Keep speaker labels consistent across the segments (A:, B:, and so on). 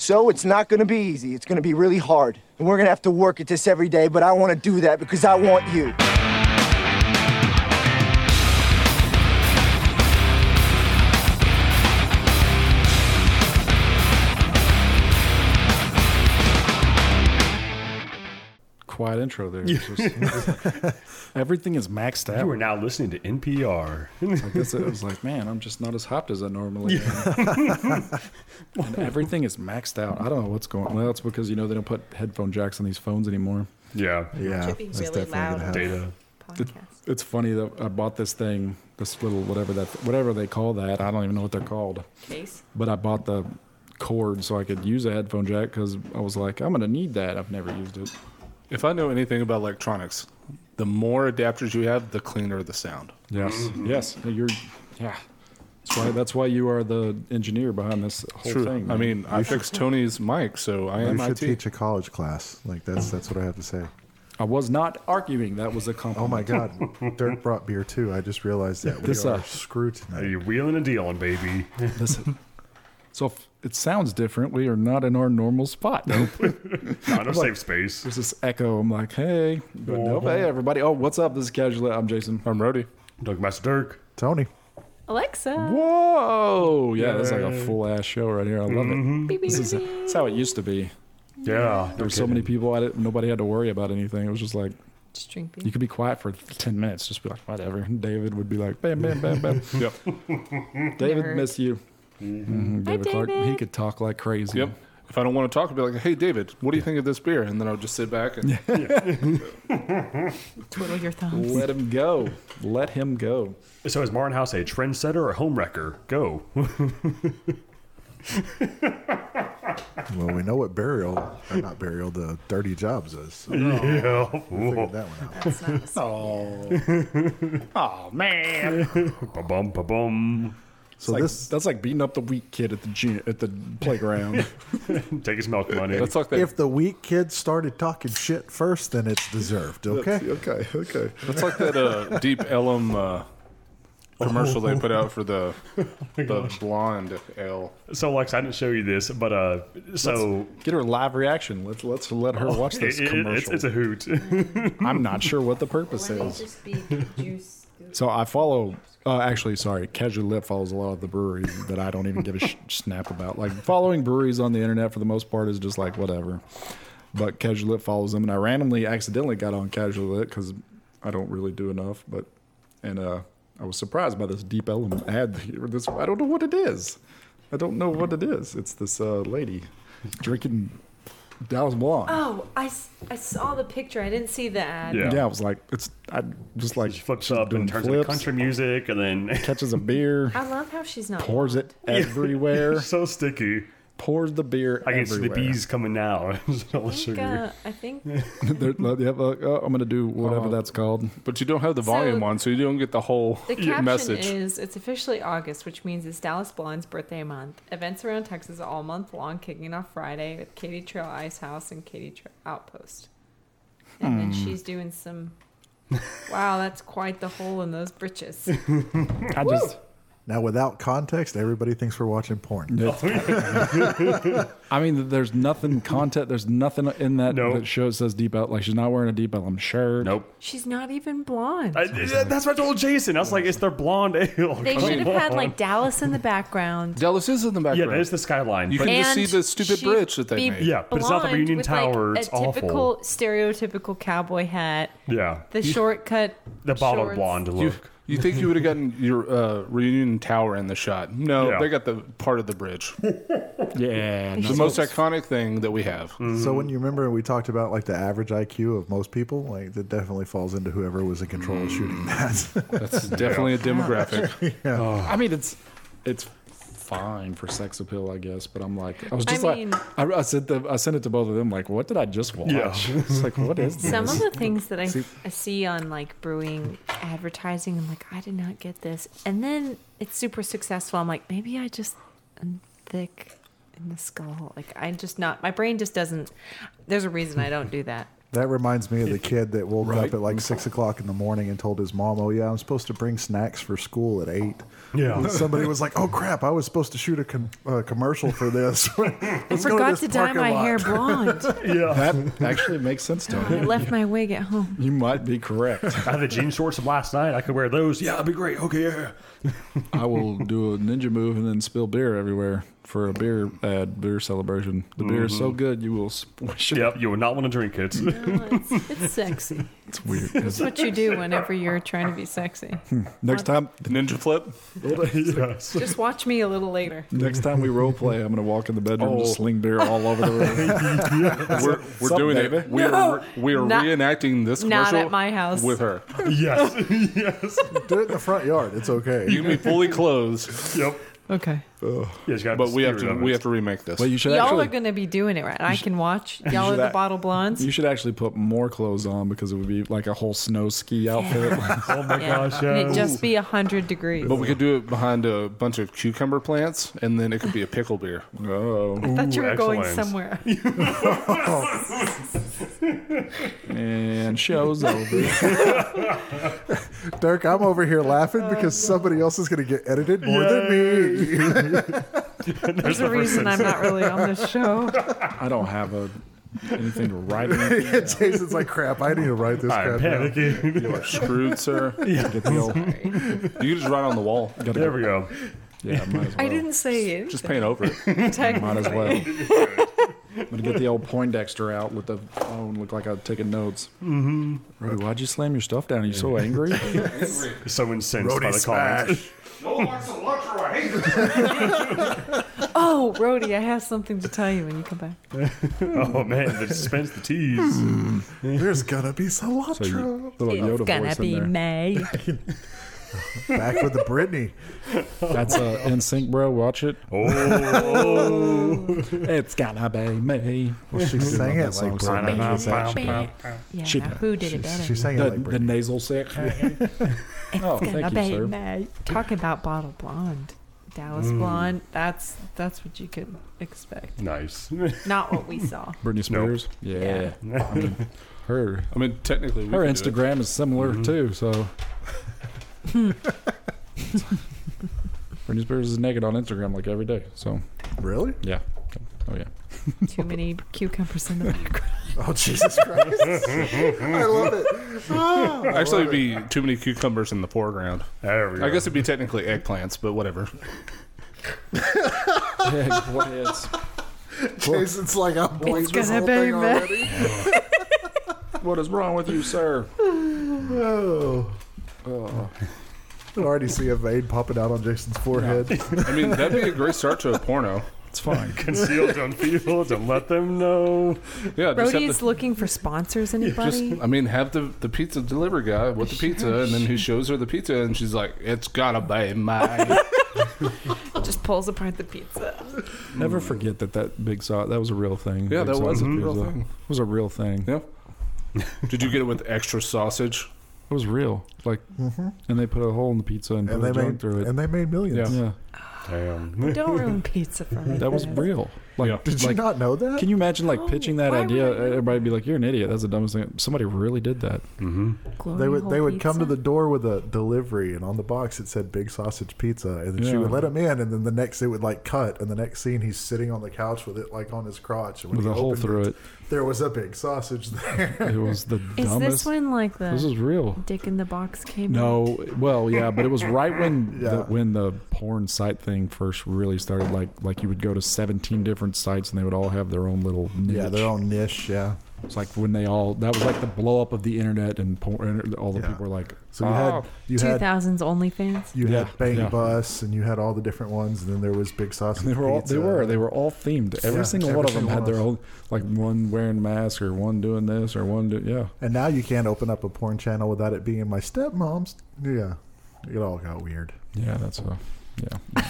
A: So it's not going to be easy. It's going to be really hard. And we're going to have to work at this every day, but I want to do that because I want you.
B: Quiet intro there. Just- everything is maxed out.
C: You are now listening to NPR.
B: Like, that's it. I was like, man, I'm just not as hopped as I normally am. and everything is maxed out. I don't know what's going on. Well, that's because, you know, they don't put headphone jacks on these phones anymore.
C: yeah.
D: Yeah,
E: Should be
D: that's
E: really
D: definitely gonna
E: loud.
D: happen.
C: Data.
B: It-
E: podcast.
B: it's funny that I bought this thing, this little whatever that whatever they call that. I don't even know what they're called.
E: Case.
B: But I bought the cord so I could use a headphone jack because I was like, I'm gonna need that. I've never used it.
F: If I know anything about electronics, the more adapters you have, the cleaner the sound.
B: Yes,
F: Mm-hmm.
B: yes, you're, yeah. That's why that's why you are the engineer behind this whole
F: True.
B: thing.
F: I
B: man.
F: mean, I fixed Tony's mic, so I
D: You
F: am
D: should
F: IT.
D: teach a college class. Like that's that's what I have to say.
B: I was not arguing. That was a
D: Oh
B: compliment.
D: my God, Dirk brought beer too. I just realized that we
B: This,
D: are
B: uh,
D: screwed
C: Are
D: tonight.
C: you wheeling and dealing, baby?
B: Listen. So if it sounds different. We are not in our normal spot. There's
C: Not a safe space.
B: this echo. I'm like, hey, but
F: Mm-hmm.
B: nope. Hey, everybody. Oh, what's up? This is Casual. I'm Jason.
F: I'm Rody.
C: Doug Master Dirk.
D: Tony,
E: Alexa.
B: Whoa! Yeah, that's like a full ass show right here. I love
F: Mm-hmm.
B: it.
E: Beep, beep,
B: This is
E: beep, beep.
B: that's how it used to be.
C: Yeah.
B: There were so many people. I didn't, nobody had to worry about anything. It was just like
E: Just drink
B: you
E: beer.
B: could be quiet for ten minutes, just be like whatever. And David would be like, bam, bam, bam, bam. yep. David,
E: Nerd.
B: miss you. Mhm,
E: Hi,
B: He
E: David.
B: could talk like crazy.
F: Yep. If I don't want to talk, I'll be like, hey, David, what do you think of this beer? And then I'll just sit back and
E: Twiddle your thumbs.
B: Let him go. Let him go.
C: So is Marin House a trendsetter or a homewrecker? Go.
D: well, we know what burial, or not burial, the dirty jobs is. So we
C: yeah.
D: figured that one out.
E: That's not the same.
F: Oh, man.
C: Ba-bum, ba-bum.
D: So
B: Like,
D: this,
B: that's like beating up the weak kid at the gym, at the playground.
C: Take his milk money.
F: That's like that.
D: if the weak kid started talking shit first, then it's deserved. Okay.
B: okay, okay.
F: That's like that uh, Deep Ellum uh, commercial they put out for the, the blonde ale.
C: so, Lex, I didn't show you this, but uh, so
B: Get her live reaction. Let's let's let her watch this
C: it- it-
B: commercial.
C: it's, it's a hoot.
B: I'm not sure what the purpose
E: Wouldn't it
B: is.
E: just be juice?
B: So I follow. Uh, actually, sorry, Casual Lit follows a lot of the breweries that I don't even give a sh- snap about. Like following breweries on the internet for the most part is just like whatever. But Casual Lit follows them, and I randomly, accidentally got on Casual Lit because I don't really do enough. But and uh, I was surprised by this Deep Ellum ad. here. This I don't know what it is. I don't know what it is. It's this uh, lady drinking Dallas Blonde.
E: Oh, I, s- I saw the picture. I didn't see the ad.
C: Yeah.
B: Yeah, I was like, it's I just like
C: She flips
B: she's
C: up
B: doing
C: and turns
B: flips,
C: into country music, and then
B: catches a beer,
E: I love how she's not.
B: pours it everywhere,
C: so sticky.
B: pours the beer
C: I can see the
B: everywhere.
C: bees coming now. It's all
E: I think,
C: sugar.
E: uh, I think
B: They're like, yep, like, oh, I'm gonna do whatever
F: Oh.
B: that's called.
F: But you don't have the volume
E: So-
F: on, so you don't get the whole
E: the caption
F: message.
E: is it's officially August, which means it's Dallas Blonde's birthday month. Events around Texas all month long, kicking off Friday with Katy Trail Ice House and Katy Trail Outpost. And then
F: Hmm.
E: she's doing some. Wow, that's quite the hole in those britches.
B: I just,
D: Now, without context, everybody thinks we're watching porn.
B: I mean, there's nothing content. There's nothing in that
C: No.
B: that shows says deep out. Like she's not wearing a deep out. I'm sure.
C: Nope.
E: She's not even blonde.
C: I, yeah, that's what I told Jason. I was like, it's their blonde ale.
E: they
C: Come
E: should have had
C: on.
E: like Dallas in the background.
F: Dallas is in the
C: Yeah,
F: background.
C: there's the skyline.
F: You
C: but
F: can just see
E: And
F: the stupid
E: she'd
F: bridge that they
E: be
F: made.
C: Yeah, but it's not the
E: blonde
C: Reunion
E: with,
C: Tower,
E: Like
C: it's
E: a typical, stereotypical cowboy hat,
C: yeah,
E: the shortcut,
C: the bottle
E: shorts.
C: blonde
F: You,
C: look.
F: you think you would have gotten your uh, reunion tower in the shot? No,
C: Yeah.
F: they got the part of the bridge,
B: Yeah.
F: the most iconic thing that we have.
D: So when you remember we talked about like the average IQ of most people, like that definitely falls into whoever was in control of shooting that.
F: That's definitely a demographic.
B: I mean, it's it's fine for sex appeal, I guess. But I'm like, I was
E: I
B: just
E: mean-
B: like, I, I sent the, I sent it to both of them. Like, what did I just watch?
C: Yeah.
B: it's like, what is this?
E: Some of the things that I, I see on like brewing advertising, I'm like, I did not get this. And then it's super successful. I'm like, maybe I just am thick in the skull. Like, I'm just not, my brain just doesn't, there's a reason I don't do that.
D: That reminds me of the kid that woke
B: Right.
D: up at like six o'clock in the morning and told his mom, "Oh yeah, I'm supposed to bring snacks for school at 8.
C: Yeah.
D: And somebody was like, "Oh crap, I was supposed to shoot a com- uh, commercial for this."
E: I
D: Let's go
E: forgot
D: this
E: to dye
D: parking
E: my
D: lot."
E: hair blonde.
C: Yeah.
B: That actually makes sense,
E: I
B: Tony.
E: left my wig at home.
B: You might be correct.
C: I had the jean shorts of last night. I could wear those. Yeah, that'd be great. Okay, yeah.
B: I will do a ninja move and then spill beer everywhere for a beer ad, beer celebration. The beer is
C: Mm-hmm.
B: so good, you will squish it.
C: Yep, you would not want to drink it.
E: it's, it's sexy.
B: It's weird.
E: It's what you do whenever you're trying to be sexy.
B: next time,
F: Ninja flip.
C: yes.
E: Just watch me a little later.
B: next time we role play, I'm going to walk in the bedroom and
F: Oh.
B: just sling beer all over the room.
F: We're, we're
B: Sup,
F: doing
B: baby?
F: it. We are we are
E: Not-
F: reenacting this
E: not
F: commercial
E: at my house.
F: with her.
C: Yes. yes.
D: Do it in the front yard. It's okay.
F: You can be fully clothed,
C: Yep.
E: Okay.
C: Yes,
F: but we have to we have to remake this.
B: Well, you should
E: Y'all
B: actually
E: are going to be doing it right. I can watch. Y'all
B: should
E: are the
B: act-
E: bottle blondes.
B: you should actually put more clothes on because it would be like a whole snow ski outfit.
C: Oh my
E: Yeah.
C: gosh.
E: And
C: Yeah.
E: it just be 100 degrees.
F: but we could do it behind a bunch of cucumber plants, and then it could be a pickle beer.
B: oh,
E: I thought you
C: Ooh,
E: were going
C: excellent.
E: somewhere.
B: and show's over.
D: Dirk, I'm over here laughing because somebody else is going to get edited more than me.
E: There's a reason I'm not really on this show.
B: I don't have a anything to write. Anything.
D: Jason's like, crap, I need to write this
C: I'm
D: crap down.
C: panicking.
F: You are screwed, sir.
B: Get the old,
F: You just write on the wall.
B: gotta
C: There
B: go.
C: we go.
B: Yeah, might as well.
E: I didn't say it.
F: Just paint over it.
B: Might
E: technically.
B: as well. I'm gonna get the old Poindexter out with the phone. Look like I'm taking notes. Mm-hmm. Rudy, why'd you slam your stuff down? Are you so angry?
C: So incensed by
D: Brody
C: the comments.
D: smash.
E: Oh, Rody, I have something to tell you when you come back.
C: Oh man, the suspense, the tease.
D: There's gonna be
B: So
D: cilantro.
B: you- little Yoda voice in there.
E: May.
D: Back with the Britney.
B: That's uh, in sync, bro. Watch it.
C: Oh.
B: It's gonna be me.
D: Well, she sang it like Britney.
C: Oh.
E: Yeah,
B: She-
E: now who did it better?
D: She sang it
B: The,
D: like
B: the
D: Britney.
B: nasal section. oh, thank you,
E: Gonna be
B: sir.
E: May. Talking about bottle blonde, Dallas blonde. That's that's what you could expect.
C: nice.
E: Not what we saw.
B: Britney Spears. Yeah. I mean, her
F: I mean, technically, we
B: her
F: could do it.
B: Instagram is similar too. So. Britney Spears is naked on Instagram like every day. So
D: Really?
B: yeah. Oh yeah.
E: Too many cucumbers in the background.
D: Oh, Jesus Christ. I love it. Ah.
F: Actually, it'd be too many cucumbers in the foreground.
C: There we go.
F: I guess it'd be technically eggplants, but whatever.
B: Yeah, what is?
D: Jason's like, I'm boiling
E: It's
D: this
E: gonna
D: whole
E: be
D: thing
E: me.
D: already.
B: What is wrong with you, sir?
D: Oh. I can already see a vein popping out on Jason's forehead.
F: I mean, that'd be a great start to a porno.
B: It's fine.
C: Conceal, don't feel, don't let them know.
F: Yeah, just have
E: Brody's
F: the-
E: looking for sponsors. Anybody?
F: Just, I mean, have the, the pizza delivery guy with the pizza, and then he shows her the pizza, and she's like, "It's gotta be mine."
E: Just pulls apart the pizza.
B: Never forget that that big saw that was a real thing.
F: Mm. Yeah,
B: Big
F: that was a
B: sausage
F: real
B: pizza.
F: thing.
B: It was a real thing.
F: yeah. Did you get it with extra sausage?
B: It was real. Like, and they put a hole in the pizza and,
D: Mm-hmm.
B: put
D: And they
B: a jug
D: made
B: through it.
D: and they made millions.
B: yeah,
C: Damn.
E: Don't ruin pizza for me.
B: that was
E: guys.
B: real. Like,
F: Yeah.
D: Did you
B: like,
D: not know that?
B: Can you imagine like
E: Oh,
B: pitching that
E: why would
B: idea?
E: I do
B: Everybody'd be like, "You're an idiot. That's the dumbest thing." Somebody really did that.
E: Glory
D: They would
E: hole
D: they would come to
E: pizza?
D: the door with a delivery, and on the box it said "Big Sausage Pizza," and then she
B: Yeah.
D: would let him in, and then the next it would like cut, and the next scene he's sitting on the couch with it like on his crotch, and when
B: With
D: he
B: a hole
D: opened
B: through
D: it,
B: it.
D: there was a big sausage there.
B: It was the
E: Is
B: dumbest.
E: this when like the
B: This is real.
E: Dick in the Box came? out?
B: No, well, yeah, but it was right when
D: Yeah.
B: the, when the porn site thing first really started. Like, like you would go to seventeen different sites and they would all have their own little. Niche.
D: yeah, their own niche. Yeah,
B: It's like when they all that was like the blow up of the internet and porn. All the
D: Yeah.
B: people were like,
D: so you
E: Oh.
D: had you
E: Two
D: had
E: thousands OnlyFans.
D: you
B: Yeah,
D: had Bang
B: yeah.
D: Bus, and you had all the different ones, and then there was Big Sausage.
B: They were all,
D: pizza.
B: they were they were all themed. Every
D: Yeah,
B: single
D: every
B: one of them
D: single
B: had their
D: one.
B: own like one wearing mask or one doing this or one do, yeah.
D: And now you can't open up a porn channel without it being my stepmom's. Yeah, it all got weird.
B: Yeah, that's a yeah.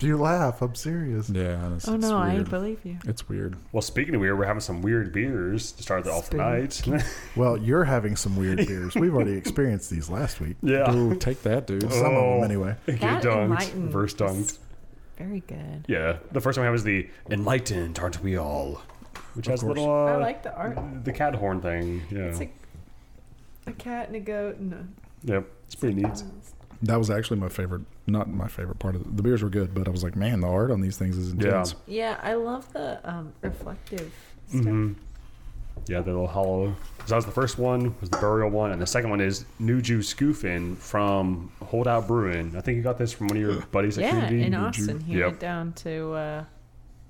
D: You laugh. I'm serious.
B: Yeah, that's,
E: Oh
B: it's
E: no, I
B: weird.
E: believe you.
B: it's weird.
C: Well, speaking of weird, we're having some weird beers to start the off the night.
D: Well, you're having some weird beers. We've already experienced these last week.
C: yeah.
B: Ooh, take that, dude.
D: Some of
C: Oh.
D: them, anyway.
C: Get
E: That
C: dunked.
E: enlightened
C: Verse
E: was
C: dunked.
E: Very good.
C: Yeah. The first one I had was the enlightened, aren't we all? which
B: Of
C: has a
B: course.
C: little uh,
E: I like the art.
C: the cat horn thing. Yeah,
E: It's like a cat and a goat and a.
C: yep, it's pretty neat.
B: That was actually my favorite, not my favorite part of the, the beers were good, but I was like, man, the art on these things is
C: Yeah.
B: intense.
E: Yeah, I love the um, reflective stuff.
C: Mhm. Yeah, the little hollow. So that was the first one, was the burial one, and the second one is New Jew Scoofin from Holdout Brewing. I think you got this from one of your buddies at
E: Yeah,
C: Community.
E: in
C: New Jew-
E: Austin. He
C: Yep.
E: went down to uh,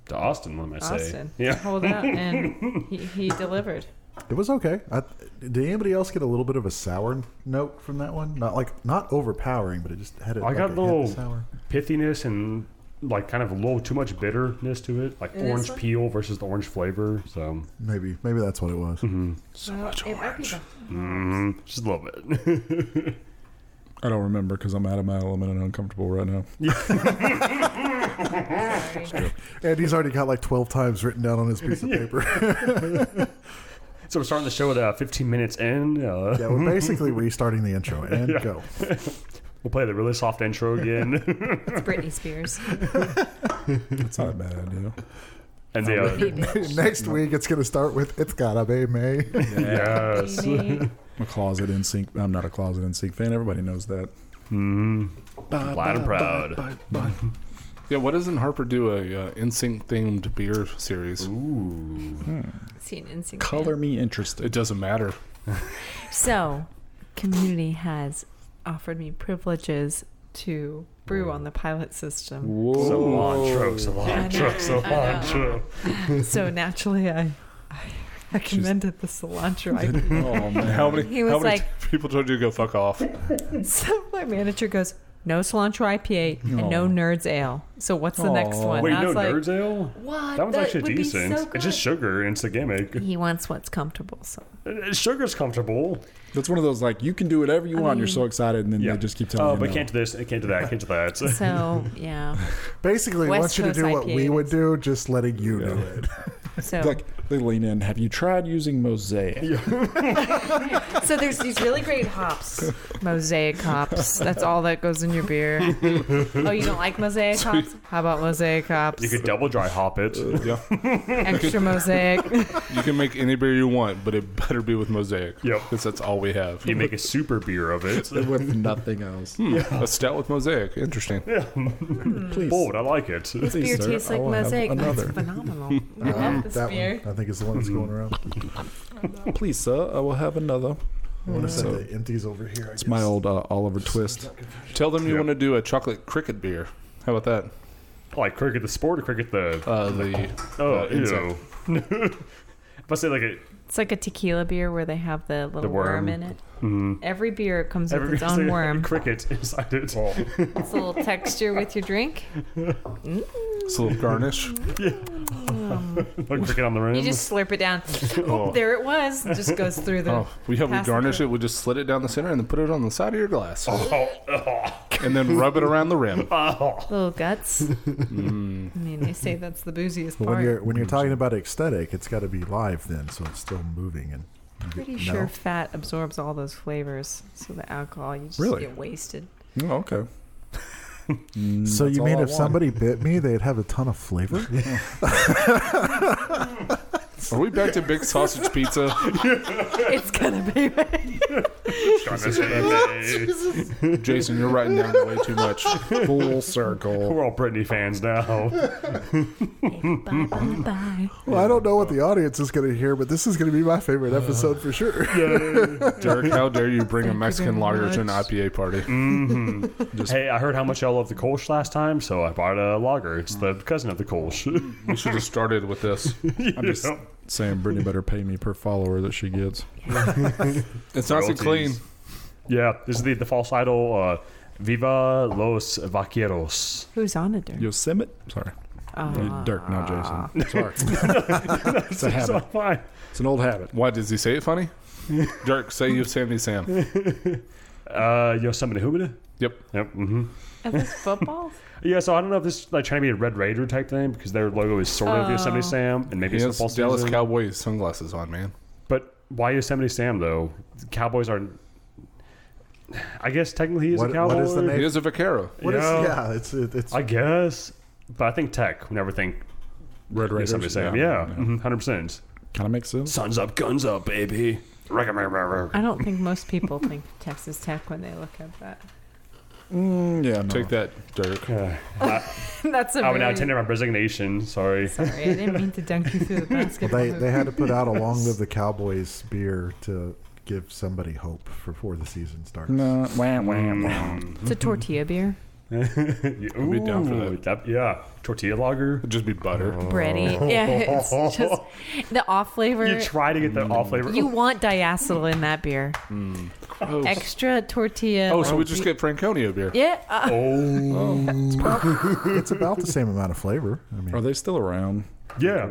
C: to Austin, what am I saying?
E: Austin.
C: Yeah.
E: Hold out and he, he delivered.
D: It was okay. I, did anybody else get a little bit of a sour note from that one? Not like not overpowering, but it just had a,
C: I
D: like
C: got
D: a
C: a
D: hint of
C: little
D: sour.
C: pithiness and like kind of a little too much bitterness to it, like
E: In this
C: orange
E: one?
C: peel versus the orange flavor. So
D: Maybe maybe that's what it was.
B: Mm-hmm.
E: So much it might be the
C: mm, just a little bit.
B: I don't remember because I'm out of my element and uncomfortable right now.
E: sorry.
D: And he's already got like twelve times written down on his piece of paper.
C: so we're starting the show at uh, 15 minutes in. Uh,
D: yeah, we're basically restarting the intro and go.
C: We'll play the really soft intro again,
E: It's Britney Spears.
B: It's not a bad idea.
C: and the uh,
D: Next week it's gonna start with it's gotta be May.
C: yes.
E: Maybe.
B: I'm a closet in sync. I'm not a closet in sync fan. Everybody knows that.
C: Mm. Loud and proud.
F: Yeah, why doesn't Harper do a uh, NSYNC themed beer series?
C: Ooh.
E: See an instant
B: Color me
F: It
B: interested.
F: doesn't matter.
E: So, community has offered me privileges to brew on the pilot system.
B: Whoa.
C: Cilantro,
E: I know,
C: cilantro,
E: I know.
C: cilantro.
E: So naturally, I, I recommended the cilantro. I,
F: Oh man, how many?
E: He was
F: how many
E: like-
F: people told you to go fuck off?
E: so my manager goes, "No cilantro IPA and no
B: Aw.
E: nerds ale." So what's the next
B: Aw.
E: one?
C: Wait,
E: And I
C: no
E: was like,
C: Nerds Ale?
E: What?
C: That one's actually
E: would be
C: decent.
E: so
C: it's just
E: good."
C: sugar and it's a gimmick.
E: he wants what's comfortable. So
C: Uh, Sugar's comfortable.
B: That's one of those like you can do whatever you
E: I
B: want. You're
E: mean-
B: so excited, and then
C: Yeah.
B: they just keep telling
C: Oh,
B: you.
C: but
B: no.
C: can't do this, can't do that, can't do that.
E: so yeah.
D: Basically
E: West
D: wants you to
E: Coast
D: do what we
E: IPAs.
D: would do, just letting you do it.
E: So
B: Like they lean in. Have you tried using mosaic?
E: so there's these really great hops, mosaic hops. That's all that goes in your beer. Oh, you don't like mosaic hops? How about mosaic hops?
C: You could double dry hop it.
F: Yeah,
E: Extra mosaic.
F: you can make any beer you want, but it better be with mosaic.
C: Yep.
F: because that's all we have.
C: You make a super beer of it.
B: With nothing else.
F: Hmm, a stout with mosaic. Interesting.
B: Please.
C: Bold, I like it.
B: Please,
E: This beer
B: sir,
E: tastes
B: I
E: like
B: will have
E: mosaic. That's
B: another.
E: phenomenal. I love this
D: Um, that
E: beer.
D: one I think is the one
B: Mm-hmm.
D: that's going around.
B: Please, sir, I will have another.
D: I want to send the empties over here. I
B: It's my
D: guess.
B: old uh, Oliver Twist.
F: Tell them you
C: Yep.
F: want to do a chocolate cricket beer. How about
C: Like cricket the sport or cricket the
F: that? Uh, the
C: oh
F: uh,
C: ew. if I say like a
E: It's like a tequila beer where they have the little
C: worm.
E: worm. in it. Every beer comes with
C: every
E: its own worm.
C: cricket inside it.
E: It's a little texture with your drink.
F: It's a little garnish.
C: Like cricket on the rim.
E: You just slurp it down. Oh, there it was. It just goes through the.
F: Oh, we have we
E: Pass the
F: garnish
E: cake.
F: it. We just slit it down the center and then put it on the side of your glass,
C: oh, oh,
F: and then rub it around the rim.
C: oh.
E: Little guts. I mean, they say that's the booziest
D: But when
E: part.
D: you're when you're talking about ecstatic, it's got to be live then, so it's still moving and you get-
E: Pretty
D: no?
E: sure fat absorbs all those flavors, so the alcohol you just
B: Really?
E: get wasted.
B: Oh, okay.
D: So
B: Mm, That's
D: you
B: all
D: mean
B: I
D: if
B: wanted.
D: somebody bit me, they'd have a ton of flavor?
F: Are we back to big sausage pizza?
E: It's gonna be.
F: Jason, you're writing down way too much.
B: Full circle.
C: We're all Britney fans now.
E: bye bye bye.
D: Well, I don't know what the audience is going to hear, but this is going to be my
B: Uh,
D: favorite episode for sure.
F: Derek, how dare you bring a
E: Thank you
F: Mexican
E: very
F: lager to an
E: much.
F: IPA party?
C: hey, I heard how much y'all love the Kolsch last time, so I bought a lager. It's the cousin of the Kolsch.
F: We should have started with this.
B: I'm just saying Brittany better pay me per follower that she gets.
F: It's nice and clean.
C: Royalties. Yeah, this is the, the false idol, uh, Viva los Vaqueros.
E: Who's on it, Dirk?
B: Yosemite? Sorry.
E: Ah.
B: Dirk, not Jason. Sorry. it's a
C: So
B: habit.
C: fine.
B: It's an old habit.
F: Why does he say it funny? Dirk, say you Sammy Sam.
C: Uh, Yosemite Humida?
F: Yep.
C: Yep. Mm-hmm.
E: Are those footballs?
C: Yeah, so I don't know if this is like trying to be a Red Raider type thing because their logo is sort of Yosemite Sam and maybe
F: He
C: it's the
F: has
C: false
F: Dallas
C: Dallas
F: Cowboys sunglasses on, man.
C: But why Yosemite Sam though? Cowboys are. I guess technically he is a
D: What-
C: cowboy.
D: what is the
F: He
D: name?
F: is a vaquero.
D: What is-
C: Yeah.
D: yeah, it's it, it's
C: I guess, but I think tech. Whenever I think
B: Red Raiders.
C: Somebody say, yeah, 100 percent. Oh,
B: Kind of makes sense.
C: Suns up, guns up, baby.
E: I don't think most people think Texas Tech when they look at that.
B: Mm, yeah, no.
F: Take that, Dirk.
C: Uh,
E: That's a
C: I would Oh, now
E: very-
C: tender my resignation. Sorry.
E: Sorry, I didn't mean to dunk you through the basket.
D: They they had to put out a "Long Live the Cowboys" beer to give somebody hope for before the season starts.
B: No, wham, wham, wham.
E: It's a tortilla beer.
C: I'd
F: be down for that.
C: yeah, tortilla lager.
F: It'd just be butter.
E: Oh,
B: Oh.
E: Bready. Yeah, it's just the off flavor.
C: You try to get
F: Mm.
C: the off flavor.
E: You want diacetyl in that beer. Extra tortilla.
F: Oh, so
E: like
F: we just
E: the-
F: get Franconia beer.
E: Yeah. uh,
D: It's about the same amount of flavor. I mean,
B: Are they still around?
C: yeah.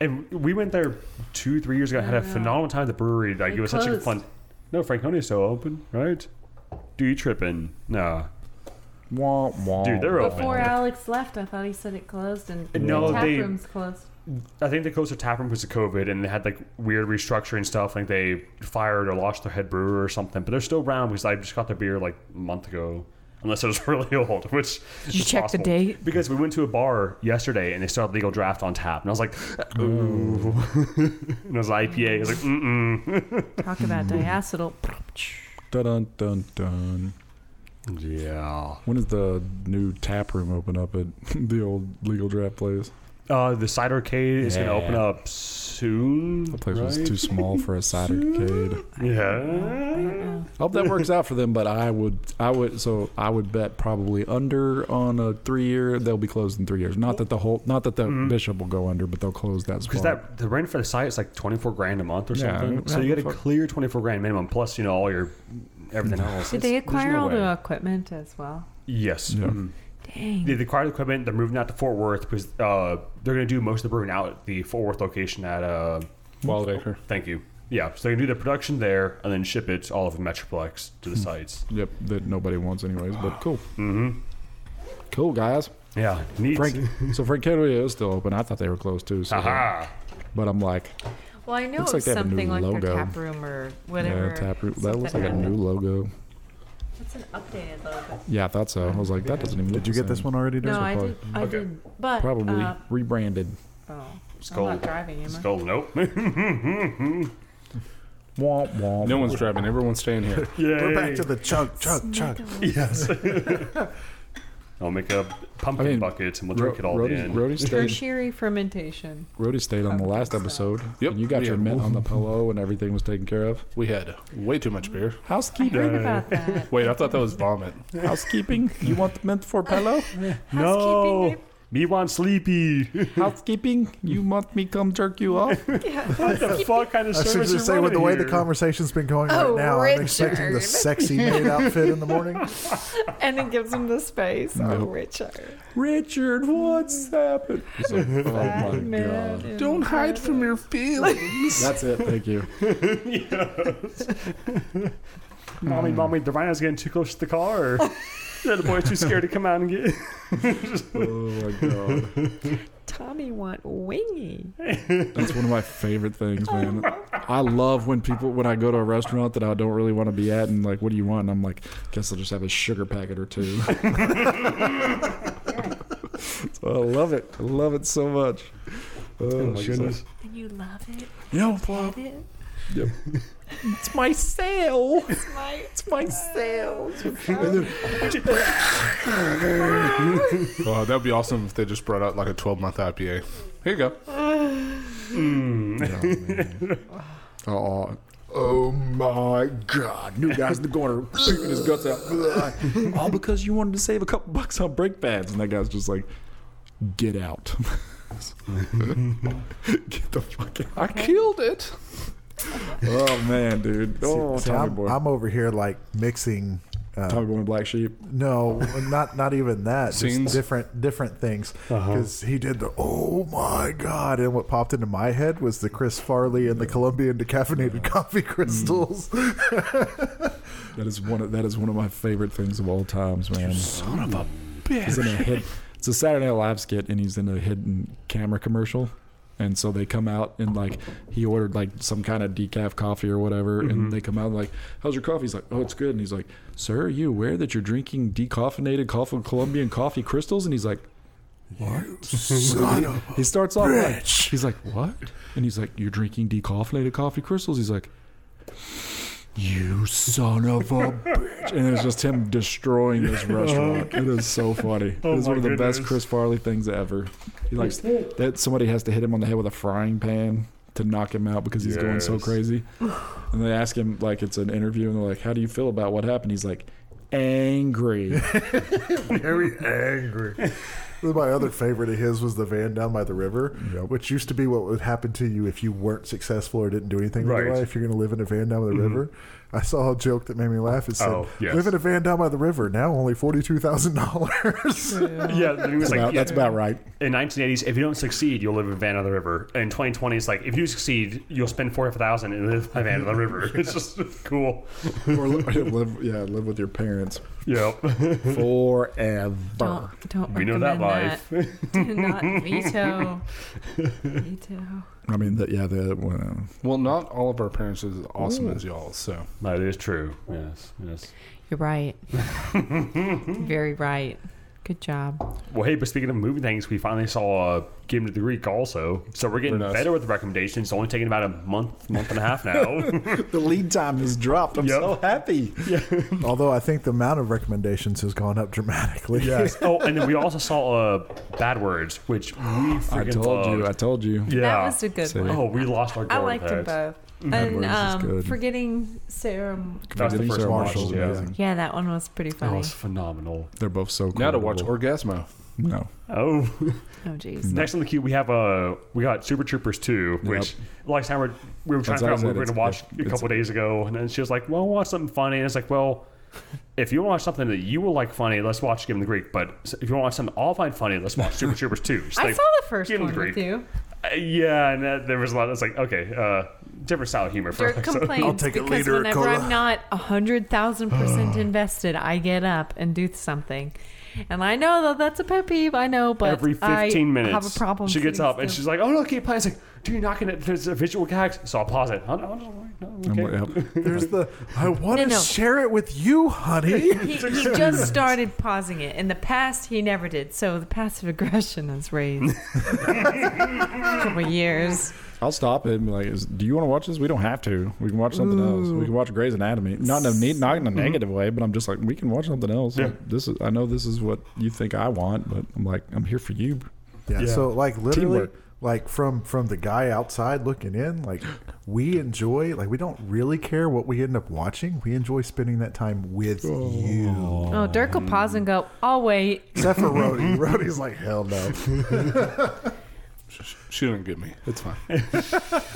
C: And we went there two, three years ago. had a phenomenal time at the brewery. Like
E: They
C: it was such a
E: closed.
C: fun. No, Franconia's still open, right? Do you tripping? Nah,
B: Wah, wah.
C: dude, they're open.
E: Before Alex left, I thought he said it closed and
C: No,
E: the tap
C: they-
E: room's closed.
C: I think they closed their taproom because of COVID, and they had like weird restructuring stuff. Like they fired or lost their head brewer or something. But they're still around because I just got their beer like a month ago, unless it was really old. Which
E: you
C: is
E: check the
C: possible.
E: date?
C: Because we went to a bar yesterday and they still had legal draft on tap, and I was like, ooh, and it was IPA. I was like, mm
E: Talk about
B: Mm-hmm.
E: diacetyl.
B: Dun, dun, dun, dun.
C: mm. Yeah.
B: When does the new tap room open up at the old legal draft place?
C: Uh, the cider arcade is going to
B: Yeah.
C: open up soon.
B: That place was
C: right?
B: too small for a cider arcade.
C: Yeah.
B: I hope that works out for them, but I would, I would, so I would bet probably under on a three year. They'll be closed in three years. Not that the whole, not that the bishop will go under, but they'll close that
C: Because
B: spot.
C: that the rent for the site is like twenty four grand a month or
B: Yeah,
C: something.
B: what
C: so you
B: the
C: got to
B: fuck?
C: clear twenty four grand minimum plus you know all your everything
B: Mm.
C: else.
E: Did
C: It's-
E: they
C: there's
E: acquire
C: no
E: all
C: way.
E: the equipment as well?
C: Yes.
B: Yeah.
E: Mm.
C: Mhm.
E: Dang.
C: They, they acquired the equipment. They're moving out to Fort Worth because uh, they're going to do most of the brewing out at the Fort Worth location at. Uh,
F: Wild Acre.
C: thank you. Yeah, so they can do the production there and then ship it all over Metroplex to
B: Hmm.
C: the sites.
B: Yep, that nobody wants anyways. But cool. Mm-hmm. Cool guys.
C: Yeah, neat.
B: Frank, so Frank Kennedy is still open. I thought they were closed too. So,
C: Aha!
B: but I'm like,
E: Well, I know
B: Looks
E: it was
B: like they have a new
E: something like
B: logo.
E: their tap room or whatever.
B: yeah, uh, tap room. That looks
E: something
B: like a new
E: happened.
B: logo.
E: That's an updated logo.
B: Yeah, I thought so. I was like, that doesn't even. look
D: did you
B: the
D: get this
B: same.
D: one already?
E: No,
D: Derek?
E: I did. I did. But
B: Probably
E: Uh,
B: rebranded.
E: oh,
C: Skull.
E: I'm not driving, am I?
C: Skull, nope.
B: Womp womp.
F: No one's driving. Everyone's staying here.
D: We're back to the chug, chug, chug.
C: Yes. I'll make a pumpkin
B: I mean,
C: bucket and we'll
B: Ro-
C: drink it all
B: Rhodey,
C: in.
B: Rhodey stayed.
E: Tertiary fermentation.
B: Rhodey stayed on the last episode.
F: Yep.
B: and you got
F: Yeah.
B: your mint on the pillow and everything was taken care of.
F: We had way too much beer.
E: I
B: Housekeeping.
E: heard about that.
F: Wait, I thought that was vomit.
B: Housekeeping. You want the mint for pillow?
C: No,
E: Housekeeping,
C: me want sleepy.
B: Housekeeping. You want me come jerk you off?
C: what the fuck kind of
D: I should
C: service
D: just
C: you
D: say, with the way the
C: running
D: conversation's been going
E: Oh,
D: right now, I'm expecting the
E: Richard.
D: sexy maid outfit in the morning.
E: and it gives him the space. Oh,
B: Nope.
E: Richard.
B: Richard, what's happened? He's like, oh my god.
E: Don't hide from your.
B: That's it. Thank you.
C: here? mommy,
B: Hmm.
C: mommy, the rhino's getting too close to the car. the boy's too scared to come out and get.
B: Oh my god.
E: Tommy want wingy.
B: That's one of my favorite things, man. I love when people when I go to a restaurant that I don't really want to be at and like, what do you want? And I'm like, guess I'll just have a sugar packet or two. So I love it. I love it so much. Oh, goodness.
E: And you love it.
B: You know, Flo,
E: It.
B: it's my sale.
E: It's my, it's my sales.
F: Oh, that'd be awesome if they just brought out like a 12 month IPA. Here you go.
B: Oh, oh my God! New guys in the corner puking his guts out, all because you wanted to save a couple bucks on brake pads, and that guy's just like, "Get out! Get the fuck out!" I killed it. Oh man, dude! Oh,
D: See,
B: Tommy
D: I'm,
B: boy,
D: I'm over here like mixing. Uh,
B: Tommy boy, and black sheep.
D: no, not not even that.
F: Scenes?
D: Just different different things. Because he did the oh my god, and what popped into my head was the Chris Farley and the Colombian decaffeinated coffee crystals.
B: That is one. Of, that is one of my favorite things of all times, man. son of a bitch. He's in a head, it's a Saturday Night Live skit, and he's in a hidden camera commercial. And so they come out and like he ordered like some kind of decaf coffee or whatever, and they come out and like, "How's your coffee?" He's like, "Oh, it's good." And he's like, "Sir, are you aware that you're drinking decaffeinated coffee, Colombian coffee crystals?" And he's like,
D: Son of
B: He starts off like,
D: Bitch.
B: he's like, what? And he's like, you're drinking decaffeinated coffee crystals. He's like, you son of a bitch. And it's just him destroying this restaurant. It is so funny.
C: Oh
B: it's
C: my
B: one of the best
C: goodness.
B: Chris Farley things ever. He likes that somebody has to hit him on the head with a frying pan to knock him out because he's going so
C: Yes.
B: crazy. And they ask him, like, it's an interview, and they're like, how do you feel about what happened? He's like, angry.
D: very angry. My other favorite of his was the van down by the river, which used to be what would happen to you if you weren't successful or didn't do anything in your
C: Right.
D: life. You're going to live in a van down by the river. I saw a joke that made me laugh. It said,
C: Oh, yes.
D: "Live in a van down by the river now, only forty two thousand dollars."
C: Yeah, he was like,
B: About-
C: yeah,
B: that's about right.
C: in 1980s, if you don't succeed, you'll live in Van of the River. In 2020, it's like if you succeed, you'll spend four hundred thousand and live by Van of the River. It's just cool.
B: or li- live, yeah, live with your parents
C: Yep.
B: forever.
E: Don't, don't
C: We know that
E: recommend
C: life.
E: that. Do not veto. veto.
B: I mean, that, yeah, that well,
F: Well, not all of our parents is as awesome as y'all, so
C: That is true. Yes. Yes.
E: You're right. Very right. Good job.
C: Well, hey, but speaking of movie things, we finally saw uh, Give 'Em to the Greek also. So we're getting
F: Very nice.
C: better with the recommendations. It's only taking about a month, month and a half now.
B: the lead time has dropped. I'm
C: Yep.
B: so happy.
D: Although I think the amount of recommendations has gone up dramatically. Yes.
C: oh, and then we also saw uh, Bad Words, which we freaking
B: I told you. I
C: loved.
B: told you.
C: yeah.
E: That was a good
B: So-
E: one.
C: oh, we lost our.
E: I
C: gourd
E: liked them
C: heads. Mm-hmm.
E: both.
B: Edwards
E: And
B: is
E: um,
B: good.
E: forgetting Sarah.
C: That's the
B: These
C: first
B: are
C: one.
B: Marshall's
C: Yeah.
B: amazing.
E: Yeah, that one was pretty
C: That
E: funny.
C: was phenomenal.
B: They're both so.
F: now to watch
B: quotable.
F: Orgasmo.
B: no.
C: Oh.
E: Oh, jeez.
C: Next on the queue, we have uh, we got Super Troopers 2, which like Sam, were- we were trying
B: That's what I
C: to figure out what we
B: said,
C: were going to watch
B: it's-
C: a
B: it's-
C: couple days ago, and then she was like, "Well, watch something funny." And it's like, "Well, if you want to watch something that you will like funny, let's watch Give 'Em the Greek. But if you want to watch something I'll find funny, let's watch Super Troopers 2." She's
E: I
C: like,
E: saw the first
C: "Give 'Em
E: one with you.
C: Uh, yeah, and that, there was a lot. It's like, okay, uh, different style of humor. For
E: Dirk complains
D: I'll take a
E: because
D: liter of
E: whenever
D: cola.
E: I'm not a hundred thousand percent invested, I get up and do something. And I know that that's a pet peeve. I know, but
C: every
E: I
C: fifteen minutes,
E: have a problem.
C: she gets
E: sitting
C: up and
E: still.
C: she's like, "Oh no, keep playing." It's like, "Dude, you're not gonna." There's a visual gags, so I'll pause it. Oh, no, no, no,
B: I'm
C: okay.
B: like, yep.
D: There's the I want to
E: No, no.
D: share it with you, honey.
E: He, he just started pausing it. In the past, he never did. So the passive aggression is raised. couple years.
D: Oh.
B: I'll stop it and be like, is, do you want to watch this? We don't have to. We can watch something else. We can watch Grey's Anatomy. Not in a, ne- not in a negative way, but I'm just like, we can watch something else.
C: Mm-hmm. Yeah.
B: Like, this is, I know this is what you think I want, but I'm like, I'm here for you.
D: Yeah.
C: Yeah.
D: So like literally
B: Teamwork.
D: like from from the guy outside looking in, like we enjoy like we don't really care what we end up watching. We enjoy spending that time with you.
E: Oh, Dirk will pause and go, I'll wait.
D: Except for Rody. Rody's like, hell no.
F: She didn't get me. It's fine.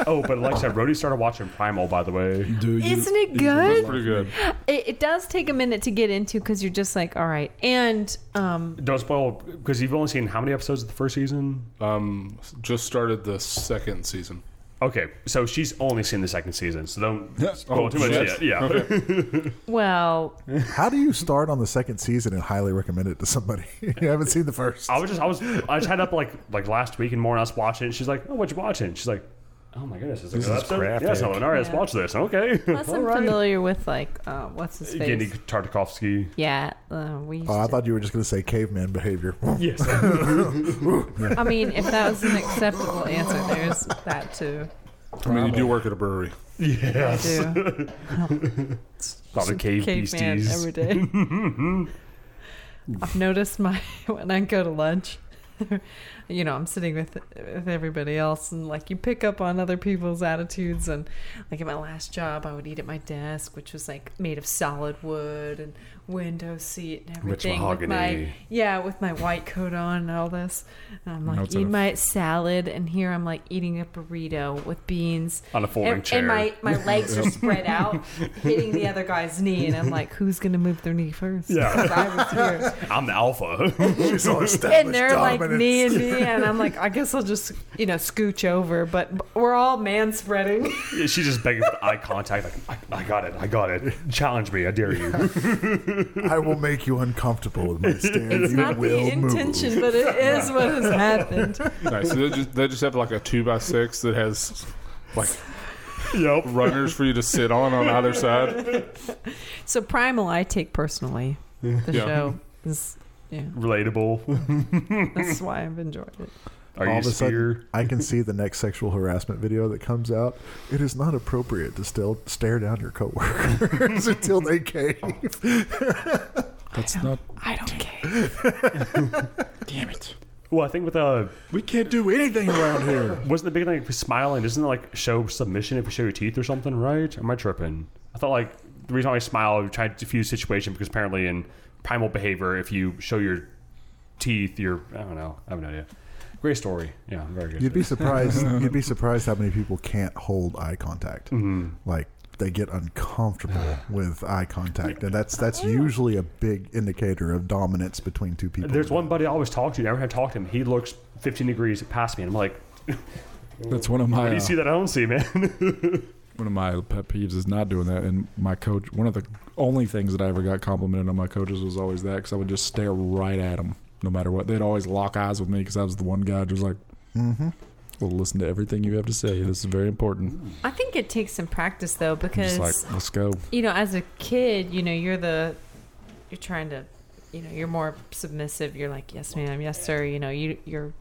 C: Oh, but like I said, Rody started watching Primal, by the way.
B: Dude,
E: Isn't it good?
F: Pretty good.
E: It, it does take a minute to get into because you're just like, all right. And um,
C: Don't spoil because you've only seen how many episodes of the first season?
F: Um, just started the second season.
C: Okay, so she's only seen the second season, so don't spoil
F: Oh,
C: too much
F: shit.
C: yet. Yeah,
E: well,
D: How do you start on the second season and highly recommend it to somebody? you haven't seen the first.
C: I was just I was I just had up like like last week and more, and I was watching. And she's like, "Oh, what you watching?" She's like, "Oh my goodness, it's a good episode." Yeah, so, all right, let's
E: Yeah.
C: watch this. Okay,
E: plus I'm familiar with, like, uh, what's his
C: Gendy
E: face?
C: Tartakovsky.
E: Yeah. Uh, we used
D: Oh, I
E: to-
D: thought you were just going to say caveman behavior.
C: Yes,
E: I mean, if that was an acceptable answer, there's that too.
F: I mean, you do work at a brewery.
C: yes.
E: Too.
C: A lot of cave
E: caveman
C: beasties.
E: every day. I've noticed my when I go to lunch, you know, I'm sitting with with everybody else, and like you pick up on other people's attitudes. And like at my last job, I would eat at my desk, which was like made of solid wood and window seat and
C: Rich
E: everything. With my,
C: mahogany.
E: yeah, with my white coat on and all this. And I'm like
B: Notes out
E: eating
B: of-
E: my salad, and here I'm like eating a burrito with beans
C: On a folding
E: and,
C: chair.
E: And my, my legs are spread out, hitting the other guy's knee. And I'm like, who's going to move their knee first?
C: Yeah.
E: 'Cause I was here.
C: I'm the alpha.
D: She's all established
E: And they're like
D: dominance.
E: knee and knee. And I'm like, I guess I'll just, you know, scooch over. But b- we're all man spreading.
C: she's just begging for eye contact. Like, I, I got it. I got it. Challenge me. I dare you.
D: I will make you uncomfortable with my stare.
E: It's
D: you
E: not
D: will
E: the intention, but it is what has happened.
F: Nice. So they just they just have like a two by six that has like
C: yep.
F: runners for you to sit on on either side.
E: So Primal, I take personally. The
F: Yeah.
E: show is Yeah,
C: relatable.
E: that's why I've enjoyed it.
C: Are
D: All
C: you
D: of a
C: fear?
D: sudden, I can see the next sexual harassment video that comes out. It is not appropriate to still stare down your coworkers until they cave.
B: That's not.
E: I don't care.
B: Damn it.
C: Well, I think with uh,
B: We can't do anything around here.
C: wasn't the big thing like smiling? Doesn't it like show submission if you show your teeth or something, right? Or am I tripping? I thought like the reason why I smile, you try to diffuse situation because apparently in primal behavior, if you show your teeth, you're I don't know, I have no idea. Great story, yeah, very good.
D: You'd be surprised. you'd be surprised how many people can't hold eye contact.
C: Mm-hmm.
D: Like they get uncomfortable with eye contact, and that's that's usually a big indicator of dominance between two people.
C: There's one buddy I always talk to. Every time I talk to him, he looks 15 degrees past me, and I'm like,
B: That's one of my.
C: "You
B: uh,
C: see that? I don't see, man."
B: one of my pet peeves is not doing that. And my coach, one of the only things that I ever got complimented on my coaches was always that because I would just stare right at them no matter what. They'd always lock eyes with me because I was the one guy just like, mm-hmm. "We'll listen to everything you have to say. This is very important."
E: I think it takes some practice though,
B: I'm just
E: because
B: like, "Let's go."
E: you know, as a kid, you know, you're the, you're trying to, you know, you're more submissive. You're like, yes, ma'am, yes, sir. You know, you you're,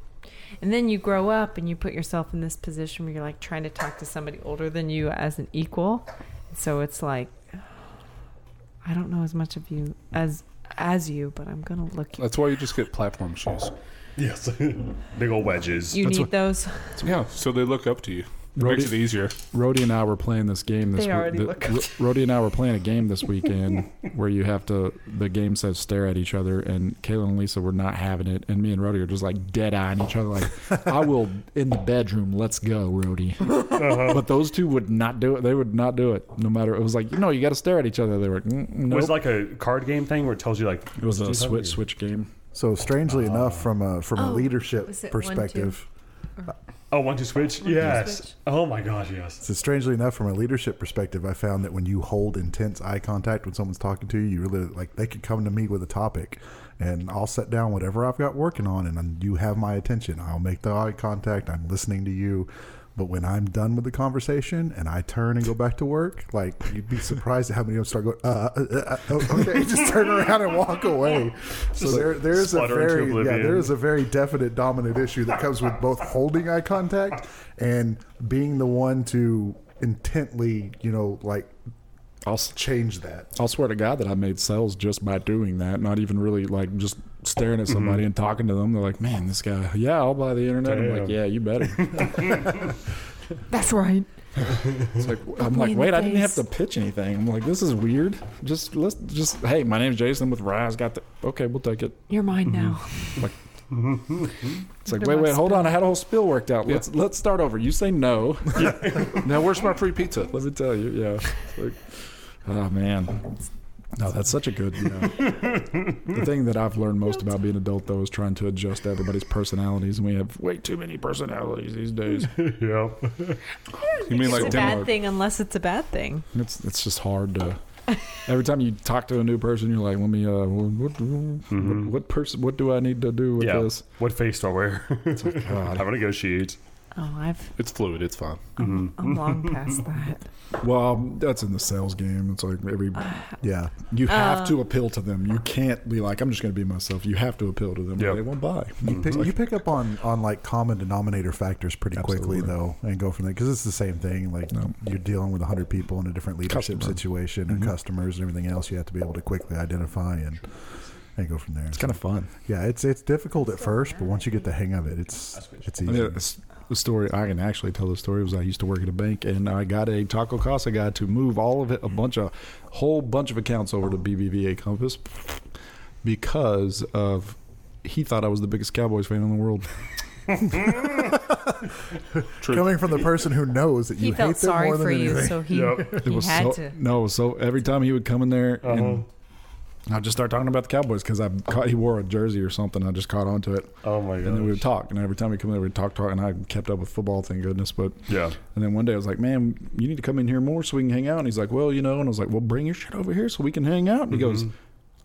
E: and then you grow up and you put yourself in this position where you're like trying to talk to somebody older than you as an equal. So it's like, I don't know as much of you as as you, but I'm gonna look.
F: That's why you just get platform shoes.
C: yes, big old wedges.
E: You
B: That's
E: need
B: what-
E: those.
F: Yeah, so they look up to you. It
B: Right.
F: makes it easier.
B: Rody and I were playing this game this
E: They
B: week.
E: already
B: the-
E: look
B: Ro- Rody and I were playing a game this weekend where you have to. The game says stare at each other, and Kayla and Lisa were not having it, and me and Rody are just like dead eyeing each other, like, "I will in the bedroom. Let's go, Rody."
C: Uh-huh.
B: But those two would not do it. They would not do it, no matter. It was like, no, you got to stare at each other. They were, mm, no.
C: Was it like a card game thing where it tells you like
B: it was a switch switch game.
D: So strangely enough, from a from a
E: Oh,
D: leadership
E: was it one, two?
D: perspective,
C: Oh, one to switch. yes.
E: switch.
C: Oh my god, yes.
D: so strangely enough from a leadership perspective, I found that when you hold intense eye contact when someone's talking to you, you really like they could come to me with a topic, and I'll set down whatever I've got working on, and then you have my attention. I'll make the eye contact. I'm listening to you. But when I'm done with the conversation and I turn and go back to work, like you'd be surprised at how many of them start going, uh, uh, uh, uh, oh, okay, just turn around and walk away. So there, there's a
C: sputter into
D: very, yeah,
C: oblivion.
D: there is a very definite dominant issue that comes with both holding eye contact and being the one to intently, you know, like
B: I'll s-
D: change that.
B: I'll swear to God that I made sales just by doing that, not even really like just staring at somebody and talking to them. They're like, man, this guy, yeah, I'll buy the internet. I'm like,
C: Damn.
B: yeah, you better.
E: That's right.
B: It's like, I'm
E: me
B: like,
E: in
B: wait,
E: the
B: I didn't have
E: face."
B: to pitch anything. I'm like, this is weird. Just let's just, hey, my name's Jason with Rise. Got the okay, we'll take it.
E: You're mine now.
B: Mm-hmm. It's like,
E: What
B: wait,
E: about
B: wait, hold on. I had a whole spill worked out.
F: Yeah.
B: Let's let's start over. You say no.
F: Now, where's my free pizza?
B: Let me tell you, yeah. It's like, oh man. No, that's such a good. You know, the thing that I've learned most about being an adult, though, is trying to adjust to everybody's personalities, and we have way too many personalities these days.
C: Yeah.
F: You mean
E: It's
F: like
E: a
F: Denmark?
E: bad thing unless it's a bad thing.
B: It's it's just hard to. Every time you talk to a new person, you're like, "Let me, uh, what, what, what, what person, what do I need to do with
C: Yeah.
B: this?"
C: What face do I wear? I'm
B: God.
C: gonna negotiate.
E: Oh, I've
F: It's fluid. It's fine.
E: I'm, I'm long past that.
B: Well, that's in the sales game. It's like every
D: Yeah.
B: you have to appeal to them. You can't be like, "I'm just going to be myself." You have to appeal to them. or
C: Yep.
B: They won't buy.
D: Pick- you pick up on on like common denominator factors pretty
B: Absolutely.
D: quickly though and go from there because it's the same thing like you're dealing with 100 people in a different leadership
B: Customer. Mm-hmm.
D: situation and customers and everything else you have to be able to quickly identify and and go from there
B: It's kind of fun.
D: yeah it's it's difficult at first but once you get the hang of it it's it's
B: I mean,
D: easy
B: it's- the story I can actually tell the story was I used to work at a bank and I got a Taco Casa guy to move all of it, a bunch of whole bunch of accounts over to BBVA Compass because of he thought I was the biggest Cowboys fan in the world.
D: coming from the person who knows that
E: He
D: you hate them
E: felt sorry
D: more than
E: for you,
D: anything
E: so he,
C: Yep.
E: he
B: was
E: had
B: so,
E: to.
B: no, so every time he would come in there
C: Uh-huh.
B: and I'd just start talking about the Cowboys because I caught he wore a jersey or something. I just caught onto it.
C: Oh my
B: And then we
C: god.
B: would talk, and every time we come in, we'd talk, talk, and I kept up with football, thank goodness. But
C: Yeah.
B: And then one day I was like, man, you need to come in here more so we can hang out. And he's like, well, you know, and I was like, well, bring your shit over here so we can hang out. And he goes,
C: Mm-hmm.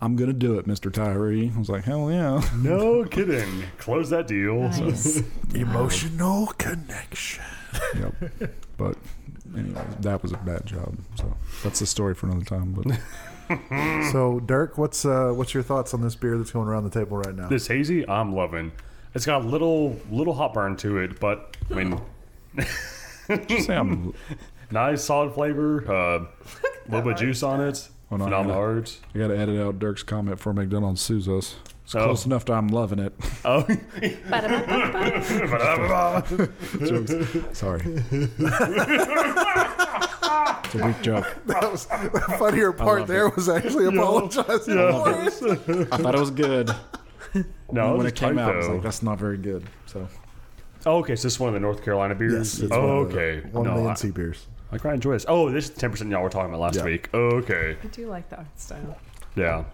B: I'm going to do it, Mr. Tyree. I was like, hell yeah.
C: No kidding. Close that deal.
E: Nice.
D: emotional connection
B: yep. But anyway, that was a bad job. So that's the story for another time. But
D: so, Dirk, what's uh, what's your thoughts on this beer that's going around the table right now?
C: This hazy, I'm loving. It's got a little little hot burn to it, but I mean,
B: Say I'm-
C: nice solid flavor. Uh, little bit of juice on it.
B: Hold on,
C: Phenomenal
B: I gotta-
C: herbs.
B: I got to edit out Dirk's comment for McDonald's sues us. It's
C: Oh.
B: close enough to I'm loving it.
C: Oh,
B: Jokes. Sorry. it's a weak joke.
D: That was the funnier part
B: love
D: there was actually apologizing for it.
B: I thought it was good.
C: no,
B: when
C: this
B: it
C: is
B: came
C: tight,
B: out, I was
C: though.
B: like, that's not very good. So
C: oh, okay. So this is one of the North Carolina beers.
D: Yes, it's
C: oh,
D: one of the-
C: okay.
D: One of
C: no,
D: the
C: I,
D: NC beers.
C: I quite enjoy this. Oh, this is ten percent y'all were talking about last
D: Yeah.
C: week. Okay,
E: I do like the art style.
C: yeah,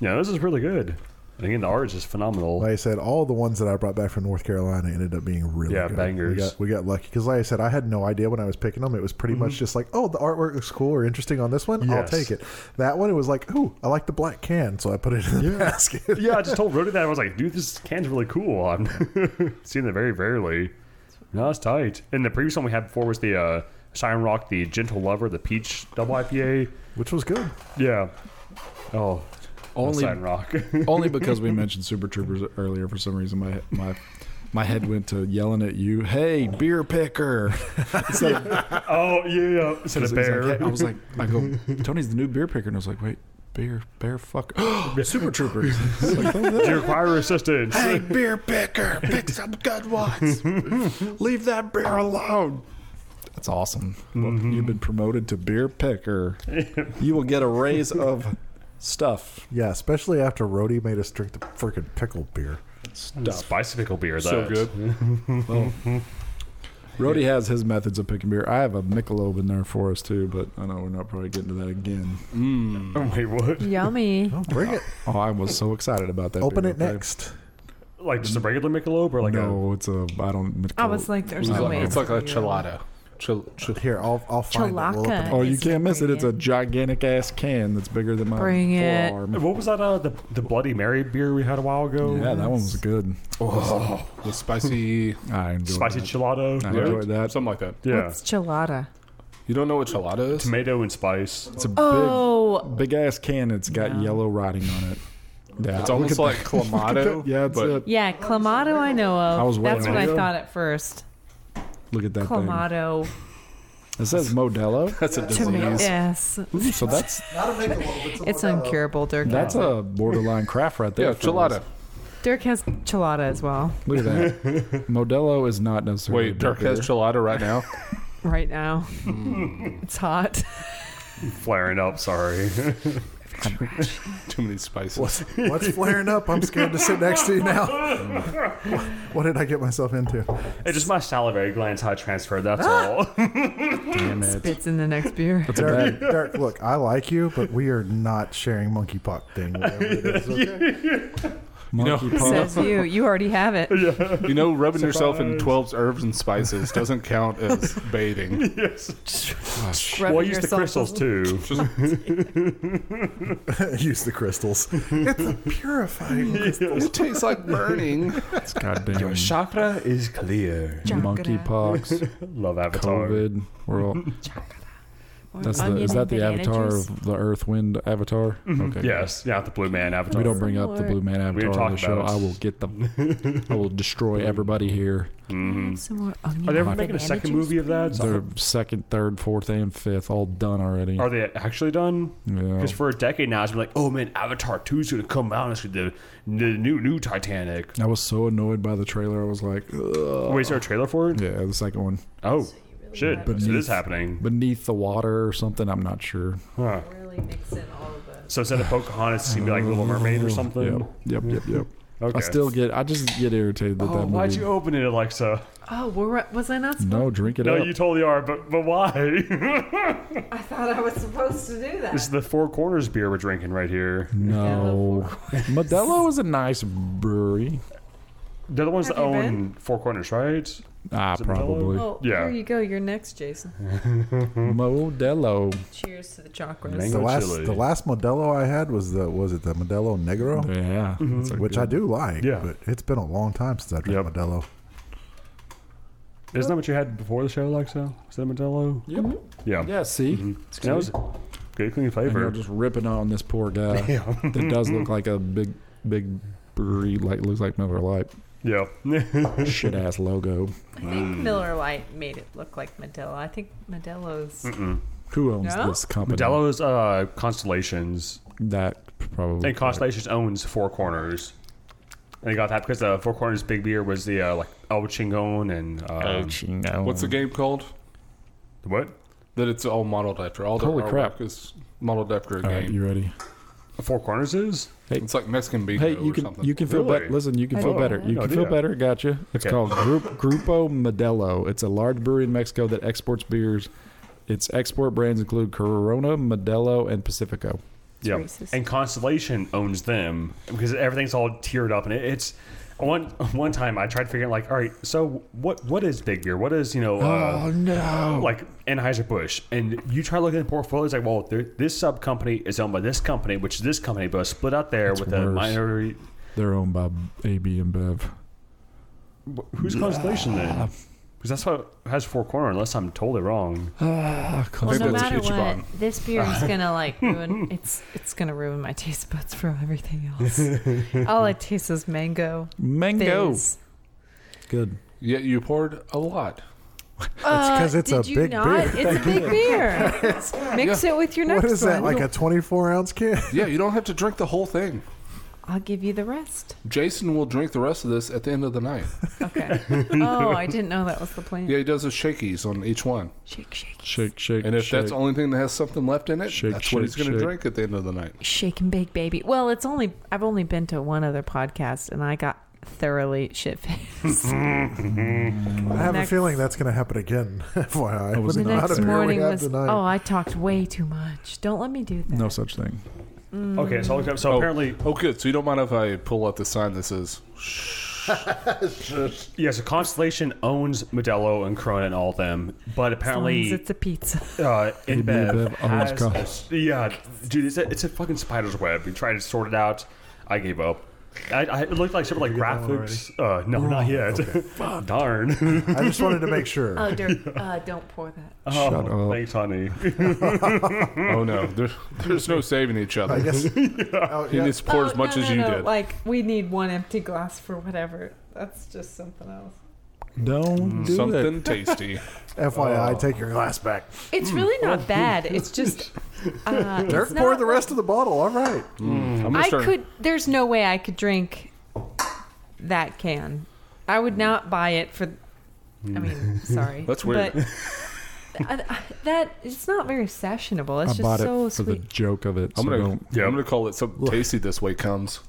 C: yeah. This is really good. And again, the art is just phenomenal.
D: Like I said, all the ones that I brought back from North Carolina ended up being really
C: Yeah,
D: good.
C: bangers.
D: We got, we got lucky because, like I said, I had no idea when I was picking them. It was pretty much just like, oh, the artwork looks cool or interesting on this one.
C: Mm-hmm. Yes.
D: I'll take it. That one, it was like, ooh, I like the black can, so I put it in the basket.
C: yeah, I just told Rody that I was like, dude, this can's really cool. i am seeing that very rarely. No, it's tight. And the previous one we had before was the uh, Siren Rock, the Gentle Lover, the Peach Double IPA.
D: which was good.
C: Yeah. Oh,
B: only
C: Siren Rock.
B: only because we mentioned Super Troopers earlier. For some reason, my my my head went to yelling at you. Hey, beer picker! It's like-
C: oh yeah, yeah. Said a
B: He's like,
C: bear.
B: "Hey," I was like, I go, Tony's the new beer picker, and I was like, wait, bear, bear, fuck, Super Troopers. It's like,
C: Do you require assistance?
B: hey, beer picker, pick some good ones. Leave that beer alone. Mm-hmm. That's awesome. Well, you've been promoted to beer picker. you will get a raise of stuff.
D: Yeah, especially after Rhodey made us drink the freaking pickled beer.
B: Stuff.
C: Spicy pickle beer. That.
F: So good.
B: Rody has his methods of picking beer. I have a Michelob in there for us too, but I know we're not probably getting to that again.
C: Oh, wait, what?
E: Yummy.
D: Oh, bring it.
B: Oh, I was so excited about that.
D: Open
B: beer,
D: it
B: okay?
D: next.
C: Like just a regular Michelob or like
B: no, it's a. I don't. Michelob.
E: I was like, there's
F: It's
E: no
F: like,
E: way.
F: it's like a
E: real.
F: chilada. Chil- chil-
D: Here, I'll, I'll find it. We'll open
E: Chalaca.
D: it.
B: Oh, you
E: It's
B: can't miss it. It's a
E: Korean.
B: gigantic ass can that's bigger than my
E: Bring it.
B: forearm.
C: a? What was that? Uh, the the Bloody Mary beer we had a while ago.
B: Yeah, that one was good.
F: Oh, the spicy.
B: I enjoyed
C: Spicy
B: that.
C: gelato.
B: I enjoyed that.
F: Something like that.
C: Yeah.
E: What's chilada?
F: You don't know what chilada is?
C: Tomato and spice.
B: It's a
E: Oh,
B: big, big ass can. It's got
E: No.
B: yellow writing on it. Yeah,
F: It's almost like clamato.
B: yeah, it's
F: but
B: it.
E: yeah, clamato. I know of.
B: I was waiting
E: That's what
B: on
E: I
B: you.
E: thought at first.
B: Look at that thing.
E: Clamato.
B: It says Modelo.
F: that's a
E: Tomato.
F: disease.
E: Yes,
B: Ooh, so that's
E: it's uncurable. Dirk.
B: that's a borderline craft right there.
F: Yeah,
B: for us.
F: chilada.
E: Dirk has chilada as well
B: Look at that. Modelo is not necessarily. a
F: Wait,
B: big
F: Dirk has
B: beer.
F: chilada right now.
E: right now. it's hot.
C: Flaring up. Sorry.
F: Too many spices.
D: What's flaring up? I'm scared to sit next to you now. What- what did I get myself into?
C: It's just my salivary glands how I transfer. That's all.
B: Damn it.
E: Spits in the next beer.
B: It's a
D: Dirk,
B: bad.
D: Dirk, look, I like you, but we are not sharing monkey pot thing. whatever it is, okay?
B: Monkey
E: Says you. You already have it.
F: You know, rubbing yourself in 12 herbs and spices doesn't count as bathing.
C: yes.
E: Rubbing
C: Well, I use the crystals
E: yourself with-
C: too.
D: Use the crystals. It's a purifying. crystal.
F: It tastes like burning.
B: Goddamn.
F: chakra is clear.
B: Monkeypox,
C: Love Avatar.
B: COVID. We're all.
E: Or
B: That's the,
E: onion
B: is
E: and
B: that the
E: banana
B: avatar
E: juice.
B: of the Earth Wind avatar?
F: Mm-hmm.
B: Okay.
C: Yes. Yeah, the Blue Man Avatar.
B: We don't bring up the
E: Lord.
B: Blue Man
C: We didn't
B: avatar on the
C: talk
B: show.
C: about
B: I
C: it.
B: will get them. I will destroy everybody here.
E: Mm-hmm. Some more onion.
C: Are they Mm-hmm. ever
E: and
C: making a
E: banana
C: second
E: juice,
C: movie of that?
B: They're second, third, fourth, and fifth, all done already.
C: Are they actually done?
B: Yeah.
C: Because for a decade now, it's been like, oh man, Avatar 2 is going to come out. and It's gonna be the, the new new Titanic.
B: I was so annoyed by the trailer. I was like, Ugh.
C: Wait, is there a trailer for it?
B: Uh, yeah, the second one,
C: Oh, shit.
B: But
C: so it
B: you-
C: is happening.
B: Beneath the Water or something. I'm not sure.
C: Huh.
E: Really mix in all of the
C: So instead of Pocahontas, it's going to be like Little Mermaid
B: Oh,
C: or something?
B: Yep, yep, yep, yep.
C: Um, Okay.
B: I still get. I just get irritated that
C: Oh,
B: that movie.
C: why'd you open it, Alexa?
E: Oh, were, was I not?
B: no, drink it
C: No,
B: up.
C: you totally are, but but why?
E: I thought I was supposed to do that.
C: this is the Four Corners beer we're drinking right here.
B: no, Modelo is a nice brewery.
C: They're the ones that
E: Have you
C: own
E: been?
C: Four Corners, right?
B: Ah,
C: it Modelo? Oh.
B: probably
E: Well,
C: Yeah.
E: here you go. You're next, Jason.
B: Modelo.
E: Cheers to the chakras.
C: Mango
D: The last,
C: chili.
D: the last Modelo I had was the was it the Modelo Negro,
B: Yeah,
C: Mm-hmm.
B: that's a
D: which
B: good-
D: I do like.
C: Yeah.
D: but it's been a long time since I drank
C: Yep.
D: Modelo.
C: Isn't that what you had before the show, Alexa? Was that Modelo?
B: Yep.
C: Yeah. Mm-hmm.
B: Yeah, see?
C: That was, Good clean
B: And
C: flavor.
B: you're just ripping on this poor guy that does look like a big, big brewery, like looks like Miller Lite.
C: yeah.
B: Shit ass logo.
E: I think
C: Mm.
E: Miller Lite made it look like Modelo. I think Modelo's.
B: Who owns
E: No?
B: this company?
C: Modelo's uh, Constellations.
B: That probably.
C: And Constellations owns Four Corners. And they got that because uh, Four Corners big beer was the uh, like El Chingon and
B: Oh,
C: um,
B: chingo.
F: What's the game called?
C: what?
F: That it's all modeled after. All
B: Holy
F: the
B: crap.
F: is modeled after a
B: All
F: game.
B: right, you ready?
C: Four Corners is?
F: It's like Mexican bingo
B: Hey, you
F: or
B: can
F: something.
B: you can feel
C: Really?
B: better. Listen, you can
E: I
B: feel
E: didn't
B: better.
E: know
B: You
C: that.
B: can
C: No
B: feel
C: idea.
B: better. Gotcha. It's
C: Okay.
B: called Group, Grupo Modelo. It's a large brewery in Mexico that exports beers. Its export brands include Corona, Modelo, and Pacifico.
C: yeah.
E: racist.
C: And Constellation owns them because everything's all tiered up, and it, it's one one time I tried figuring like, all right, so what what is big beer? What is you know?
B: Oh,
C: Uh,
B: no!
C: like Anheuser Busch, and you try looking at the portfolios like, well, there- this sub company is owned by this company, which is this company, but it's split out there
B: That's
C: with a
B: worse.
C: minority.
B: They're owned by AB and Bev.
C: Wh- Who's Constellation
B: Ah.
C: then? Because that's what has four corner, unless I'm totally wrong.
B: Ah,
E: Well,
F: think
E: no
F: that's
E: matter what,
F: Ichiban.
E: this beer is gonna like ruin. It's it's gonna ruin my taste buds from everything else. All it tastes is mango.
B: mango.
E: Things.
B: Good.
F: Yet you poured a lot.
E: Uh,
D: 'cause it's a
E: did you
D: big
E: not?
D: beer.
E: It's a big beer. Mix it with your next
D: What is that?
E: one.
D: Like a 24 ounce can?
F: Yeah, you don't have to drink the whole thing.
E: I'll give you the rest.
F: Jason will drink the rest of this at the end of the night.
E: Okay. oh, I didn't know that was the plan.
F: Yeah, he does his shakies on each one.
E: Shake, shake,
B: Shake, shake.
F: And if that's
B: shake.
F: the only thing that has something left in it,
B: Shake,
F: that's what he's
B: shake,
F: going to
B: shake.
F: drink at the end of the night.
E: shake and bake, baby. Well, it's only I've only been to one other podcast, and I got thoroughly shit faced.
D: I have
E: Next-
D: a feeling that's going to happen again. FYI,
B: That was
E: the
D: With amount of
E: next
D: beer we
E: morning
D: had
E: was
D: tonight.
E: oh, I talked way too much. Don't let me do that.
B: no such thing. Hmm.
C: Okay, so I looked up- so apparently,
F: Oh, good. So you don't mind if I pull out the sign that says,
C: yeah, so Constellation owns Modelo and Corona and all them, but
E: As long as
C: apparently
E: it's a pizza.
C: uh, in
B: Maybe
C: bed.
B: Bev owns
C: has-
B: Cox.
C: yeah, dude, it's a, it's a fucking spider's web. We tried to sort it out. I gave up. I, I it looked like something like
D: that one
C: graphics. Uh, no, not
B: Oh,
C: yet. Darn.
D: I just wanted to make sure.
E: Oh, don't, uh, don't pour that.
C: Shut
B: up.
C: Thanks, honey.
F: "Oh no, there's there's no saving each other."
D: I guess. Oh,
F: He
D: yeah.
F: needs to pour as much as you did.
E: Like we need one empty glass for whatever. That's just something else.
B: Don't do
F: Something
B: it.
F: tasty.
D: FYI, take your glass back.
E: It's really not bad. It's just uh, it's
D: Derek
E: not-
D: poured the rest of the bottle. All right.
F: I'm gonna
E: I
F: start-
E: could. There's no way I could drink that can. I would not buy it for. I mean, sorry.
F: That's weird.
E: But I- I- that it's not very sessionable. It's
B: I
E: just
B: bought it
E: so
B: for the
E: sweet.
B: joke of it.
F: I'm
B: so
F: gonna
B: don't-
F: yeah, I'm gonna call it something tasty. This way comes.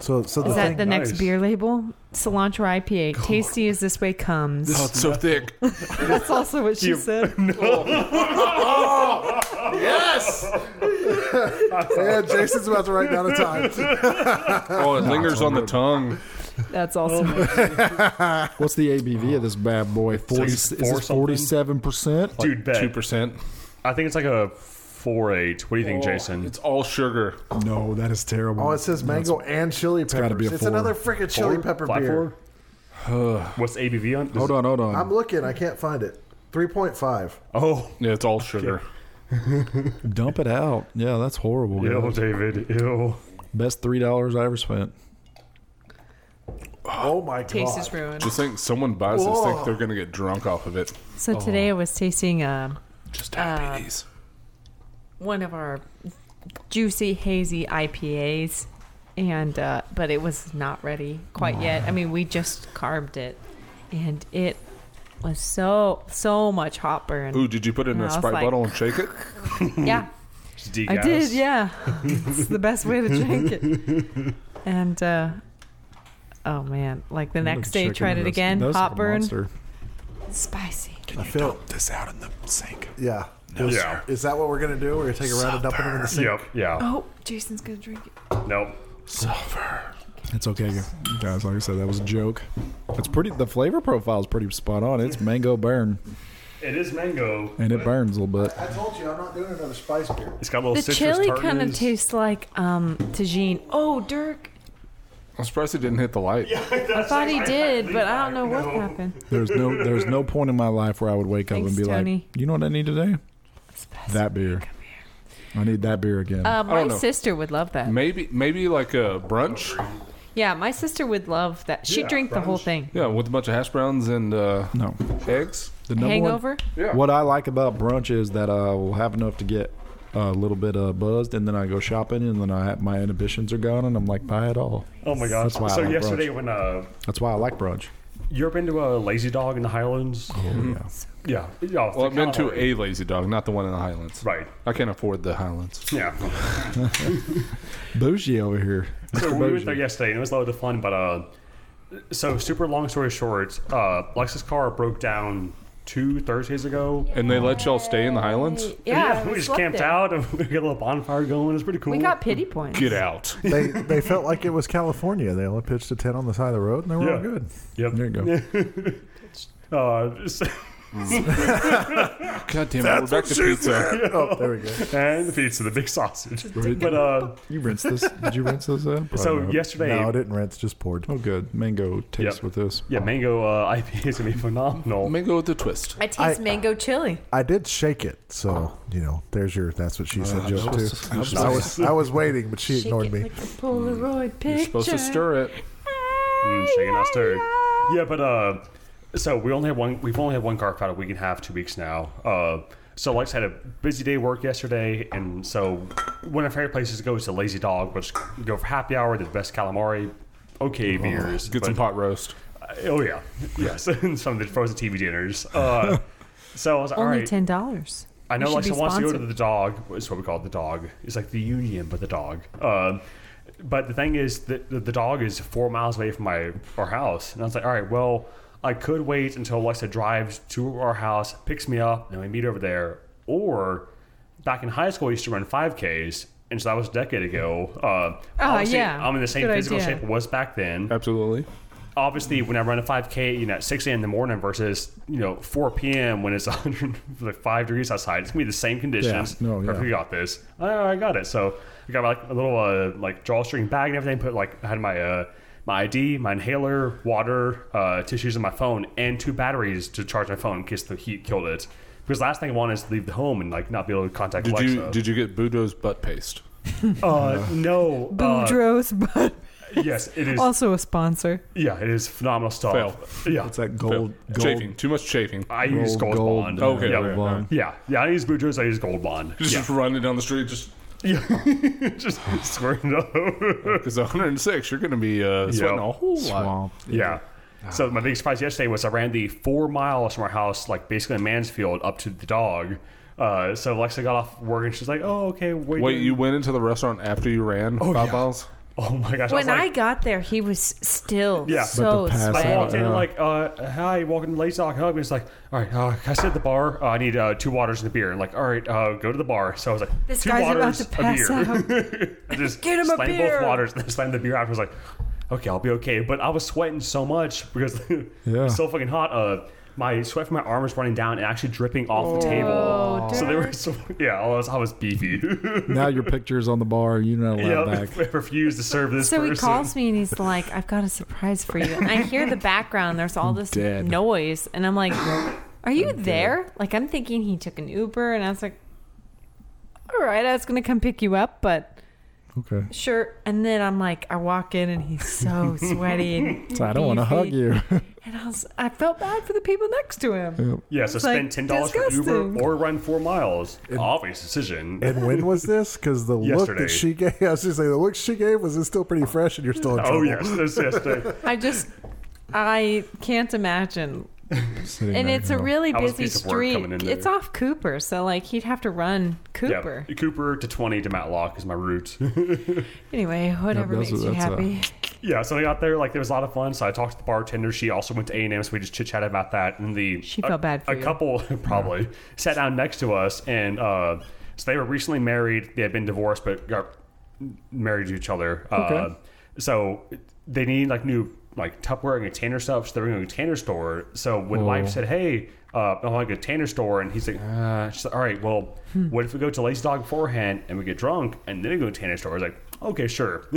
D: So, so the
E: Is
D: thing.
E: that the next
C: Nice.
E: beer label? Cilantro IPA. Tasty as this way comes.
F: Oh, it's so thick.
E: That's also what she said.
F: yes.
D: yeah, Jason's about to write down a time.
F: Oh, it lingers on the tongue.
E: That's also
B: What's the ABV of this bad boy? Forty.
C: Six-
B: is
C: four
B: this
C: something?
B: forty-seven percent?
C: Dude, bet.
F: Two percent.
C: I think it's like a four eight. What do you think, Jason?
F: It's all sugar.
B: No, that is terrible.
D: Oh, it says mango and chili peppers.
B: gotta be a
D: it's
B: four.
D: another freaking chili pepper
C: Five,
D: beer.
C: four? What's ABV on?
B: hold on, hold on.
D: I'm looking. I can't find it. 3.5.
C: Oh,
F: Yeah, it's all sugar.
B: Dump it out. Yeah, that's horrible.
C: ew,
B: guys.
C: David. Ew.
B: Best three dollars I ever spent.
D: Oh my god.
E: taste is ruined.
F: Just think, someone buys this, think
D: Whoa.
F: they're gonna get drunk off of it.
E: So today I was tasting uh,
F: Just diabetes.
E: one of our juicy hazy IPAs, and uh, but it was not ready quite yet. I mean, we just carved it, and it was so so much hot burn.
F: Ooh, did you put it in
E: No,
F: a
E: I was
F: Sprite
E: like-
F: bottle and shake it?
E: Yeah,
C: Just degas.
E: I did. Yeah, it's the best way to drink it. And uh, oh man, like the next day, tried it again. Hot burn, spicy.
D: I feel
B: This out in the sink.
D: yeah. Is-
C: sir.
D: Is that what we're gonna do? We're gonna take a round and dump it in the sink.
C: Yep. Yeah.
E: Oh, Jason's gonna drink it.
C: Nope.
B: It's okay, gu- guys. Like I said, that was a joke. It's pretty. The flavor profile is pretty spot on. It's mango burn,
C: It is mango.
B: and it burns a little bit.
D: I told you I'm not doing another spice beer.
C: It's got a little
E: The
C: citrus
E: chili kind of
C: tartness.
E: tastes like um, tagine. Oh, Dirk,
F: I'm surprised it didn't hit the light.
E: I thought he did, but I don't know what happened.
B: There's no. There's no point in my life where I would wake up
E: Thanks,
B: and be
E: Tony.
B: like, you know what I need today?
E: Spicy
B: That beer.
E: mango beer.
B: I need that beer again.
E: Uh, my
F: know.
E: sister would love that.
F: Maybe maybe like a brunch.
E: Yeah, my sister would love that. She'd
C: Yeah,
E: drink the whole
C: brunch.
E: thing.
F: Yeah, with a bunch of hash browns and uh,
B: no.
F: eggs.
B: The number
E: Hangover?
B: One, what I like about brunch is that I will have enough to get a little bit uh, buzzed, and then I go shopping, and then I have, my inhibitions are gone, and I'm like, buy it all.
C: Oh my gosh!
B: That's why I
C: so
B: like
C: yesterday,
B: brunch.
C: when uh,
B: That's why I like brunch.
C: you're up into a lazy dog in the Highlands,
B: Oh, Yeah.
C: yeah, yeah.
F: Well, I've been to a lazy dog, not the one in the Highlands.
C: right,
F: I can't afford the Highlands.
C: yeah.
B: Bougie over here. Mr.
C: So we went there
B: Bougie.
C: yesterday, and it was a lot of fun. But uh, so super long story short, uh, Lex's car broke down two Thursdays ago.
F: And they let y'all stay in the Highlands?
E: Yeah,
C: we just
E: slept
C: camped
E: there.
C: out and we got a little bonfire going. It's pretty cool.
E: We got pity points.
F: Get out.
D: They they felt like it was California. They only pitched a tent on the side of the road, and they were all
C: Yeah.
D: good.
C: Yep.
B: There you go.
C: Uh, so-
F: God damn it, we're back to pizza.
D: Oh, there we go.
C: and the pizza, the big sausage. But uh,
B: You rinse this? Did you rinse this out? Probably
C: so
B: not.
C: yesterday,
D: No, I didn't rinse. Just poured.
B: Oh, good. Mango taste
C: Yep.
B: with this.
C: yeah, mango uh, IPA is gonna be phenomenal.
F: Mango with a twist.
G: I taste
D: I-
G: mango chili.
D: I did shake it,
C: Oh.
D: so you know. There's your. That's what she said.
C: Uh,
D: joke too.
F: I was-
D: I was I was waiting, but she
G: Shake
D: ignored
G: it
D: me.
G: like a Polaroid picture.
F: You're supposed to stir it.
C: Mm, shaking not stirred. Yeah, but uh, so we only had one. We've only had one car for about a week and a half, two weeks now. Uh, so Lex had a busy day at work yesterday, and so one of our favorite places to go is the Lazy Dog, which you go for happy hour, the best calamari, okay beers,
F: Get some
C: but-
F: pot roast.
C: Oh yeah, yes, and some of the frozen TV dinners. Uh, so I was like, all
E: Only
C: right.
E: ten dollars.
C: I know Lexa wants to go to
E: the.
C: the dog. It's what we call it, the dog. It's like the union, but the dog. Um, but the thing is, the, the, the dog is four miles away from my our house, and I was like, all right, well, I could wait until Lexa drives to our house, picks me up, and we meet over there. Or back in high school, I used to run five Ks, and so that was a decade ago. Uh, obviously,
E: yeah.
C: I'm in the same
E: Good
C: physical
E: idea.
C: shape I was back then
F: Absolutely.
C: obviously when I run a 5K, you know, at 6 a.m. in the morning versus you know 4 p.m. when it's 100 like five degrees outside, it's gonna be the same conditions.
B: Yeah. No, yeah.
C: Perfect, you got this. Oh, I got it. So I got like a little uh, like drawstring bag and everything. Put like I had my uh, my ID, my inhaler, water, uh, tissues, and my phone, and two batteries to charge my phone in case the heat killed it. Because last thing I want is to leave the home and like not be able to contact
F: Did
C: Alexa.
F: you did you get Budo's butt paste?
C: uh, no. uh,
E: Boudreaux, but
C: yes, it is.
E: also a sponsor.
C: Yeah, it is phenomenal stuff. Yeah,
B: It's that gold. gold
F: Chafing. Too much chafing.
C: I use Gold, Bond.
F: Okay,
C: yeah,
F: okay,
B: gold bond.
C: yeah, yeah. I use Boudreaux. I use Gold Bond.
F: Just,
C: Yeah,
F: just running down the street, just
C: yeah. just squirting it up.
F: because 106, you're going to be uh, sweating a whole lot.
B: Swamp.
C: yeah. So my big surprise yesterday was I ran the four miles from our house, like basically in Mansfield, up to the dog. Uh, so Alexa got off work and she's like, "Oh, okay, wait."
F: Wait, you went into the restaurant after you ran five
C: yeah.
F: miles?
C: Oh my gosh!
G: When
C: I was
G: I
C: like,
G: got there, he was still
C: Yeah. But
G: so
B: the pass
G: sweaty.
C: I
B: out.
C: walked in
B: Yeah.
C: like, uh, "Hi, welcome to Late Dog Hub." And it's like, "All right, uh, can I sit at the bar? Uh, I need uh, two waters and a beer." And like, "All right, uh, go to the bar." So I was like,
G: This
C: two
G: guy's about
C: waters,
G: to pass
C: a beer."
G: out.
C: I just
G: Get him a
C: slammed
G: beer.
C: both waters and then slammed the beer out. I was like, okay, I'll be okay. But I was sweating so much because
B: Yeah.
C: it's so fucking hot. Uh, my sweat from my arm was running down and actually dripping off the
E: Oh,
C: table. So they were, so, yeah, I was, I was beefy.
B: Now your picture's on the bar. You're not allowed
C: yeah,
B: back.
C: I refused to serve this
E: So
C: person.
E: he calls me and he's like, "I've got a surprise for you." And I hear the background. There's all this
B: Dead.
E: noise, and I'm like, "Are you there?" Like I'm thinking he took an Uber, and I was like, "All right, I was gonna come pick you up, but
B: Okay.
E: sure." And then I'm like, I walk in and he's so sweaty. And
B: So I don't want to
E: beefy.
B: hug you.
E: And I was, I felt bad for the people next to him.
C: Yeah, so
E: It's like
C: spend ten dollars for Uber
E: disgusting.
C: or run four miles. Obvious decision.
D: And when was this? Because the look
C: Yesterday.
D: that she gave, I was just saying, the look she gave was it's still pretty fresh, and you're still in trouble.
C: oh yes, this yesterday.
E: I just, I can't imagine
B: Sitting
E: and
B: there,
E: it's
B: you
E: a
B: know.
E: really
C: That was a
E: busy
C: piece of work
E: street.
C: coming in
E: It's
C: there.
E: off Cooper, so like he'd have to run Cooper.
C: Yeah, Cooper to twenty to Matlock is my route.
E: Anyway, whatever
B: that's
E: makes
B: what-
E: you
B: that's, uh,
E: happy.
C: Yeah, so I got there. Like, there was a lot of fun. So I talked to the bartender. She also went to A and M, so we just chit chatted about that. And the
E: She
C: a-
E: felt bad for
C: a
E: you.
C: couple probably sat down next to us, and uh, so they were recently married. They had been divorced, but got married to each other. Uh, so they need like new like Tupperware and container stuff. So they're going to a tanner store. So when wife said, "Hey, uh, I want to go to a tanner store," and he's like, uh, she's like, "All right, well,
B: Hmm.
C: what if we go to Lazy Dog beforehand and we get drunk and then we go to a tanner store?" I was like, "Okay, sure."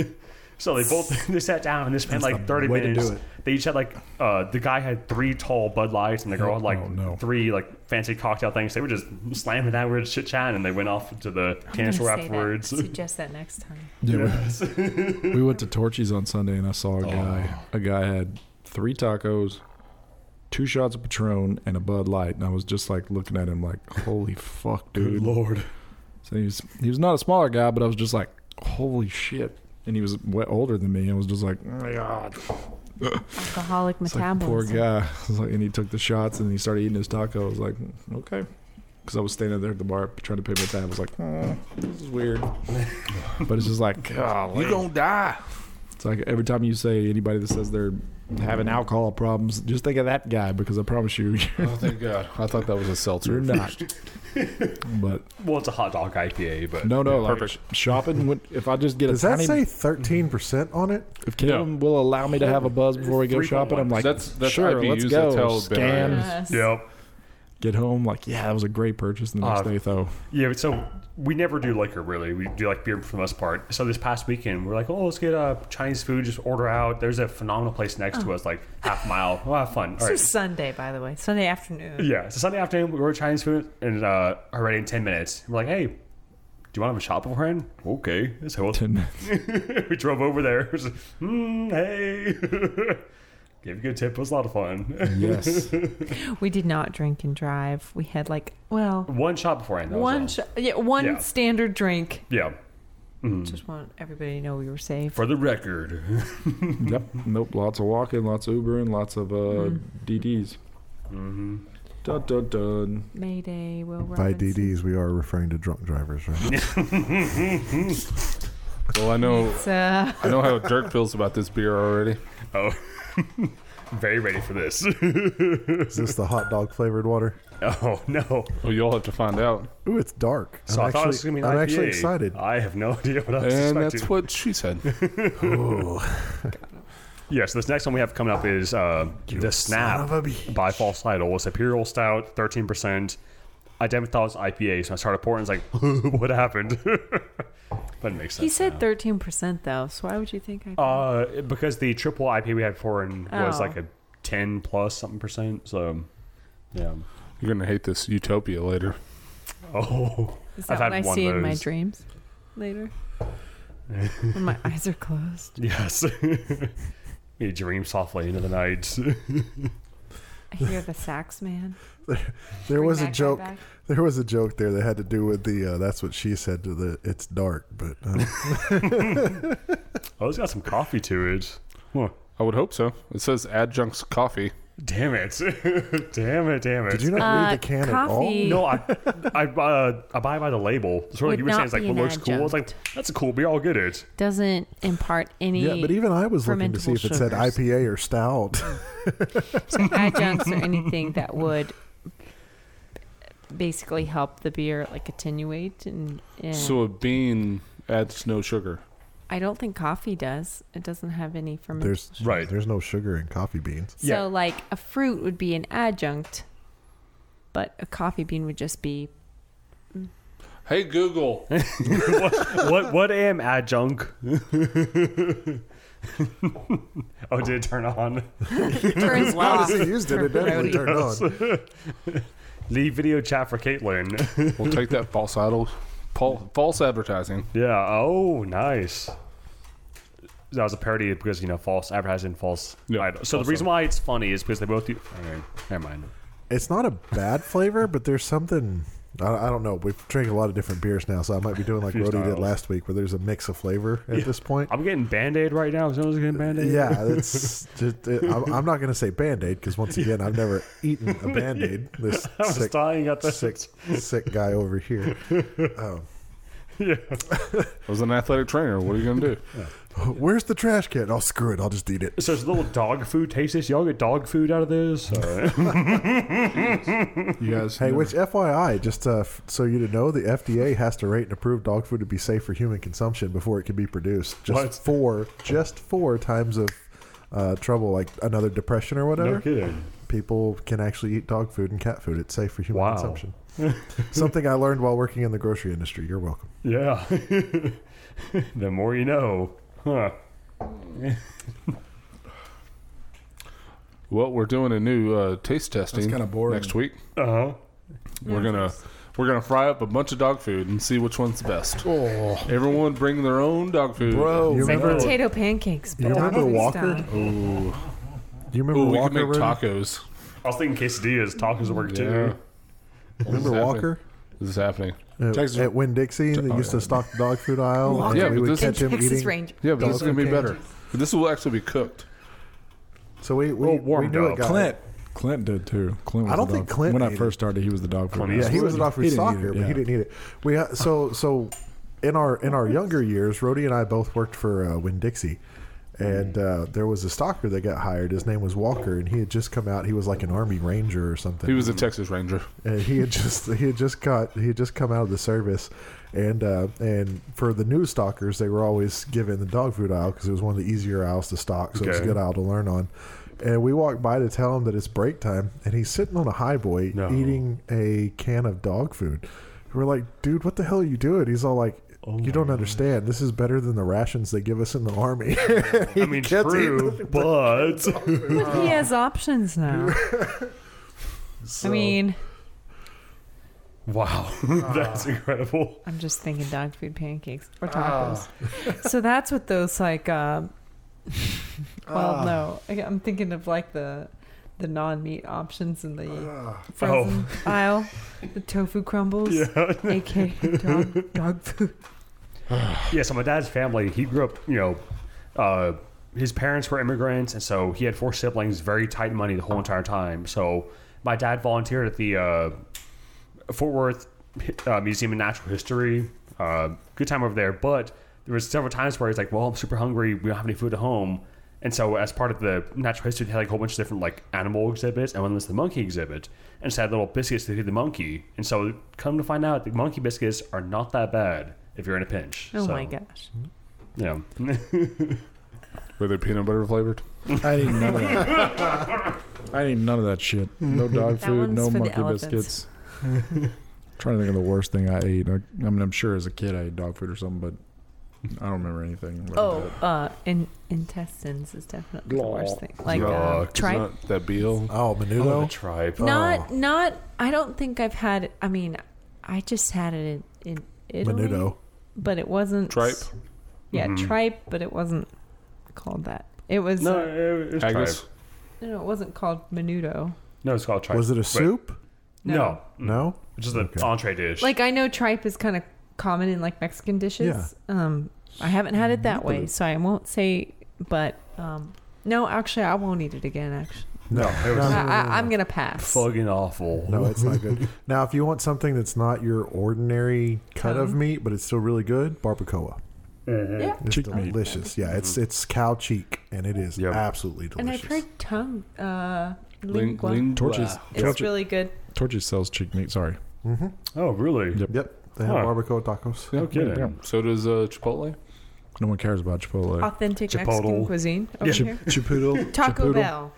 C: So they both they sat down and they spent like
B: the
C: thirty
B: way to do
C: minutes.
B: it.
C: They each had like uh, the guy had three tall Bud Lights and the girl had like
B: Oh, no.
C: three like fancy cocktail things. They were just slamming that weird shit chatting and they went off to the
G: I'm
C: tennis
G: gonna
C: store
G: say that.
C: afterwards.
G: Suggest that next time.
B: Yeah, we, we went to Torchy's on Sunday and I saw a guy. A guy had three tacos, two shots of Patron, and a Bud Light. And I was just like looking at him like, holy fuck, dude.
H: Lord.
B: So he was, he was not a smaller guy, but I was just like, holy shit. And he was way older than me. I was just like, oh my God.
G: Alcoholic
B: It's like, poor
G: metabolism.
B: guy. It's like- and he took the shots and he started eating his taco. I was like, okay. Because I was standing there at the bar trying to pay my tab. I was like, "Uh, this is weird. but it's just like, golly.
F: You gonna die.
B: It's like every time you say anybody that says they're having alcohol problems, just think of that guy because I promise you,
F: Oh, thank God. I thought that was a seltzer.
B: you're not. but
C: well, it's a hot dog IPA, but
B: no, no, like
F: Perfect.
B: shopping. Would, if I just get
D: Does
B: a
D: that
B: tiny,
D: say
C: mm-hmm.
D: thirteen percent on it?
B: if Caleb will allow me to have a buzz before we go
C: 3.1.
B: shopping, I'm like,
F: That's- that's
B: sure, let's
F: IBUs,
B: go.
F: that's how bitter it
B: Scan,
E: Yes.
C: Yep.
B: get home. Like, yeah, that was a great purchase. And the next
C: Uh,
B: day, though,
C: Yeah, so we never do liquor really. We do like beer for the most part. So this past weekend, we're like, oh, let's get uh, Chinese food, just order out. There's a phenomenal place next to us, like half mile. Oh, have
G: Oh.
C: fun. All
G: This
C: right.
G: was Sunday, by the way. Sunday afternoon.
C: Yeah, so Sunday afternoon, we order Chinese food, and uh, already in 10 minutes, we're like, hey, do you want to have a shop beforehand? Okay. So
B: ten minutes.
C: we drove over there. It was like, hmm, hey. Gave a good tip. It was a lot of fun.
B: Yes,
G: We did not drink and drive. We had like, well,
C: one shop beforehand. That was all.
G: one sh- yeah, one
C: Yeah.
G: standard drink.
C: Yeah.
B: Hmm.
G: Just want everybody to know we were safe.
C: For the record.
B: yep, nope. Lots of walking, lots of Ubering, lots of uh, DDs.
F: Mm-hmm.
B: Dun dun dun.
G: Mayday, Will
D: By
G: Robinson.
D: DDs, we are referring to drunk drivers, right?
F: Well, I know.
G: It's, uh,
F: I know how Dirk feels about this beer already.
C: oh. Very ready for this.
D: Is this the hot dog flavored water?
C: oh, no.
F: Well, you'll have to find out.
D: Ooh, it's dark.
C: So i
D: I'm
C: thought it
D: actually,
C: was going to be an
D: I'm
C: IPA.
D: actually excited.
C: I have no idea what I was
F: And
C: expecting.
F: that's what she said.
C: Yeah, so this next one we have coming up is uh, The Snap
D: son of a bitch.
C: by False Idol. It's Imperial Stout, 13%. I didn't thought it was IPA, so I started pouring. It's like, what happened? but it makes
G: he
C: sense.
G: said thirteen percent though. So why would you think I?
C: Uh, because the triple IPA we had before and was
G: Oh.
C: like a 10 plus something percent, so yeah.
F: You're gonna hate this Utopia later.
C: Oh,
G: Is
C: I've
G: that what
C: had
G: I
C: one
G: see
C: of
G: in my
C: those.
G: dreams later? when my eyes are closed.
C: yes. You dream softly into the night.
G: I hear the sax man.
D: There
E: Bring
D: was a
E: back my
D: joke.
E: back.
D: There was a joke there that had to do with the. Uh, that's what she said to the. It's dark, but uh,
C: oh, it's got some coffee to it. Huh.
F: I would hope so. It says adjuncts coffee.
C: Damn it. damn it, damn it.
D: did you not
G: Uh,
D: read the can at all?
G: coffee.
C: No, I I, uh, I buy by the label. Sort of like
G: Would
C: you were saying,
G: not
C: it's like
G: be
C: what
G: an
C: looks cool. It's like that's cool. We all get it.
G: Doesn't impart any.
D: Yeah, but even I was looking to see
G: fermentable
D: if it said
G: sugars.
D: IPA or stout.
G: adjuncts or anything that would basically help the beer like attenuate and, and
F: So a bean adds no sugar.
G: I don't think coffee does. It doesn't have any
D: There's
G: fermentation.
C: Right.
D: There's no sugar in coffee beans.
G: So
C: yeah.
G: like a fruit would be an adjunct, but a coffee bean would just be
F: Hey Google,
C: what what am adjunct? oh, did it turn on?
G: turns off.
D: He used it. It definitely turned on.
C: Leave video chat for Caitlin.
F: we'll take that false idol, Pal- false advertising.
C: yeah. Oh, nice. That was a parody because you know false advertising, false.
F: Yeah,
C: idol. So
F: false
C: the reason why it's funny is because they both do. Okay, never mind.
D: It's not a bad flavor, but there's something. I, I don't know. We've drank a lot of different beers now, so I might be doing like
C: Few
D: Rody did
C: styles.
D: last week, where there's a mix of flavor at this point.
C: I'm getting band aid right now. Someone's getting band aid.
D: Yeah, it's. Just, it, I'm, I'm not going to say band aid because once again, I've never eaten a band aid. This
C: I was
D: sick,
C: dying at the
D: sick, sick guy over here.
F: I was an athletic trainer. What are you gonna do?
D: Where's the trash can? Oh, screw it. I'll just eat it.
C: So it's a little dog food taste this. Y'all get dog food out of this? Uh,
B: You guys.
D: Hey,
B: never-
D: which FYI, just uh, f- so you to know, the FDA has to rate and approve dog food to be safe for human consumption before it can be produced. Just
C: What?
D: four, just four times of uh, trouble, like another depression or whatever.
C: no kidding.
D: People can actually eat dog food and cat food. It's safe for human
C: Wow.
D: consumption. Something I learned while working in the grocery industry. You're welcome.
C: Yeah. the more you know. Huh.
F: Well, we're doing a new uh, taste testing.
D: kinda boring.
F: Next week,
C: Uh huh.
F: we're gonna we're gonna fry up a bunch of dog food and see which one's the best.
D: Oh,
F: Everyone bring their own dog food.
D: bro! You
E: It's like
D: remember?
E: potato pancakes. But
D: You remember
E: dog food
D: Walker?
E: style.
F: Ooh,
D: you remember
F: Ooh we
D: Walker?
F: can make
D: Rudy?
F: tacos.
C: I was thinking quesadillas, tacos work too.
F: Yeah.
D: Remember Walker?
F: This is happening.
D: At,
B: Texas-
D: at Winn Dixie, they used to stock the dog food aisle. and
F: Oh, Yeah,
D: we
F: but
D: would
F: this-
D: catch him
E: Texas
D: eating.
E: Ranger.
F: Yeah, but this is
D: Dog
F: gonna be
D: food
F: better. This will actually be cooked.
D: So we we,
C: Well,
D: we
C: warmed
D: knew it
C: up.
D: got
B: Clint. Clint did too. Clint. Was
D: I don't
B: the
D: think
B: dog-
D: Clint
B: When I
D: ate
B: first started, he was the dog.
C: Clint
B: food.
C: ate
D: Yeah, he was an
B: He
D: offer
B: didn't eat
D: soccer,
B: it,
D: but
B: yeah.
D: he didn't eat it. We ha- so so in our in our younger years, Rody and I both worked for uh, Winn Dixie, and uh, there was a stalker that got hired. His name was Walker, and he had just come out. He was like an Army Ranger or something.
F: He was a Texas Ranger.
D: and he had just he had just got he had just come out of the service, and uh, and for the new stalkers, they were always given the dog food aisle because it was one of the easier aisles to stock, so it was a
C: Okay.
D: good aisle to learn on. And we walked by to tell him that it's break time, and he's sitting on a high boy
C: No.
D: eating a can of dog food. We're like, dude, what the hell are you doing? He's all like.
C: Oh
D: you don't understand. This is better than the rations they give us in the army.
C: I mean,
D: gets
C: true, but
E: But he has options now. I mean,
C: wow, that's incredible.
E: I'm just thinking dog food pancakes or tacos. So that's what those like. Um, well, no, I- I'm thinking of like the the non meat options in the frozen aisle, the tofu crumbles,
C: Yeah.
E: aka dog, dog food.
C: Yeah, so my dad's family, he grew up, you know, uh, his parents were immigrants, and so he had four siblings, very tight money the whole entire time. So my dad volunteered at the uh, Fort Worth uh, Museum of Natural History. Uh, good time over there, but there was several times where he's like, "Well, I'm super hungry. We don't have any food at home." And so, as part of the natural history, they had like a whole bunch of different like animal exhibits, and one was the monkey exhibit, and just had little biscuits to feed the monkey. And so, come to find out, the monkey biscuits are not that bad if you're in a pinch.
E: Oh
C: So,
E: my gosh!
C: Yeah,
F: Were they peanut butter flavored?
B: I didn't eat none of that. I didn't eat none of that shit. No dog
E: That
B: food.
E: one's
B: No
E: for the
B: monkey
E: elephants.
B: biscuits. trying to think of the worst thing I ate. I, I mean, I'm sure as a kid I ate dog food or something, but I don't remember anything. Like
E: Oh, uh, in, intestines is definitely the worst thing. Like uh,
F: Yuck,
E: tripe.
F: isn't that- that Beal.
D: oh,
C: oh, the
D: menudo.
C: tribe.
E: Not, not. I don't think I've had. it- I mean, I just had it in, in Italy,
D: Menudo.
E: but it wasn't
F: Tripe?
E: Yeah, tripe, but it wasn't called that. It was
C: No,
E: no,
C: it, it's
F: Haggis.
C: tribe.
E: no, it wasn't called menudo.
C: No, it's called tribe.
D: Was it a
C: Wait, Mm.
D: soup?
C: No,
E: No.
D: No.
C: it's just an entree dish.
E: Like I know tripe is kind of common in like Mexican dishes. Um, I haven't had it that way, so I won't say. But um, no, actually, I won't eat it again. Actually,
C: no, it was
E: I, I, I'm gonna pass.
C: fucking awful.
D: No, it's not good. now, if you want something that's not your ordinary cut of meat, but it's still really good, barbacoa.
E: Yeah.
D: It's
B: Cheek meat.
D: delicious. Yeah, it's it's cow cheek, and it is
C: Mm-hmm. Yep.
D: absolutely
E: And I've
D: delicious.
E: heard tongue, uh,
F: Ling-
E: lingua.
F: lingua.
B: Torches.
E: It's
B: Torches.
E: really good.
B: Torches sells cheek meat. Sorry.
C: Oh, really?
B: Yep.
D: Yep, they have
C: Huh.
D: barbacoa tacos.
C: No kidding.
B: Yeah.
F: So does uh, Chipotle.
B: No one cares about Uh, Chipotle.
E: Authentic
C: Chipotle.
E: Mexican cuisine over here.
B: Chipotle.
E: Taco Bell.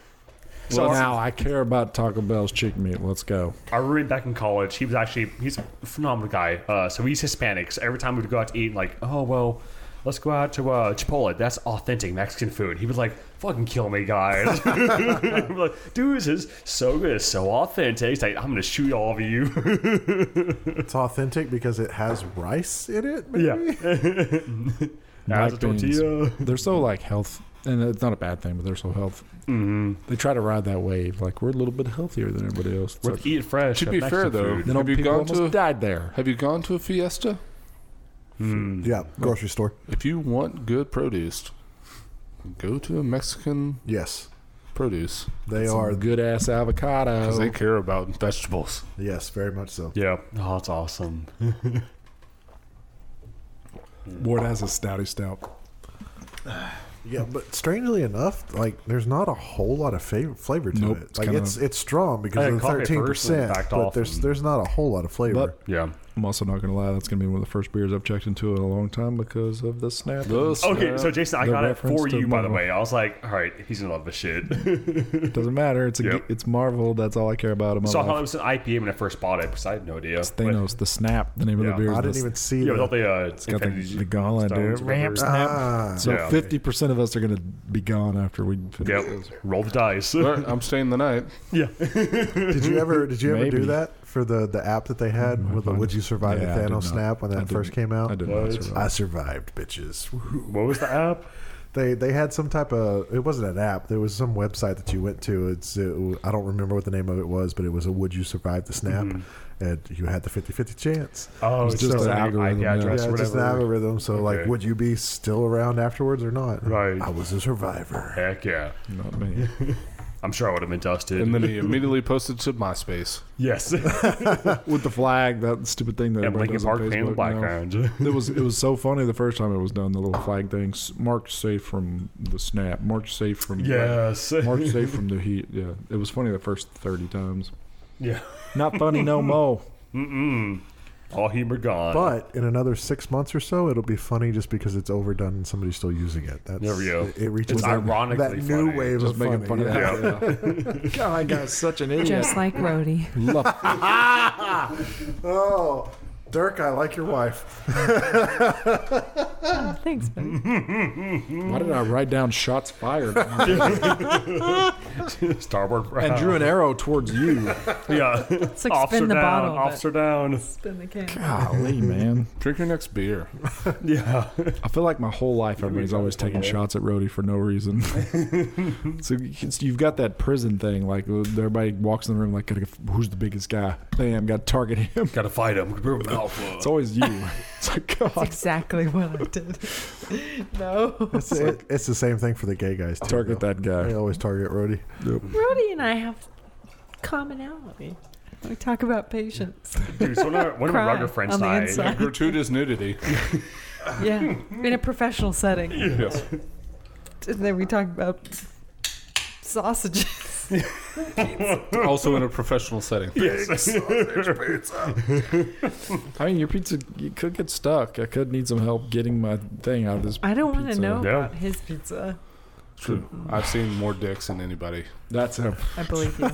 B: So now I care about Taco Bell's cheek meat. Let's go.
C: Our roommate back in college, he was actually he's a phenomenal guy. Uh, so he's Hispanic. So every time we'd go out to eat, like, oh well, let's go out to uh, Chipotle. That's authentic Mexican food. He was like, fucking kill me, guys. I'm like, dude, this is so good, it's so authentic. He's like, I'm gonna shoot all of you.
D: It's authentic because it has rice in it.
C: yeah.
D: Maybe? Mm-hmm.
C: As a
B: Black beans.
C: tortilla.
B: They're so like health, and it's not a bad thing, but they're so health. Mm-hmm. They try to ride that wave. Like we're a little bit healthier than everybody else. It's
C: We're
B: like,
C: eat it fresh.
F: To
C: but
F: be
C: Mexican
F: fair, though,
C: food.
B: then all
F: Have you
B: people
F: gone
B: almost
F: to a-
B: died there.
F: Have you gone to a fiesta?
D: Yeah, grocery store.
F: If you want good produce, go to a Mexican
D: Yes,
F: produce
D: they are.
B: good ass avocado.
F: because they care about vegetables.
D: Yes, very much so.
C: yeah. Oh, that's awesome.
B: Ward has a stouty stout.
D: Yeah, but strangely enough, like there's not a whole lot of fav- flavor to
B: Nope,
D: it.
B: it's
D: Like
B: kinda-
D: it's it's strong because
C: I had
D: of the
C: coffee at
D: thirteen
C: first and
D: percent,
C: backed
D: but
C: off
D: there's
C: and-
D: there's not a whole lot of flavor.
B: But-
C: Yeah.
B: I'm also not gonna lie, that's gonna be one of the first beers I've checked into in a long time because of the snap.
F: Those-
C: Okay, so Jason, I
B: uh, The
C: got it
B: reference
C: for
B: to
C: you, by the
B: Marvel.
C: way. I was like, all right, he's gonna love this shit.
B: It doesn't matter. It's a
C: Yeah.
B: ge- it's Marvel. That's all I care about in my
C: so I
B: life.
C: thought it was an IPA when I first bought it because I had no idea.
B: It's Thanos, the snap. The name
C: Yeah.
B: of the beer. Is
D: I didn't
B: the-
D: even see
C: Yeah,
D: that.
C: with all the uh,
B: It's got the,
C: Infinity
B: the gauntlet,
C: Stones,
B: dude.
C: whatever.
B: Ramp snap.
D: Ah,
B: So
C: Yeah.
B: fifty percent of us are gonna be gone after we finish
C: Yep.
B: this.
C: Roll the dice.
F: Alright, I'm staying the night.
C: yeah.
D: did you ever did you ever
B: Maybe. Mm,
D: do that for the the app that they had with the Would You Survive
B: Yeah, I
D: the
B: did
D: Thanos
B: not.
D: Snap when
B: I
D: that
B: did-
D: first came out?
B: I did
C: What?
B: not survive.
D: I survived, bitches. Woo-hoo.
C: What was the app?
D: They they had some type of it wasn't an app. There was some website that you went to. It's it, I don't remember what the name of it was, but it was a Would You Survive the Snap, and you had the 50-50 chance.
C: Mm-hmm. Oh,
B: It's just
C: so
B: an
C: IP
B: algorithm, yeah.
C: address,
D: yeah,
C: whatever.
D: it's just an algorithm. So like,
C: Okay.
D: would you be still around afterwards or not?
C: Right.
D: I was a survivor.
C: Heck yeah.
B: Not me.
C: I'm sure I would have been dusted.
F: And then he immediately posted to MySpace.
C: yes. yeah,
B: With the flag, that stupid thing that everybody
C: Lincoln
B: does on
C: Park fan in the
B: Facebook now.
C: background.
B: It was it was so funny the first time it was done. The little flag thing. S- Mark safe from the snap. Mark safe from
C: yes.
B: Mark safe from the heat. Yeah, it was funny the first thirty times.
C: Yeah.
B: Not funny no mo.
C: Mm-mm. All humor gone.
D: But in another six months or so, it'll be funny just because it's overdone and somebody's still using it. That's,
C: There we go.
D: It, it reaches
C: It's
D: that,
C: ironically
D: that new
C: funny.
D: wave
B: Just
D: of
B: making
D: funny.
B: fun of
D: yeah.
B: that. Yeah. God, I got such an idiot.
G: Just like Rhodey.
B: Love-
D: Oh, Dirk, I like your wife.
G: Oh, thanks, buddy.
B: Why did I write down shots fired
C: Starboard
B: and drew an arrow towards you?
C: Yeah.
G: It's like
C: officer
G: spin the
C: down.
G: bottle. but-
C: officer down.
E: Spin the can.
B: Golly, man.
F: Drink your next beer.
C: Yeah.
B: I feel like my whole life everybody's always taking shots at Rhodey for no reason. so it's- you've got that prison thing, like uh, everybody walks in the room like, gotta go- "Who's the biggest guy?" Bam, got to target him.
C: Gotta fight him. Prove him alpha.
B: It's always you. It's like
G: That's
B: God,
G: exactly what I did. no.
D: It's, it, it's the same thing for the gay guys too.
B: target that
D: They
B: guy.
D: always target Rody.
G: Rhodey and I have commonality. We talk about patience.
C: Dude, so one of, our- one of my
G: Cry
C: Roger friends
G: on the
C: and I,
G: inside.
F: Gratuitous nudity.
G: Yeah. In a professional setting.
F: Yes.
G: And then we talk about sausages.
F: also in a professional setting.
B: I mean, your pizza you could get stuck. I could need some help getting my thing out of this.
G: I don't want to
B: Pizza.
G: know
C: Yeah.
G: about his pizza.
F: True. I've seen more dicks than anybody.
B: That's him.
G: I believe you.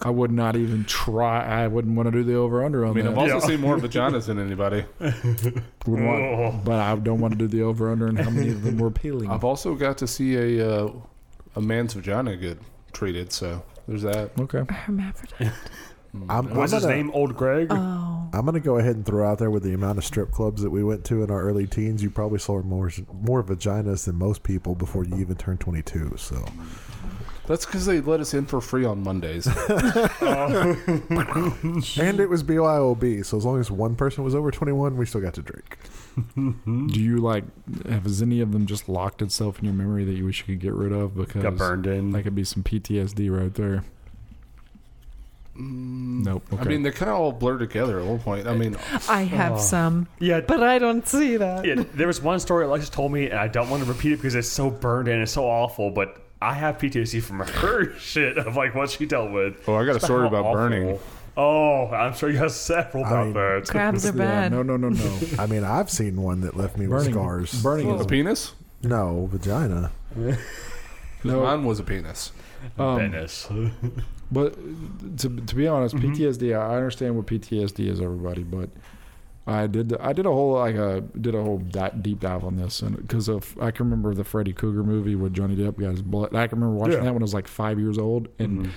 B: I would not even try. I wouldn't want to do the over under
F: I
B: on
F: mean, I've
B: that.
F: also
C: Yeah.
F: seen more vaginas than anybody.
B: Wouldn't want, but I don't want to do the over under and how many of them were peeling.
F: Oh. I've also got to see a uh, a man's vagina get treated. So there's that.
B: Okay.
G: Hermaphrodite.
D: I'm, I'm
C: Mm. What's his
D: gonna-
C: name? Old Greg?
B: uh,
G: Oh.
D: I'm going to go ahead and throw out there with the amount of strip clubs that we went to in our early teens, you probably saw more more vaginas than most people before you even turned 22. So
F: That's because they let us in for free on Mondays.
D: And it was BYOB, so as long as one person was over 21, we still got to drink.
B: Do you like have has any of them just locked itself in your memory that you wish you could get rid of because
C: Got burned in.
B: that could be some PTSD right there. Nope. Okay.
F: I mean, they kind of all blur together at one point. I mean,
G: I have some,
C: yeah,
G: but I don't see that.
C: yeah, there was one story Alexis told me, and I don't want to repeat it because it's so burned in, it's so awful, but I have PTSD from her shit of like what she dealt with.
F: oh, I got a story
C: How
F: about
C: awful.
F: burning.
C: Oh, I'm sure you have several about
D: mean,
C: that.
G: Crabs are
B: yeah,
G: bad.
B: no, no, no, no.
D: I mean, I've seen one that left me with
B: burning
D: scars.
B: Burning
F: A
B: is
F: penis?
D: No, vagina.
B: no.
F: Mine was a penis.
B: Um,
C: Venice.
B: but to to be honest, PTSD. I understand what PTSD is, everybody, but. I did. I did a whole like a did a whole di- deep dive on this, and because of I can remember the Freddy Cougar movie with Johnny Depp got his blood. I can remember watching
C: Yeah.
B: that when I was like five years old, and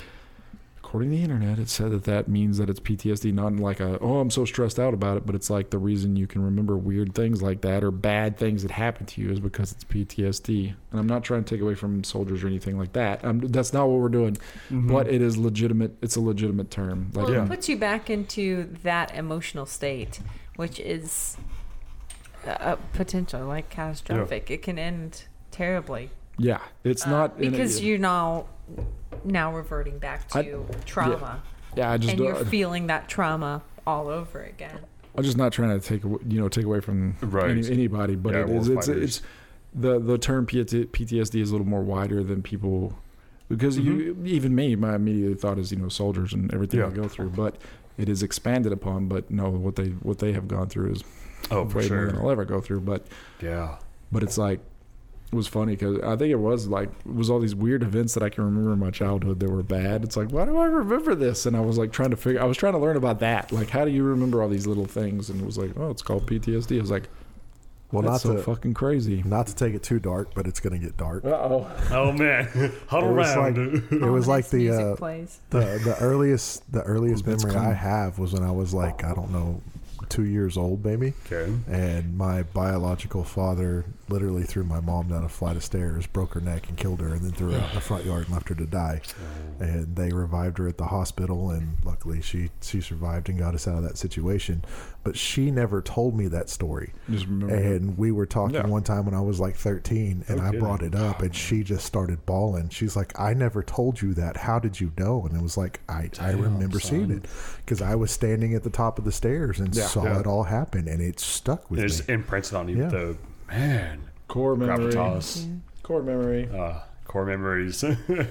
B: according to the internet, it said that that means that it's PTSD, not in like a oh I'm so stressed out about it, but it's like the reason you can remember weird things like that or bad things that happen to you is because it's PTSD. And I'm not trying to take away from soldiers or anything like that. i that's not what we're doing,
C: Hmm.
B: but it is legitimate. It's a legitimate term. Like
G: Well,
B: um,
G: it puts you back into that emotional state, which is a a potential, like catastrophic. It can end terribly
B: yeah, it's not in a-
G: Uh, because you're now now reverting back
B: I-
G: to trauma,
B: Yeah, I just
G: and you're
B: don't-
G: feeling that trauma all over again.
B: I'm just not trying to take aw- you know take away from
C: Right.
B: any, anybody, but
C: Yeah,
B: it
C: war
B: is, it's
C: fighters.
B: it's the the term PT PTSD is a little more wider than people because you even me my immediate thought is you know soldiers and everything
C: Mm-hmm. Yeah.
B: they go through but it is expanded upon but no what they what they have gone through is
C: Oh, for
B: way more than
C: sure.
B: I'll ever go through but
C: Yeah.
B: but it's like it was funny because I think it was like it was all these weird events that I can remember in my childhood that were bad. It's like why do I remember this? And I was like trying to figure. I was trying to learn about that. Like how do you remember all these little things? And it was like oh, it's called PTSD. I was like
D: Well,
B: that's
D: not
B: so
D: to
B: fucking crazy.
D: not to take it too dark, but it's going to get dark.
B: Uh oh.
C: Oh man, huddle
D: It was like
C: around.
D: it was like the
E: music
D: uh,
E: plays.
D: the the earliest the earliest
B: That's
D: memory
B: cool.
D: I have was when I was like I don't know two years old maybe,
C: okay.
D: and my biological father literally threw my mom down a flight of stairs, broke her neck, and killed her, and then threw her out in the front yard and left her to die. And they revived her at the hospital, and luckily she she survived and got us out of that situation. But she never told me that story.
B: Just remember.
D: And we were talking
B: Yeah.
D: one time when I was like 13, and I
C: kidding.
D: brought it up, and she just started bawling. She's like, "I never told you that. How did you know?" And it was like, "I I remember seeing it because I was standing at the top of the stairs and saw
C: Yeah.
D: it all happen, and it stuck with
C: It
D: me."
C: just imprinted on you.
D: Yeah.
C: The man
B: Core memory.
C: gravitas,
B: Core memory.
C: uh, core memories.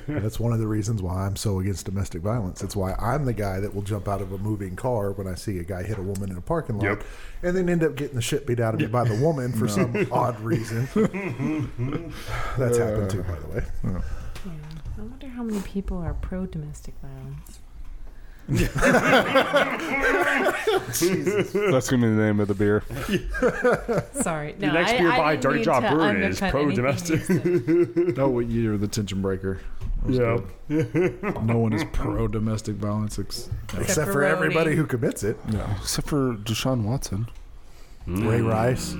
D: That's one of the reasons why I'm so against domestic violence. It's why I'm the guy that will jump out of a moving car when I see a guy hit a woman in a parking lot
C: Yep.
D: and then end up getting the shit beat out of me by the woman for some odd reason. That's happened too, by the way.
E: Yeah. I wonder how many people are pro domestic violence.
F: That's gonna be the name of the beer.
E: Sorry. No,
C: next
E: I,
C: beer
E: I
C: by
E: didn't
C: Dirty
E: mean
C: Jaw
E: to
C: Brewery is
E: undercut
C: pro-domestic.
E: anything you said.
B: No, what you're the tension breaker. That was
C: Yeah.
B: good. no one is pro domestic violence. Ex-
D: Except for
E: Pepperoni.
D: everybody who commits it.
B: no.
F: Except for Deshaun Watson.
B: Mm.
D: Ray Rice.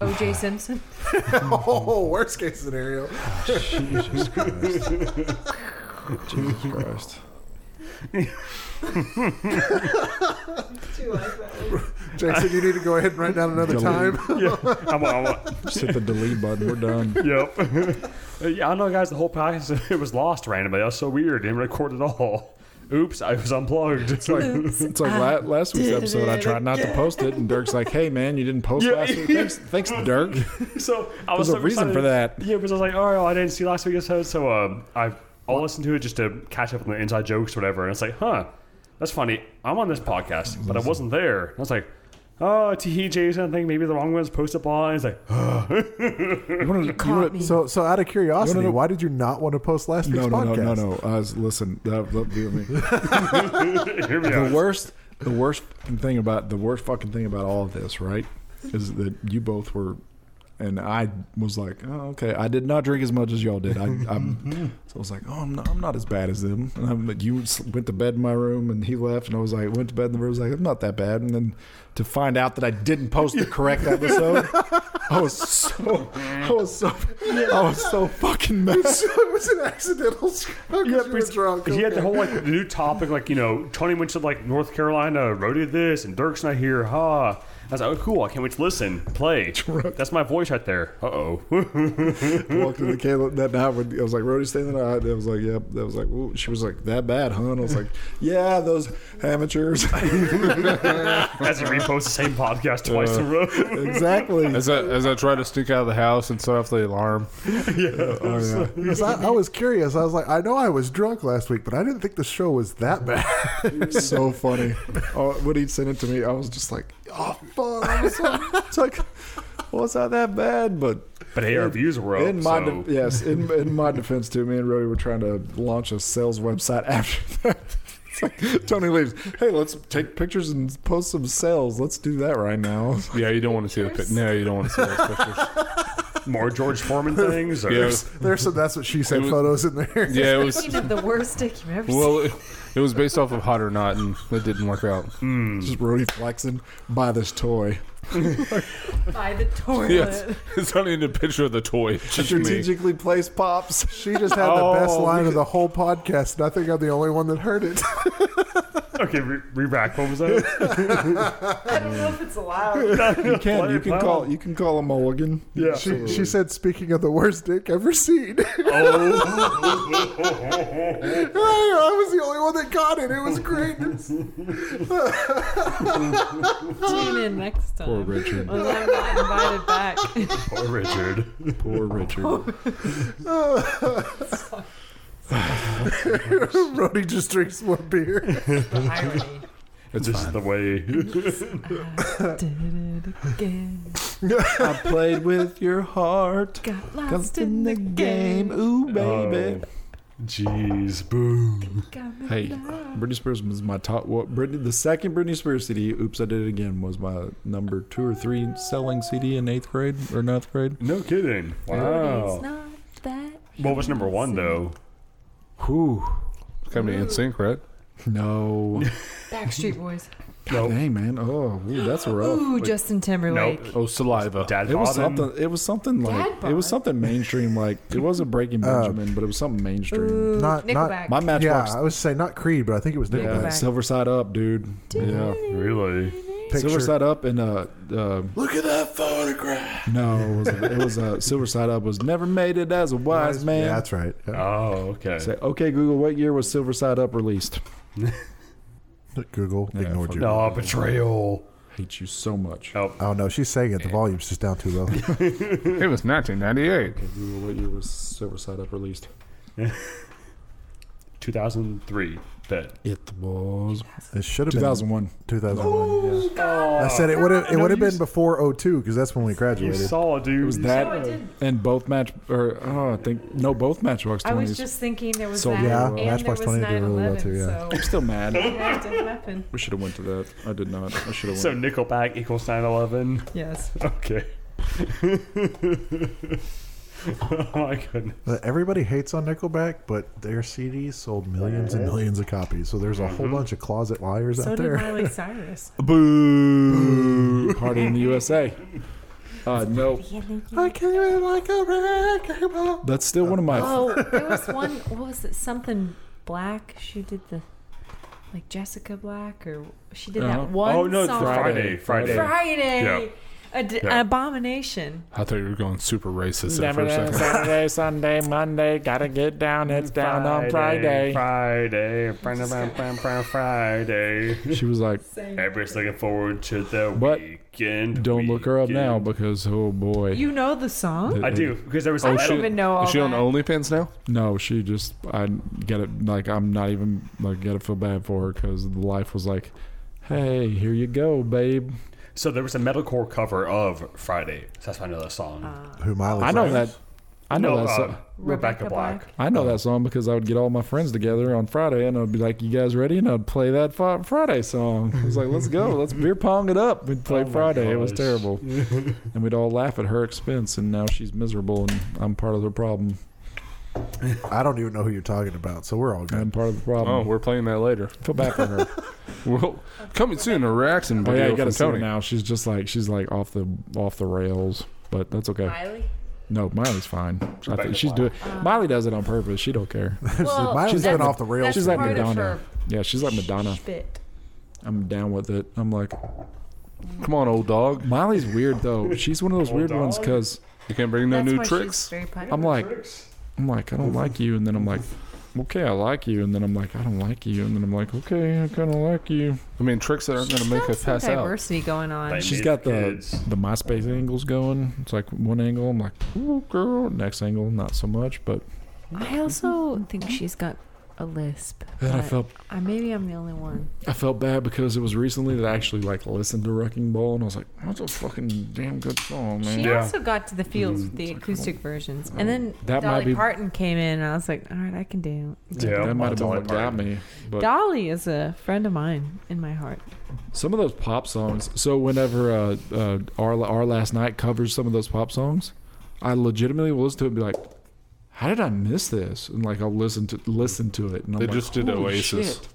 E: OJ Simpson.
D: Oh, worst case scenario.
B: Jesus Christ. Jesus Christ.
D: Jason, you need to go ahead and write down another time.
C: yeah. I'm, I'm,
B: Just hit the delete button. We're done.
C: yep. yeah, I know, guys. The whole podcast it was lost randomly. That was so weird. Didn't record at all. Oops, I was unplugged. It's like
B: It's like la- last week's episode. I tried not to post it, and Dirk's like, "Hey, man, you didn't post
C: Yeah.
B: last week. Thanks, thanks, Dirk.
C: so. I was
B: There's a reason
C: so excited.
B: for that."
C: Yeah, because I was like, oh, well, I didn't see last week's episode, so um, I I'll listen to it just to catch up on the inside jokes or whatever. And it's like, huh, that's funny. I'm on this podcast, but I wasn't there. And I was like. Oh, T. Jason, I think maybe the wrong one's posted up on. He's like,
B: You wanna- you wanna-
D: So, so out of curiosity,
B: No, no, no.
D: why did you not want to post last week's
B: no, no, no,
D: podcast?
B: no, no. Uh, listen, uh, look, you know me.
C: "Here we
B: the
C: go."
B: worst, the worst fucking thing about the worst fucking thing about all of this, right, is that you both were, and I was like, oh, okay, I did not drink as much as y'all did. I,
D: Mm-hmm.
B: I'm, so I was like, oh, I'm not, I'm not as bad as them. And I'm, like, you s- went to bed in my room, and he left, and I was like, went to bed in the room. I was like, I'm not that bad. And then to find out that I didn't post the correct episode, I was so, I was so, I was so fucking messed.
D: it was an accidental screw.
C: Yeah,
D: Yeah, you were
C: because
D: drunk.
C: He had
D: okay.
C: the whole like the new topic, like you know, Tony went to like North Carolina, Rhodey did this, and Dirk's not here. Ha! I was like, oh, cool. I can't wait to listen, play. That's my voice right there. Uh oh.
B: walked into Caleb that night. When, I was like, Rody staying the night. And I was like, yep. I was like, Ooh. she was like, that bad, huh? And I was like, yeah, those amateurs.
C: As he reposts the same podcast
B: Uh.
C: twice in a row.
B: exactly.
F: As I as I try to sneak out of the house and set off the alarm.
B: Oh, yeah.
D: Because I, I was curious. I was like, I know I was drunk last week, but I didn't think the show was that bad.
B: so funny. Oh, when he sent it to me, I was just like, oh, fuck. I was so, it's like, well, it's not that bad, but.
C: But hey, our views were up.
B: in my
C: so.
B: de- yes, in, in my defense too, me and Rody were trying to launch a sales website after that. It's like, Tony leaves. Hey, let's take pictures and post some sales. Let's do that right now.
F: Yeah, you don't want to see the pit. No, you don't want to see those pictures.
C: More George Foreman things. Or,
F: Yeah, it
C: yeah.
F: was-
D: There's some that's what she said
F: It was-
D: photos in there.
F: yeah, it was.
E: Speaking of the worst dick you've ever
F: Well, it, it was based off of hot or not, and it didn't work out.
B: Just Rody flexing. Buy this toy.
E: seen by the toilet.
F: Yes, it's not even a picture of the toy. It's just me.
B: Strategically placed pops.
D: She just had the
B: Oh,
D: best line of the whole podcast, and I think I'm the only one that heard it.
C: Okay, re- re-rack. What was that?
E: I don't know if it's allowed.
B: You can.
C: Play
B: You
C: it
B: can
C: loud.
B: call. You can call a mulligan.
C: Yeah.
D: she, she said, "Speaking of the worst dick ever seen," and
B: Oh.
D: I, I was the only one that got it. It was great.
E: Tune in next time.
B: Poor Richard.
E: When I'm not invited back.
C: Poor Richard.
B: Poor Richard.
D: Brody just drinks more beer.
G: Irony.
B: It's
C: this
B: fine.
C: is the way.
G: Did it again.
B: I played with your heart.
G: Got
B: Comes
G: lost
B: in the game. Ooh, baby.
C: Jeez, boom.
B: Oh. Hey, Britney Spears was my top. What Britney? The second Britney Spears CD, "Oops, I Did It Again," was my number two or three selling CD in eighth grade or ninth grade.
C: No kidding.
G: It's
C: Wow.
G: not that.
C: What was number one though?
B: Whew.
F: It's gotta be in sync, right?
B: No.
E: Backstreet Boys.
B: God Dang, man. Oh, ooh, that's rough.
G: Ooh, Justin Timberlake.
C: Nope.
F: Oh, saliva.
C: Dad
B: It was
C: Bottom?
B: something. It was something like.
E: Dad
B: It was
E: bod.
B: something mainstream. Like it wasn't Breaking Benjamin, but it was something mainstream.
E: uh,
G: Ooh,
D: Not- not-
G: Nickelback.
B: My
D: Uh, yeah,
B: Matchbox.
D: I was saying not Creed, but I think it was
B: Yeah,
D: Nickelback.
G: Nickelback.
B: Silver Side Up, dude. Yeah.
C: Really?
D: Picture.
B: Silver Side Up and uh, uh Look at that photograph. No, it was it was uh Silver Side Up was never made it as a wise man.
D: Yeah, that's right. Yeah.
C: Oh, okay.
B: Say, okay, Google, what year was Silver Side Up released?
D: Google
B: Yeah,
D: ignored
B: fuck
D: you.
C: No betrayal.
B: Hate you so much.
C: Oh,
D: Oh no, she's saying it. The volume's just down too low.
F: It was 1998.
B: Okay, Google, what year was Silver Side Up released?
C: 2003. Bet.
B: It was
D: It should have been
B: 2001.
D: 2001.
E: Oh,
D: yeah. I said it would have. It
C: No,
D: would have
C: you
D: been before 02 because that's when we
C: You
D: graduated.
C: saw, dude.
B: It was that and both match or oh, I think no both Matchbox
E: I was
B: Twenties.
E: just thinking there was
B: So,
E: that,
B: yeah,
E: and
D: Matchbox
E: there was
D: 20 did
E: 9
D: really well, too, yeah.
E: so
B: I'm still mad.
E: it had to happen.
B: we should have went to that. I did not. I should have
C: So
B: went.
C: Nickelback equals 9/11.
G: Yes.
C: Okay. oh my goodness.
D: But Everybody hates on Nickelback, but their CDs sold millions and millions of copies. So there's a whole
B: Mm-hmm.
D: bunch of closet liars
E: So
D: out
E: did
D: there.
E: Miley Cyrus.
B: Boo! Party in the USA. Uh, no,
D: I came in like a wrecking ball.
B: that's still one of my.
E: Oh, there was one. What was it? Something Black. She did the like Jessica Black, or she did
B: Uh-huh.
E: that one
C: oh no, it's
E: song.
C: Friday.
B: Friday.
C: Friday.
E: Friday.
C: Yeah.
E: A d-
C: Yeah.
E: abomination.
F: I thought you were going super racist there for a second.
B: Saturday, Sunday, Monday. Gotta get down. It's
C: Friday. Friday. Friday. Friday. Friday.
B: She was like,
C: Everybody's looking forward to the
B: But
C: weekend.
B: "Don't look her up now
C: weekend."
B: because oh boy."
G: You know the song?
C: I do because there was.
F: Oh,
E: I don't
F: shit.
E: even know all
F: Is she on
E: that.
F: OnlyFans now?
B: No, she just I get it. Like I'm not even like gotta feel bad for her because the life was like, "Hey, here you go, babe."
C: So there was a metalcore cover of Friday. So that's why I know that song.
D: Who Miley?
B: I know
D: Cyrus?
B: that. I know that.
C: uh,
B: song.
C: Rebecca
E: Rebecca
C: Black.
E: Black.
B: I know
F: Oh.
B: that song because I would get all my friends together on Friday and I'd be like, "You guys ready?" And I'd play that Fri- Friday song. I was like, "Let's go, let's beer pong it up." We'd
F: Oh
B: play
C: my
B: Friday. It was
C: gosh.
B: terrible, and we'd all laugh at her expense. And now she's miserable, and I'm part of the problem.
D: I don't even know who you're talking about. So we're all good.
B: I'm part of the
F: Oh,
B: problem.
F: we're playing that later.
B: I feel bad for her.
F: Well, coming soon, a reaction
B: oh yeah,
F: video
B: you
F: from
B: gotta see her
F: Tony.
B: now. She's just like she's like off the off the rails, but that's okay.
E: Miley. Uh.
B: No, Miley's fine. I
C: Rebecca
B: think she's
C: Black.
B: doing. Miley does it on purpose. She don't care.
E: Well,
D: Miley's
E: that's-
D: been off the rails.
E: that's
B: She's like
E: part of
B: Madonna.
E: her
B: Yeah, she's like Madonna.
E: Spit.
B: I'm down with it. I'm like,
F: Come on, old dog.
B: Miley's weird though. She's one of those weird ones
C: dog?
B: because
F: You can't bring no
E: That's
F: new
E: why
F: tricks.
E: She's very popular.
B: I'm like, I'm like, I don't like you, and then I'm like, okay, I like you, and then I'm like, I don't like you, and then I'm like, okay, I kind of like you.
F: I mean, tricks that aren't going to make us pass out.
G: diversity going on.
C: Thank
B: She's
C: These
B: got the
C: kids.
B: the MySpace angles going. It's like one angle, I'm like, ooh, girl. Next angle, not so much. But
G: I also think she's got a lisp.
B: then I
G: but
B: felt
G: I, maybe I'm the only one.
B: I felt bad because it was recently that I actually like listened to Wrecking Ball, and I was like, that's a fucking damn good song, man.
G: She
C: Yeah.
G: also got to the fields with the acoustic versions, and then
B: Mm. That might
G: Dolly
B: be-
G: Parton came in, and I was like, "All right, I can do."
C: Yeah,
B: that might have been
C: Dolly
B: what got
C: Parton.
B: me. But
G: Dolly is a friend of mine in my heart.
B: Some of those pop songs. So whenever uh, uh, our our last night covers some of those pop songs, I legitimately will listen to it and be like, "How did I miss this?" And like I'll listen to listen to it, and I'm
F: They
B: like,
F: just did
B: "Holy
F: Oasis."
B: shit."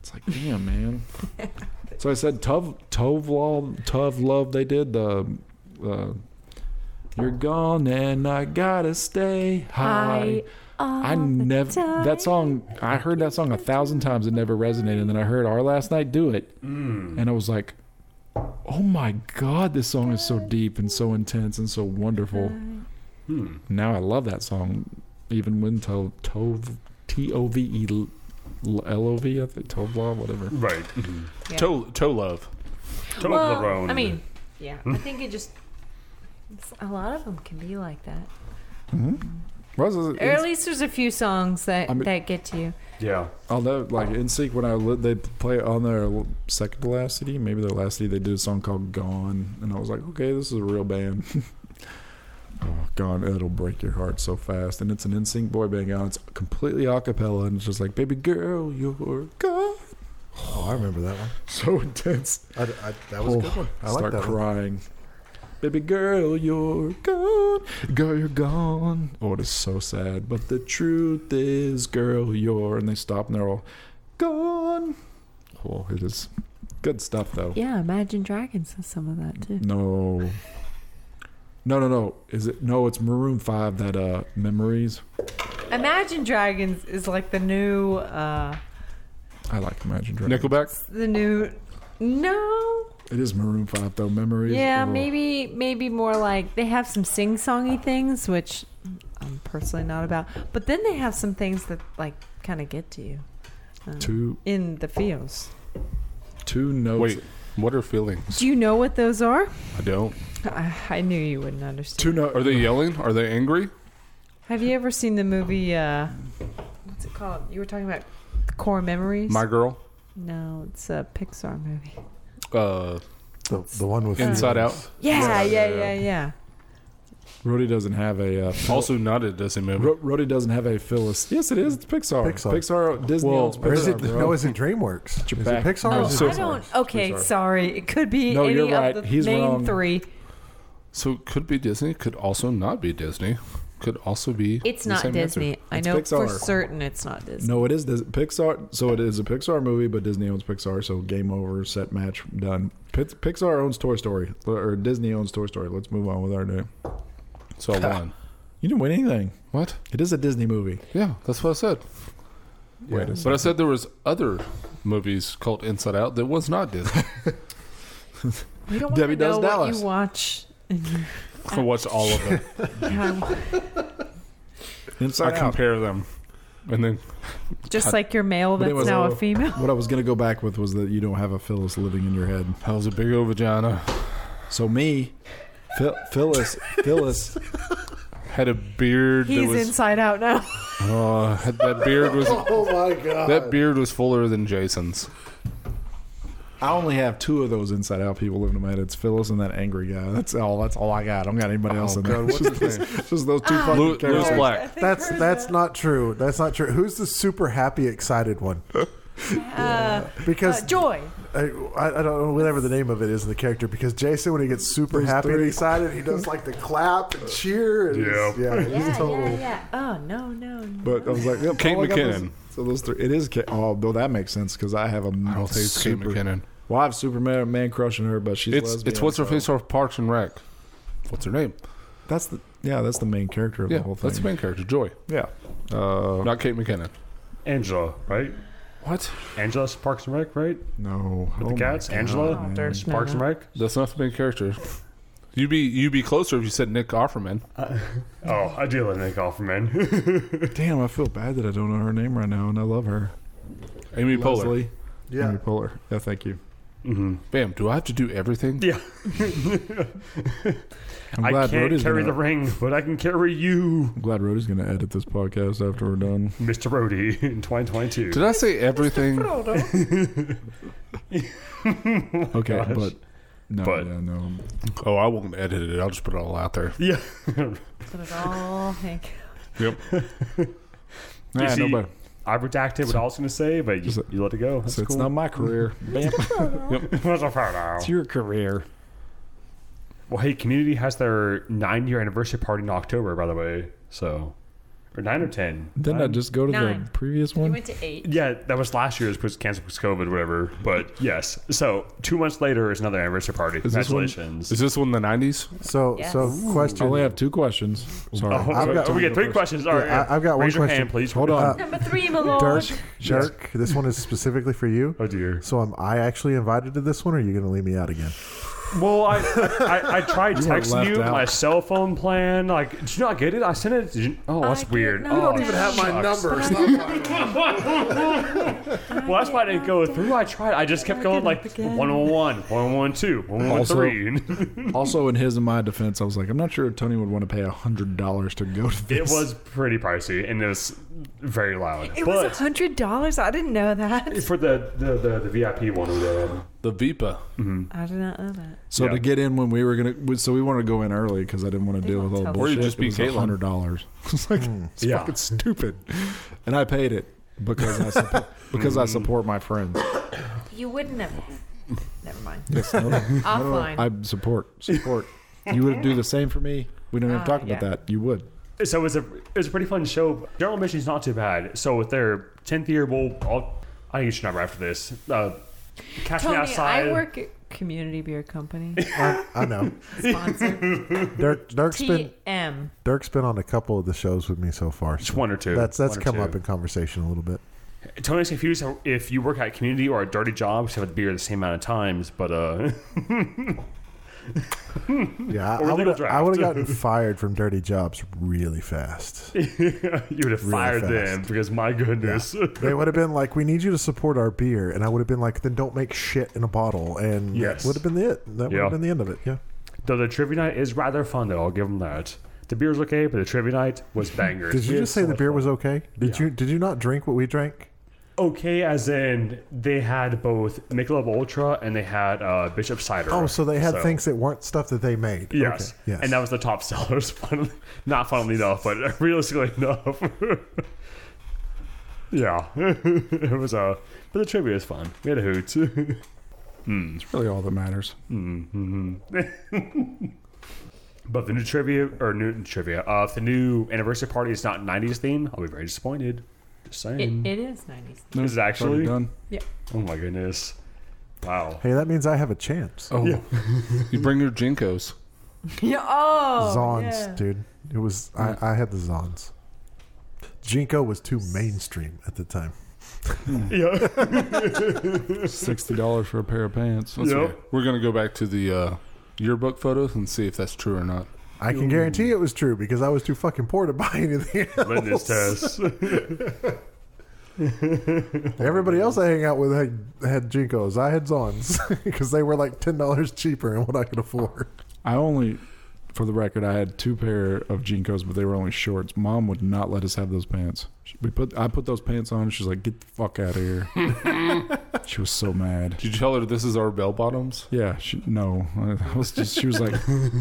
B: It's like, damn man. so I said, "Tov Tov Love Tov Love." They did the. Uh, you're gone and I gotta stay high. I never that song. I heard that song a thousand times. It never resonated. And then I heard our last night do it, and I was like, "Oh my god, this song is so deep and so intense and so wonderful." Now I love that song, even when to Tove T O V E L L O V I think Tove Law whatever.
C: Right.
F: Toe, toe love.
C: Toblerone.
E: Well, I mean, yeah. I think it just.
G: A lot of them can be like that.
B: Well, it's-
E: Or at
B: it's-
E: least there's a few songs that,
B: I mean-
E: that get to you.
C: Yeah.
B: Although, like in Sync, when I li- they play on their l- second to last CD, maybe their last CD, they did a song called "Gone," and I was like, okay, this is a real band. oh, "Gone," it'll break your heart so fast, and it's an NSYNC boy band. And it's completely a cappella, and it's just like, "Baby girl, you're gone."
D: Oh, I remember that one.
B: So intense.
D: I, I, that was a good one. I like
B: start
D: that one.
B: crying. Baby girl, you're gone. Girl, you're gone. Oh, it is so sad. But the truth is, girl, you're. And they stop and they're all gone. Oh, it is good stuff, though.
E: Yeah, Imagine Dragons has some of that too.
B: No. No, no, no. Is it? No, it's Maroon 5 that, uh, Memories.
E: Imagine Dragons is like the new, uh,
B: I like Imagine Dragons.
F: Nickelback.
E: the new. No,
B: It is Maroon 5, though. Memories.
E: Yeah,
B: Oh.
E: maybe maybe more like they have some sing songy things, which I'm personally not about. But then they have some things that like kind of get to you
B: Two,
E: in the feels.
B: two notes.
F: Wait, what are feelings?
E: Do you know what those are?
F: I don't.
E: I, I knew you wouldn't
B: Two
E: understand.
B: notes.
F: Are they yelling? Are they angry?
E: Have you ever seen the movie? Uh, what's it called? You were talking about Core Memories.
F: My girl.
E: no, it's a Pixar movie.
F: Uh,
D: The, the one with
F: Inside Out.
E: Yeah, yeah,
F: yeah,
E: yeah, yeah.
B: Rody doesn't have a, uh,
F: Also, not a Disney movie.
B: Ro- Rody doesn't have a Phyllis. Yes, it is. It's Pixar.
D: Pixar.
B: Pixar. Disney
F: Well,
B: owns
D: Or
B: Pixar.
D: is it?
B: bro.
D: No, is it DreamWorks? Is
B: Get
D: it
B: your back.
D: Pixar? or
B: No.
D: is
F: So-
E: Oh,
D: it
E: I don't. Okay,
B: Pixar.
E: sorry. It could be
B: No,
E: any
B: you're right.
E: of the
B: He's
E: main
B: wrong.
E: three.
F: So it could be Disney. Could also not be Disney. Could also be.
E: It's
F: the
E: not
F: same answer.
E: Disney. I
B: It's
E: know for
B: Pixar.
E: certain it's not Disney.
B: No, it is Dis- Pixar. So it is a Pixar movie, but Disney owns Pixar. So game over, set match, done. Pix Pixar owns Toy Story, or Disney owns Toy Story. Let's move on with our day.
F: So I won.
B: You didn't win anything.
F: What?
B: It is a Disney movie.
F: Yeah, that's what I said.
B: Wait a
F: But I said there was other movies called Inside Out that was not Disney.
E: We
B: Debbie
E: don't want to
B: Does
E: know what
B: Dallas.
E: you watch. in your-
F: I watched all of them.
E: Yeah,
F: I
B: Inside Out.
F: compare them, and then
E: just like your male
B: But it
E: that's
B: was
E: now a
B: all-
E: female.
B: What I was gonna go back with was that you don't have a Phyllis living in your head.
F: that was a big old vagina.
B: So me, Phil, Phyllis, Phyllis.
F: Had a beard that
E: He's
F: was.
E: inside out now.
F: Uh, had that beard was.
D: Oh my god!
F: That beard was fuller than Jason's.
B: I only have two of those Inside Out people living in my head. It's Phyllis and that angry guy. That's all. That's all I got. I don't got anybody
C: Oh,
B: else in there.
F: what's his name?
B: It's Just those two fucking
F: Louis
B: characters.
F: Louis Ah. Black.
D: That's that's not true. That's not true. Who's the super happy, excited one?
E: Uh,
D: Because
E: uh, Joy.
D: I, I I don't know whatever the name of it is in the character. Because Jason, when he gets super
B: Those
D: happy and
B: three.
D: excited, he does like the clap and cheer. And yeah, yeah, he's total.
E: yeah. Oh no, no, no.
B: But I was like, yep,
F: Kate
B: all I got
F: McKinnon.
B: was- So those three. It is Kate. Oh, though that makes sense because I have a.
F: I don't think it's Kate McKinnon.
B: Well, I have Superman man crushing her, but she's
F: It's
B: lesbian,
F: it's what's her
B: so-
F: face off Parks and Rec. What's her name?
B: That's the yeah. That's the main character of
F: Yeah,
B: the whole thing.
F: that's the main character, Joy,
B: yeah. Uh,
F: not Kate McKinnon.
C: Angela, right?
F: What?
C: Angela's Parks and Rec, right?
B: no.
C: With
B: Oh
C: the
B: my
C: cats? Angela?
E: Oh, there's no,
C: Parks and
E: no.
C: Rec?
F: That's not the main character. You'd be you'd be closer if you said Nick Offerman.
C: Oh, I do love Nick Offerman.
B: Damn, I feel bad that I don't know her name right now, and I love her.
F: Amy Poehler.
B: Leslie.
D: Yeah.
B: Amy Poehler. Yeah, thank you.
F: Bam. Do I have to do everything?
C: yeah.
B: I'm
C: I
B: glad
C: can't
B: Rody's
C: carry the
B: gonna,
C: ring, but I can carry you,
B: I'm glad Rody's gonna edit this podcast after we're done.
C: Mr. Brody, in 2022.
F: Did I say everything?
B: Okay,
C: Oh Gosh.
B: but no,
C: But-
B: yeah, no.
F: Oh, I won't edit it. I'll just put it all out there.
C: yeah.
E: Put it all Hank.
F: Yep.
B: Nah,
C: see,
B: nobody.
C: I redacted what I was going to say, but you,
B: So-
C: you let it go. That's
B: So it's not my career. Bam.
C: cool.
B: it's your career.
C: Well, hey, Community has their nine-year anniversary party in October, by the way. So, or nine or ten.
B: Didn't I
C: Nine?
B: just go to
E: Nine.
B: the previous
E: You
B: one?
E: went to eight.
C: Yeah, that was last year's because canceled because COVID, whatever. But yes, so two months later is another anniversary party.
F: this one-
C: Congratulations.
F: Is this one the nineties?
D: So
E: Yes.
D: so
B: I only
D: question.
B: have two questions. Sorry.
C: Oh,
D: I've
C: so-
D: got-
C: so we get three questions. All right,
D: Yeah, I- I've got one
C: Raise your
D: question. Uh,
C: hand, please. Uh,
B: Hold on.
E: Number three, my lord.
D: Dirk, Dirk, this one is specifically for you.
C: Oh dear.
D: So am I actually invited to this one, or are you going to leave me out again?
C: Well, I I, I tried texting
B: left
C: you
B: out.
C: my cell phone plan. Like, did you not get it? I sent it. Did you, oh, that's
E: did
C: weird.
E: not
C: oh,
E: You don't
H: don't even have my
C: shucks.
H: number.
C: Well, that's why I didn't go through. I tried. I just kept going like
E: Again.
C: 101, 112, 113.
B: Also, in his and my defense, I was like, I'm not sure if Tony would want to pay hundred dollars to go to
C: It
B: this.
C: was pretty pricey and it was very loud.
G: It was
C: but
G: was hundred dollars. I didn't know that.
C: for the, the, the, the VIP one we did.
H: The Vipa.
G: I did not know that.
B: so
C: yeah.
B: to get in when we were gonna, we- so we wanted to go in early because I didn't want to deal with all the
G: won't
B: bullshit.
G: tell
F: you. Or you just
B: It was
F: be Caitlin.
B: hundred dollars. It's like it's
C: Yeah.
B: fucking stupid, and I paid it because I support, because I support my friends.
E: You wouldn't have. Never mind.
B: Yes, no, no.
E: Offline.
B: I support support. You would do the same for me. We don't even talk about
E: Ah, yeah.
B: that. You would.
C: So it was a it was a pretty fun show. General Admission's not too bad. So with their tenth year, we'll I'll, I think you should number after this. Uh, cast
G: Tony,
C: me outside.
G: I work at Community Beer Company.
D: I, I know.
E: Sponsor
D: Dirk Dirk's been
E: TM.
D: Dirk's been on a couple of the shows with me so far.
C: Just one or two.
D: That's that's
C: One or
D: come
C: two.
D: up in conversation a little bit.
C: Tony's confused how- if you work at community or a dirty job, because you have to be here the same amount of times. But uh, Hmm. Or
D: Yeah, I- I
C: legal
D: would I
C: draft.
D: would have gotten fired from dirty jobs really fast.
C: you would have fired them
D: fast.
C: because my goodness.
D: They would have been like, "We need you to support our beer," and I would have been like, "Then don't make shit in a bottle." And
C: Yes.
D: that would have been it. That would
C: Yeah.
D: have been the end of it. Yeah.
C: Though the trivia night is rather fun, though I'll give them that. The beer's okay, but the trivia night was banger.
D: Did you just say the beer was okay? Did you did you not drink what we drank?
C: okay? As in, they had both Michelob Ultra and they had uh, Bishop Cider.
D: Oh, so they had
C: things.
D: things that weren't stuff that they made.
C: Yes.
D: Okay. Yes.
C: And that was the top sellers. Funnily, not funnily enough, but realistically enough. yeah. it was uh but the trivia is fun. We had a hoot.
B: It's really all that matters.
C: but the new trivia or new trivia, uh if the new anniversary party is not nineties theme, I'll be very disappointed. Just
E: It,
D: Mm.
C: saying.
E: it is 90s.
C: Is it
B: It's already
C: actually?
B: done.
C: Oh my goodness. Wow.
D: hey, that means I have a chance.
F: Oh, you bring your jinkos.
G: yeah. Oh.
D: Zons,
G: yeah.
D: dude. It was I, I had the Zons. Jinko was too mainstream at the time.
C: Yeah.
B: Sixty dollars for a pair of pants.
F: That's
C: Yep.
F: okay. We're gonna go back to the uh, yearbook photos and see if that's true or not.
D: I can guarantee it was true because I was too fucking poor to buy anything.
C: Litmus test.
D: Everybody else I hang out with had, had Jinkos. I had Zons because they were like ten dollars cheaper than what I could afford.
B: I only, for the record, I had two pair of Jinkos, but they were only shorts. Mom would not let us have those pants. She- We put I put those pants on. She's like, "Get the fuck out of here." she was so mad.
F: Did you tell her this is our bell bottoms?
B: Yeah, she, no, I was just. She was like,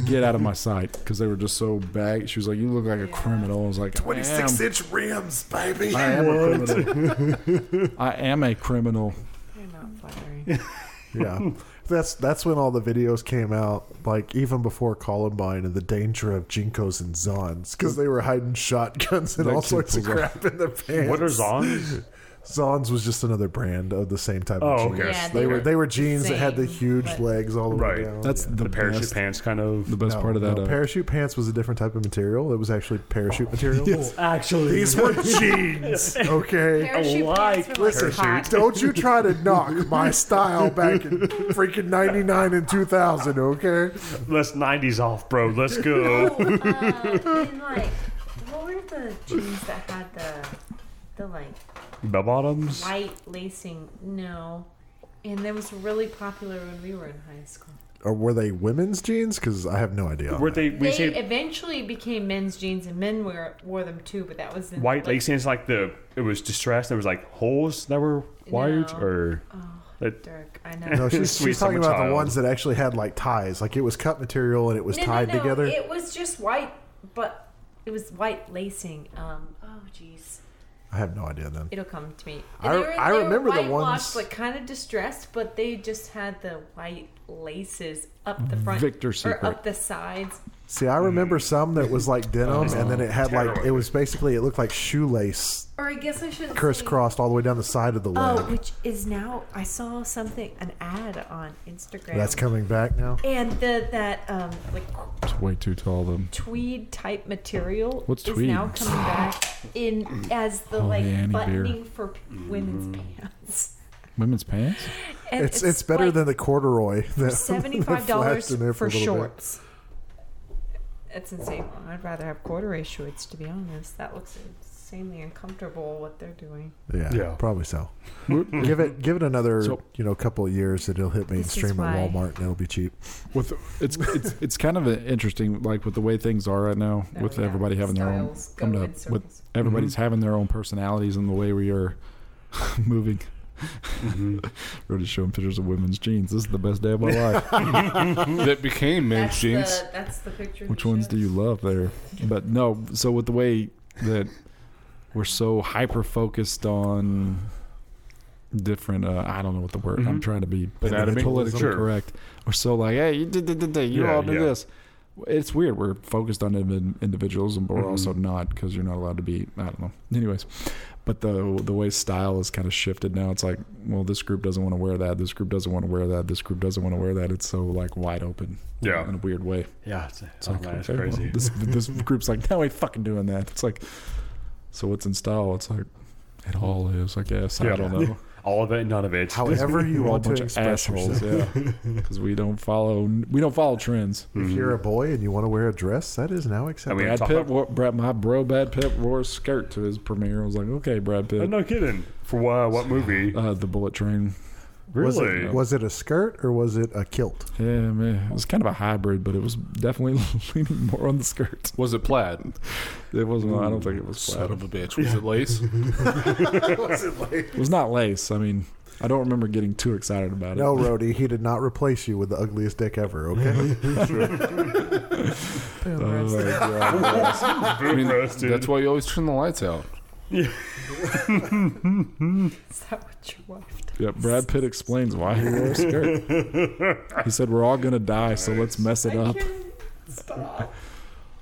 B: "Get out of my sight," because they were just so bag. She was like, "You look like a criminal." I was like, "Twenty six
D: inch rims, baby.
B: I am a criminal. I am a criminal.
E: You're not flattering.
D: yeah, that's that's when all the videos came out, like even before Columbine and the danger of Jinkos and Zons because they were hiding shotguns and
B: That
D: all
B: kid
D: sorts of
B: was like-
D: crap in their pants.
C: what are Zons?
D: Zons was just another brand of the same type
C: Oh,
D: of
C: okay.
D: jeans.
E: Yeah,
D: they,
E: they
D: were
E: were
D: they were jeans that had the
E: same,
D: huge
E: but-
D: legs all the way
C: Right.
D: down.
B: That's
D: Yeah.
B: the,
C: The parachute
B: best,
C: pants kind of
B: The best
D: No,
B: part of that.
D: no,
B: uh,
D: parachute pants was a different type of material. It was actually parachute material.
C: actually
D: These were jeans. Okay.
E: Parachute
C: like
E: pants were like
C: parachute.
E: hot.
D: Don't you try to knock my style back in freaking 99 and 2000, okay?
C: Let's nineties off, bro. Let's go.
E: Uh, And like, what were the jeans that had the, the like
C: Bell bottoms.
E: white lacing? No. And that was really popular when we were in high school.
D: Or were they women's jeans? Because I have no idea. on
C: Were
D: that.
C: they? We
E: they
C: say
E: eventually became men's jeans, and men wear, wore them too. But that was in
C: white
E: like,
C: lacing is like the it was distressed. There was like holes that were white
E: No.
C: or that,
E: oh, Dirk, I know.
D: No, she's,
C: Sweet
D: she's talking
C: summer
D: about the
C: child.
D: ones that actually had like ties. Like it was cut material and it was tied together.
E: It was just white, but it was white lacing. Um, oh jeez,
D: I have no idea then.
E: it'll come to me.
D: I- I remember the
E: whitewashed,
D: ones-
E: like kind of distressed, but they just had the white laces up the front,
B: Victor's
E: or
B: Secret.
E: up the sides.
D: See, I remember
B: Mm-hmm.
D: some that was like denim and then it had like, it was basically, it looked like shoelace
E: Or I guess I should
D: crisscrossed all the way down the side of the leg.
E: Oh, which is now I saw something an ad on Instagram.
D: That's coming back now.
E: and the that um like
B: It's way too tall. Them.
E: tweed type material
B: What's
E: is
B: tweed?
E: now coming back in as the
B: Oh,
E: like
B: the Annie Bear.
E: buttoning for p- women's pants.
B: Women's pants.
E: And
D: Mm. it's, it's better
E: like
D: than the corduroy. that- that
E: seventy-five
D: flapped
E: dollars
D: in there
E: for
D: a little bit.
E: shorts. It's insane. I'd rather have corduroy shorts, to be honest. That looks insanely uncomfortable. What they're doing.
D: Yeah,
C: Yeah.
D: probably so. give it give it another
B: So-
D: you know couple of years and it'll hit
E: This is
D: mainstream at
E: why-
D: Walmart and it'll be cheap.
B: with it's it's it's kind of an interesting like with the way things are right now
E: Oh,
B: with
E: yeah.
B: everybody having their own
E: Styles go
B: coming
E: in
B: up with
E: circles.
B: everybody's having their own personalities and the way we are moving. We're just showing pictures of women's jeans. This is the best day of my life. Mm.
F: that became men's
E: That's
F: jeans.
E: the that's the picture.
B: Which
E: that
B: ones do you
E: shows.
B: love there? But no, so with the way that we're so hyper focused on different uh, I don't know what the word I'm
C: Mhm.
B: trying to be but
D: Anatomy?
B: politically
C: Sure.
B: correct. We're so like, hey, you did, did, did, did, you
C: Yeah,
B: all did
C: yeah.
B: this. It's weird. We're focused on indiv- individuals, and but we're also
C: Mm-hmm.
B: not because you're not allowed to be. I don't know. Anyways, but the the way style is kind of shifted now. It's like, well, this group doesn't want to wear that. This group doesn't want to wear that. This group doesn't want to wear that. It's so like wide open.
C: Yeah.
B: in a weird way.
C: Yeah, it's,
B: It's
C: oh,
B: like,
C: man, it's
B: okay, well,
C: crazy.
B: this this group's like, no, we fucking doing that. It's like, so what's in style? It's like, it all is, I guess.
C: Yeah.
B: I don't know.
C: All of it, none of it.
D: However you
B: We're all a
D: want to
B: bunch of
D: express
B: assholes,
D: yourself.
B: yeah. Because we don't follow we don't follow trends.
D: If you're a boy and you want to wear a dress, that is now
C: I
D: acceptable.
C: mean,
B: Brad
C: talk
B: Pitt,
C: about-
B: wore, Brad, my bro, Brad Pitt wore a skirt to his premiere. I was like, okay, Brad Pitt,
C: I'm not kidding. For uh, what movie?
B: uh, the Bullet Train.
D: was,
C: really?
D: it, was it a skirt or was it a kilt?
B: Yeah, man, it was kind of a hybrid, but it was definitely leaning more on the skirt.
F: Was it plaid?
B: It wasn't. I don't think it was.
F: Son
B: Plaid.
F: of a bitch. Was it lace?
B: It was not lace. I mean, I don't remember getting too excited about it.
D: No, Rody, he did not replace you with the ugliest dick ever. Okay,
E: Boom,
B: Oh,
E: roasted.
B: God, yes.
F: I mean,
C: roasted.
F: that's why you always turn the lights out.
E: Is that what your wife does?
B: Yeah, Brad Pitt explains why he wore a skirt. He said, "We're all gonna die, so let's mess it up."
E: Stop.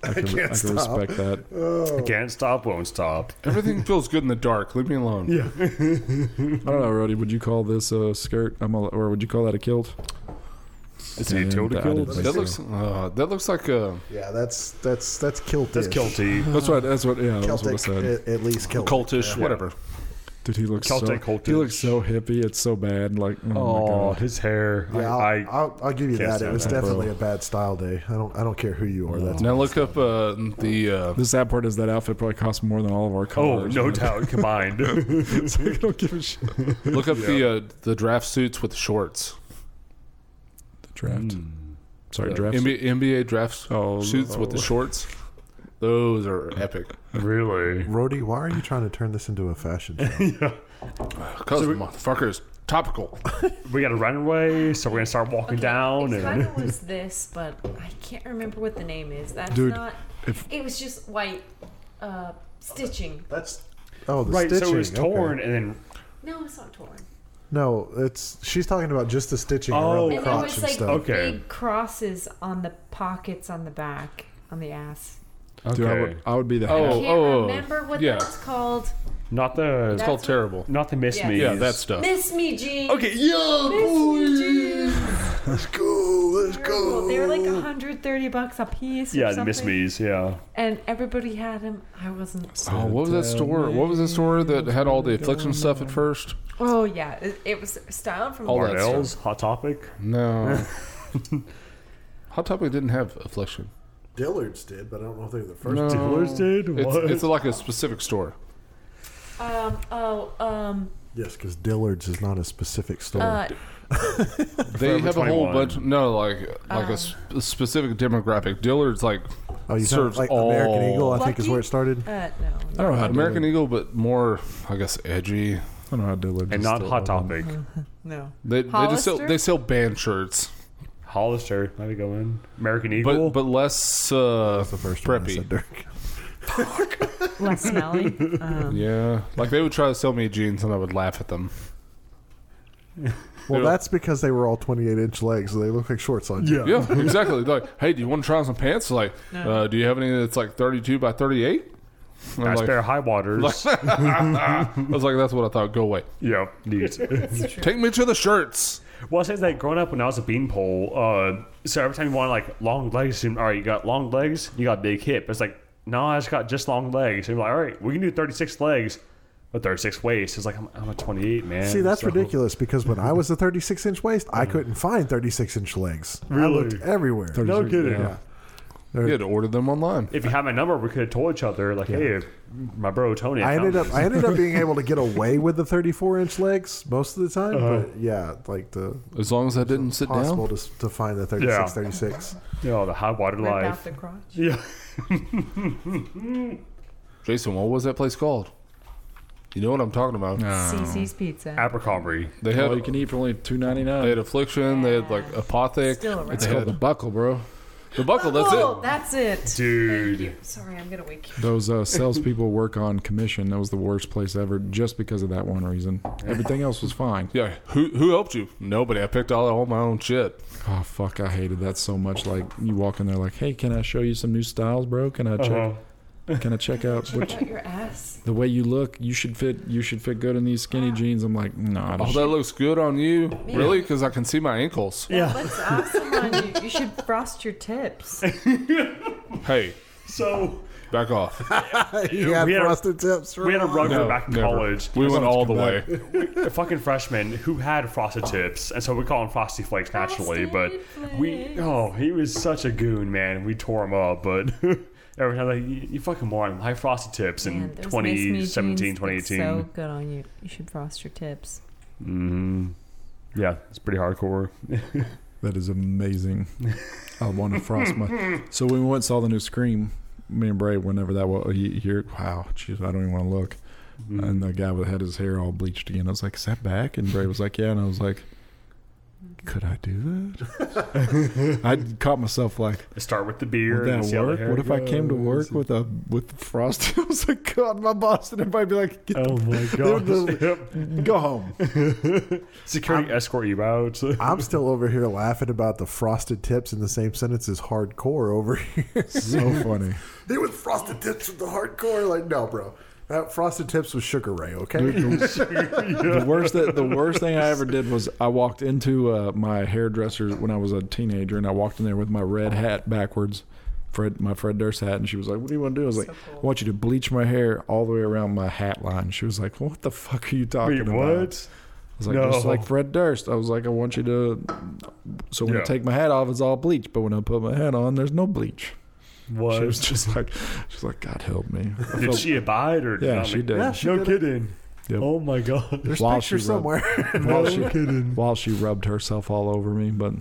B: I can, I
D: can't
B: can
D: stop.
B: respect that.
C: Can't stop, won't stop.
F: Everything feels good in the dark. Leave me alone. Yeah.
B: I don't know, Rody. Would you call this a skirt? I'm a, or would you call that a kilt?
C: Is it
B: Yeah,
C: a tilde
B: I
C: kilt?
B: didn't think
F: That looks. Uh, that looks like a
D: yeah, that's that's that's kilt.
C: That's kilty.
B: That's what. That's what. Yeah, that's what I
D: Celtic,
B: said.
D: at, at least kilt.
F: cultish. Whatever.
B: Dude, he looks
C: Celtic
B: so.
C: cultish.
B: He looks so hippie. It's so bad. Like, oh, my
C: Oh,
B: god.
C: his hair.
D: Yeah, I'll,
C: I, I,
D: I'll, I'll give you
C: can't
D: that. It
C: stand
D: was
C: that,
B: bro.
D: definitely a bad style day. I don't I don't care who you are. That's
F: Now look up uh, the. Uh,
B: The sad part is that outfit probably costs more than all of our
C: oh,
B: cars.
C: no doubt combined.
B: It's like, I don't give a shit.
F: look up the uh, the draft suits with shorts.
B: Draft.
C: Hmm.
B: Sorry,
F: Uh,
B: draft.
F: NBA, NBA draft
B: Oh,
F: suits with the
B: no.
F: shorts. Those are epic.
C: really?
D: Rody, why are you trying to turn this into a fashion show?
F: Cause motherfuckers topical.
C: We got a runway, so we're gonna start walking down. And
E: It kind of was this, but I can't remember what the name is. That's
B: Dude,
E: not.
B: if-
E: It was just white uh, stitching.
D: That's oh, the
C: right,
D: stitching.
C: so it was
D: okay.
C: torn, and then
E: No, it's not torn.
D: No, it's she's talking about just the stitching
C: Oh.
D: around the
E: And there
D: crotch
E: was
D: and
E: like
D: stuff.
C: Okay.
E: big crosses on the pockets on the back on the ass.
C: okay,
B: Dude, I would, I would be the.
F: Oh,
B: hat.
E: Can't
F: oh,
E: remember what
F: yeah.
E: that's called.
C: not the
F: It's called
E: That's-
F: terrible.
C: not the miss
E: Yeah.
C: me.
F: Yeah, that stuff.
E: Miss me, jeans.
F: Okay, yeah,
E: Miss
F: boy.
E: me, jeans.
D: Let's go, let's
E: Terrible. They were like 130 bucks a piece. or
C: Yeah, the
E: something.
C: miss me's. Yeah,
E: And everybody had them. I wasn't.
F: Oh, what was that store? What was the store that had all the affliction stuff at first?
E: Oh yeah, it, it was styled from
F: All that stuff.
C: Barnell's Hot Topic.
F: No. Hot Topic didn't have affliction.
D: Dillard's did, but I don't know if they were the first.
F: No.
C: Dealers did
F: Uh, It's,
C: what?
F: it's like a specific store.
E: Um. Oh. Um.
D: Yes, because Dillard's is not a specific store.
E: Uh.
F: They have a whole
C: 21.
F: bunch. No, like like a, sp- a specific demographic. Dillard's like
D: oh, you
F: serves
D: serves like
F: all-
D: American Eagle, I think, is where it
E: Lucky-
D: started.
E: Uh. No.
B: I don't know how
F: American Eagle, but more I guess edgy.
B: I don't know how Dillard just
C: and not
B: still
C: Hot
B: owned them.
C: Topic.
E: No.
F: They, they just sell
E: Hollister?
F: they sell band shirts,
C: Hollister, let me go in. American
F: but
C: Eagle.
F: but less uh,
D: That's the first one I
F: preppy.
D: said, Dirk.
E: Less smelly. Um,
F: Yeah, like they would try to sell me jeans, and I would laugh at them.
D: Well,
F: Yeah.
D: that's because they were all 28 inch legs, so they look like shorts on you.
F: Yeah, exactly. Like, hey, do you want to try on some pants? Like, uh, do you have any that's like thirty-two by thirty-eight? I
C: I
F: was
C: spare
F: like,
C: high waters.
F: I was like, that's what I thought. Go away.
C: yeah, neat.
F: Take me to the shirts.
C: Well, I say that growing up when I was a beanpole, uh, so every time you want like long legs, you- all right, you got long legs, you got big hip. It's like, no, I just got just long legs. And you're like, all right, we can do 36 legs. a 36 waist. It's like, I'm, I'm a 28, man.
D: See, that's
C: So-
D: ridiculous because when I was a 36 inch waist, I couldn't find 36 inch legs. I looked
C: Really?
D: everywhere.
C: No kidding.
D: Yeah.
F: You had to order them online.
C: If you had my number, we could have told each other, like, hey, my bro Tony.
D: I
C: found
D: ended up
C: this.
D: I ended up being able to get away with the 34 inch legs most of the time,
C: Uh-huh.
D: but yeah, like the
F: As long as I didn't sit
D: possible
F: down.
D: to, to find the 36
C: Yeah.
D: 36.
C: you know, the high water
E: Rip
C: life.
E: out the crotch.
C: Yeah.
F: Jason, what was that place called? You know what I'm talking about.
E: CC's Pizza.
C: Abercrombie.
F: They
B: Well,
F: had
B: you can eat for only two ninety
F: they
B: nine.
F: had Affliction. They had like Apothic.
E: Still around.
F: They
B: It's called
F: had
B: the buckle, bro.
F: the buckle. That's
E: Oh,
F: it.
E: that's it.
C: Dude.
E: Sorry, I'm gonna wake you.
B: Those uh, salespeople work on commission. That was the worst place ever, just because of that one reason. Everything else was fine.
F: Yeah. Who who helped you? Nobody. I picked all all my own shit.
B: Oh fuck, I hated that so much. Like you walk in there, like, hey, can I show you some new styles, bro? Can I check?
C: Uh-huh.
B: Can I check out
E: Check
B: which
E: out your ass.
B: the way you look? You should fit. You should fit good in these skinny jeans. I'm like, no, I
F: Oh,
B: don't.
F: that looks good on you. Really? Because I can see my ankles.
E: Yeah. Let's ask someone. You, you should frost your tips.
F: Hey,
C: So
F: back off.
D: He had
C: we had a-
D: frosted tips.
C: we had a rugger
F: No,
C: back in
F: never.
C: college.
F: We went all the way.
C: a fucking freshman who had frosted tips, and so we call him Frosty Flakes naturally.
E: Frosted
C: but we, oh, he was such a goon, man. We tore him up, but every time like you, you fucking moron, high frosted tips
E: Man,
C: in
E: those Miss
C: 2017,
E: Me jeans look
C: 2018.
E: So good on you. You should frost your tips.
C: Mhm. Yeah, it's pretty hardcore.
B: That is amazing. I want to frost my. So when we went and saw the new Scream, me and Bray, whenever that was, he, he, wow, jeez, I don't even want to look. And the guy had his hair all bleached again. I was like, is that back? And Bray was like, yeah. And I was like, could I do that? I caught myself like,
C: Start with the beer.
B: would
C: and
B: that
C: see how the
B: work?
C: hair
B: What if I came to work
C: goes.
B: with a with frost? I was like, God, my boss and everybody be like, Get
C: Oh my
B: the-
C: god! Yep.
B: go home.
C: Security escort you out.
D: I'm still over here laughing about the frosted tips in the same sentence as hardcore over here.
B: so funny.
D: They with frosted tips with the hardcore. Like, no, bro. That frosted tips was Sugar Ray, okay?
B: the worst that the worst thing I ever did was I walked into uh, my hairdresser when I was a teenager, and I walked in there with my red hat backwards, Fred my Fred Durst hat, and she was like, "What do you want to do?" I was like, "I want you to bleach my hair all the way around my hat line." She was like, "What the fuck are you talking
C: Wait,
B: about?"
C: what?
B: I was like,
C: No.
B: "Just like Fred Durst." I was like, "I want you to." So when I
C: Yeah.
B: take my hat off, it's all bleach, but when I put my hat on, there's no bleach.
C: What?
B: She was just like, she's like, "God help me." I
C: did
B: felt-
C: she abide or
B: yeah,
C: not?
B: she did.
D: Yeah, she
C: no
D: did it.
C: kidding.
B: Yep.
C: Oh my god.
D: There's
B: While she
D: pictures
B: rubbed-
D: somewhere.
B: While she, while she rubbed herself all over me, but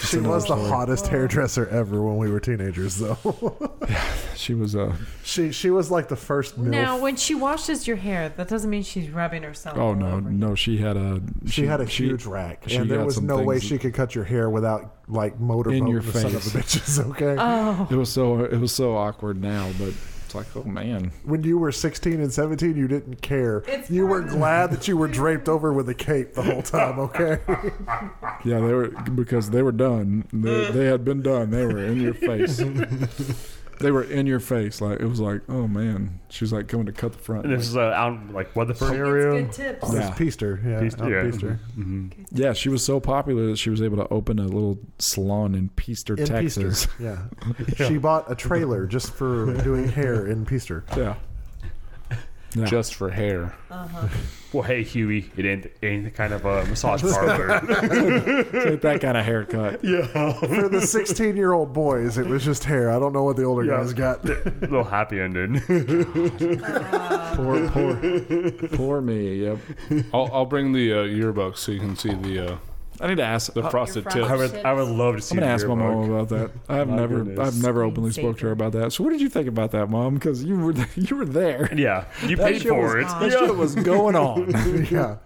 D: she was the hottest hairdresser ever when we were teenagers, though.
B: she was uh,
D: she she was like the first milf.
G: Now, when she washes your hair, that doesn't mean she's rubbing herself.
B: Oh
G: all
B: no,
G: over you.
B: no, she had a
D: she, had a huge rack,
B: she
D: and there
B: got
D: was
B: some
D: no way
B: things-
D: she could cut your hair without like motorboating
B: In your
D: the son of
B: face.
D: a bitches. Okay,
B: It was so it was so awkward now, but it's like, oh man,
D: when you were 16 and 17, you didn't care. you were glad that you were draped over with a cape the whole time. Okay,
B: yeah, they were because they were done. They, they had been done. They were in your face. they were in your face. Like it was like, oh man, she's like coming to cut the front.
C: And
B: Like,
C: this is uh, out like Weatherford area.
E: Good tips.
B: Yeah.
D: it's Peaster. Yeah,
C: Peaster,
D: out in
C: yeah.
D: Peaster.
B: yeah, she was so popular that she was able to open a little salon in Peaster,
D: in
B: Texas.
D: Peaster. Yeah. she bought a trailer just for doing hair in Peaster.
B: Yeah,
F: Just for hair.
C: Well, hey Huey, it ain't, ain't the kind of a massage parlor.
B: Take that kind of haircut.
D: For the 16 year old boys, it was just hair. I don't know what the older
C: Yeah.
D: guys got.
C: a little happy ending.
B: Poor, poor, poor me. Yep.
F: I'll, I'll bring the uh, yearbook so you can see the uh,
B: I need to ask
F: the frosted tip.
C: I would, I would love to see.
B: I'm gonna
C: the
B: ask my
C: yearbook.
B: mom about that. I've
C: My
B: never,
C: goodness.
B: I've never openly spoke to her about that. So, what did you think about that, mom? Because you were, you were there.
C: Yeah, you
B: That
C: paid
B: shit was-
C: for it.
B: That shit was going on.
D: Yeah.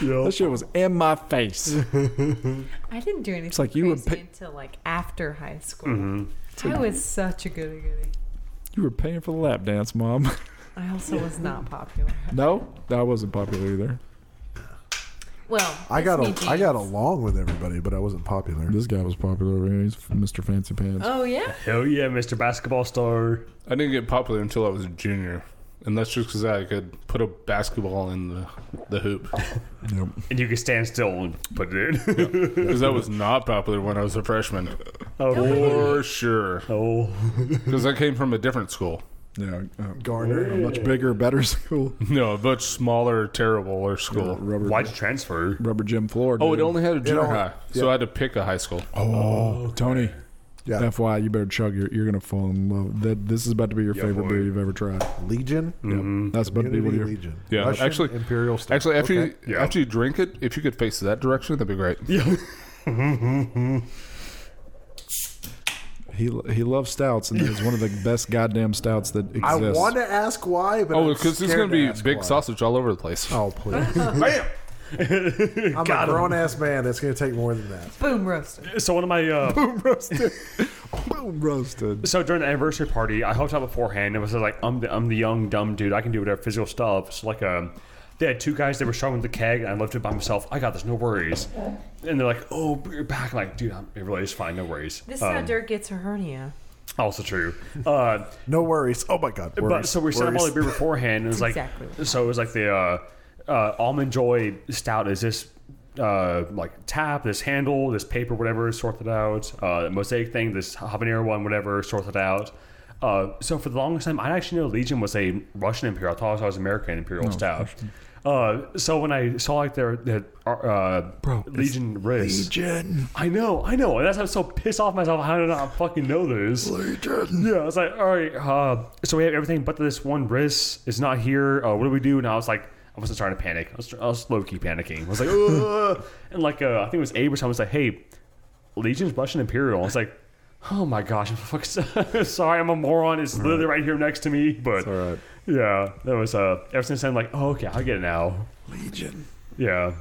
B: that shit was in my face.
E: I didn't do anything.
B: It's like you were,
E: crazy
B: pay,
E: until like after high school. I was such a goody goody.
B: you were paying for the lap dance, mom.
E: I also was not popular.
B: no, I wasn't popular either.
E: Well,
D: I got
E: Miss Me
D: a, I got
E: jeans.
D: along with everybody, but I wasn't popular.
B: This guy was popular. Man. He's Mr. Fancy Pants.
E: Oh yeah.
C: Hell yeah, Mr. Basketball Star.
F: I didn't get popular until I was a junior, and that's just because I could put a basketball in the the hoop.
B: Yep.
C: And you can stand still and put it in.
F: Because I was not popular when I was a freshman, for sure.
C: oh,
F: Because I came from a different school.
B: Yeah, uh, Garner, a much bigger, better school.
F: No, a much smaller, terrible or school.
B: Rubber,
C: Why'd you transfer?
B: rubber gym floor.
F: Oh, it
B: dude.
F: only had a junior
D: only-
F: high, so I had to pick a high school.
B: Oh, Tony.
D: Yeah.
B: FYI, you better chug. You're, you're gonna fall in love. That this is about to be your favorite
C: boy.
B: beer you've ever tried.
D: Legion.
C: Mm.
B: Yep. That's about to be
D: Unity
B: one of your.
D: Legion.
F: Yeah,
D: Russian
F: actually-
D: Imperial. Star.
F: Actually, after
D: Okay.
F: you
C: Yeah.
F: after you drink it, if you could face that direction, that'd be great.
B: He he loves stouts, and it's one of the best goddamn stouts that exists.
D: I want to ask why, but
F: Oh,
D: I'm
F: because there's
D: scared
F: gonna be
D: ask
F: big
D: why.
F: sausage all over the place.
D: Oh please! I'm a grown ass man. That's gonna take more than that.
G: Boom roasted.
C: So one of my uh,
B: Boom, roasted.
C: so during the anniversary party, I helped out beforehand and was like, I'm the I'm the young dumb dude. I can do whatever physical stuff. So like um, they had two guys that were struggling with the keg, and I left it by myself. I got this, no worries. And they're like, oh, you're back. I'm like, dude, I'm, it really is fine, no worries. Uh,
G: This is how Dirk gets her hernia.
C: Also true. Uh,
D: No worries. Oh my god. Worries.
C: But so we set up all the
D: worries.
C: beer beforehand, and it was like
G: Exactly.
C: so it was like the uh, uh, almond joy stout is this uh, like tap, this handle, this paper, whatever, sorted out. Uh, the mosaic thing, this habanero one, whatever, sorted out. Uh, so for the longest time, I actually know Legion was a Russian imperial. I thought it was American imperial stout. Uh, so when I saw like their, their uh, Legion wrist,
B: Legion.
C: I know, I know. And that's why I'm so pissed off myself. How did I not fucking know this? Yeah, I was like, all right. Uh, so we have everything, but this one wrist is not here. Uh, what do we do? And I was like, I wasn't starting to panic. I was, I was low key panicking. I was like, Ugh. and like uh, I think it was Abe or someone was like, hey, Legion's Russian Imperial. I was like, oh my gosh, I'm fucking so- sorry, I'm a moron. It's literally right here next to me. But
B: All right,
C: yeah, that was uh, ever since then, like, oh okay, I get it now.
B: Legion.
C: Yeah,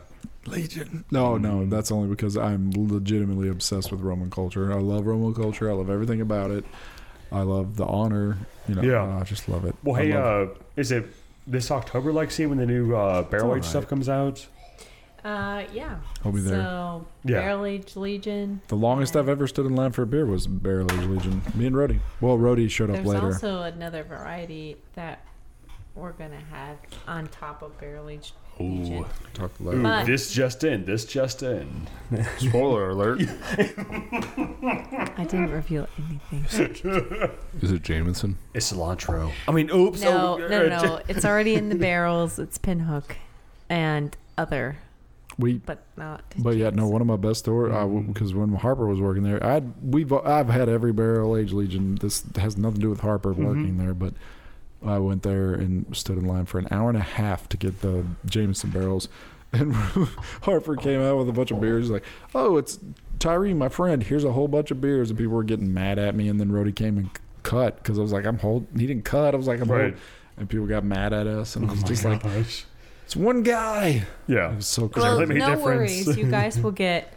B: Legion. No, no, that's only because I'm legitimately obsessed with Roman culture. I love Roman culture. I love everything about it. I love the honor. You know,
C: Yeah.
B: I just love it.
C: Well,
B: I
C: hey,
B: love
C: uh, is it this October, Lexi, when the new uh, barrel age stuff comes out?
E: Uh, yeah.
B: I'll be there.
E: So,
C: Yeah.
E: Barrel Age Legion.
B: The longest I've ever stood in line for a beer was Barrel Age Legion. Me and Rody. Well, Rody showed up
E: There's
B: later.
E: also another variety that we're gonna have on top of Barrel Age Legion.
B: Talked later.
E: But-
C: This just in. This just in.
F: Spoiler alert:
G: I didn't reveal anything.
F: Is it Jamison?
C: It's cilantro. I mean, oops.
G: No,
C: oh,
G: no,
C: uh,
G: no, no. It's already in the barrels. It's pinhook and other,
B: we,
G: but not.
B: but yeah, no. One of my best stories
F: Mm-hmm.
B: because when Harper was working there, I we've I've had every Barrel Age Legion. This has nothing to do with Harper
F: Mm-hmm.
B: working there, but I went there and stood in line for an hour and a half to get the Jameson barrels. And Harper came out with a bunch of beers. Like, oh, it's Tyree, my friend. Here's a whole bunch of beers. And people were getting mad at me. And then Rody came and cut because I was like, I'm hold. He didn't cut. I was like, I'm
C: Right.
B: hold. And people got mad at us.
F: Oh
B: And I was just like,
C: gosh.
B: it's one guy. It
C: Yeah.
B: was so crazy.
C: Does it
E: Well,
C: really make a
E: no
C: difference?
E: worries. You guys will get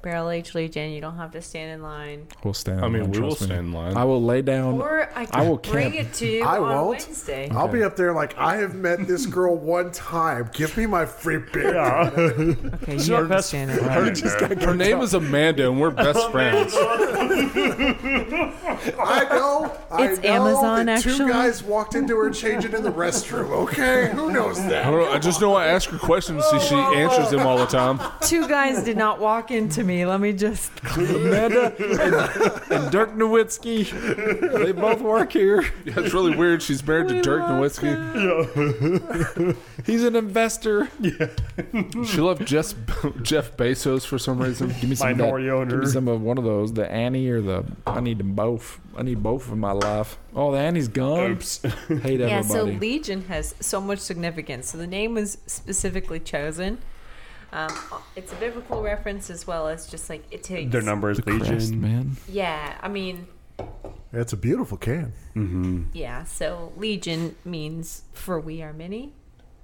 E: Barrel Age Legion. You don't have to stand in line.
B: We'll stand.
F: I
B: in
F: mean,
B: line,
F: we will
B: trust me.
F: stand in line.
B: I will lay down.
E: Or I can
B: I will
E: bring
B: camp.
E: it to you
D: I
E: on
D: won't.
E: Wednesday.
D: I'll be up there like I have met this girl one time. Give me my free beer.
G: Okay, you understand it.
C: Her, her,
F: Her name is Amanda, and we're best friends.
D: I know. I
G: It's
D: know
G: Amazon,
D: that Two
G: actually.
D: guys walked into her changing in the restroom. Okay, who knows that?
F: I, don't know, I just know I ask her questions, see she answers them all the time.
G: Two guys did not walk into me. Let me just.
B: Amanda and, and Dirk Nowitzki. They both work here.
F: Yeah, it's really weird. She's married to Dirk Nowitzki.
B: He's an investor.
F: She loved Jeff, Jeff Bezos for some reason.
B: Give me some
C: Minority
B: of that- Give
C: owner.
B: me some of one of those, the Annie or the. I need them both. I need both in my life. Oh, the Annie's gone.
C: oops.
B: Hate everybody.
E: Yeah, so Legion has so much significance. So the name was specifically chosen. Um, it's a biblical reference as well as just like it takes.
C: Their number is
B: Christ,
C: Legion.
B: man.
E: Yeah, I mean,
D: It's a beautiful can.
E: yeah. So Legion means for we are many,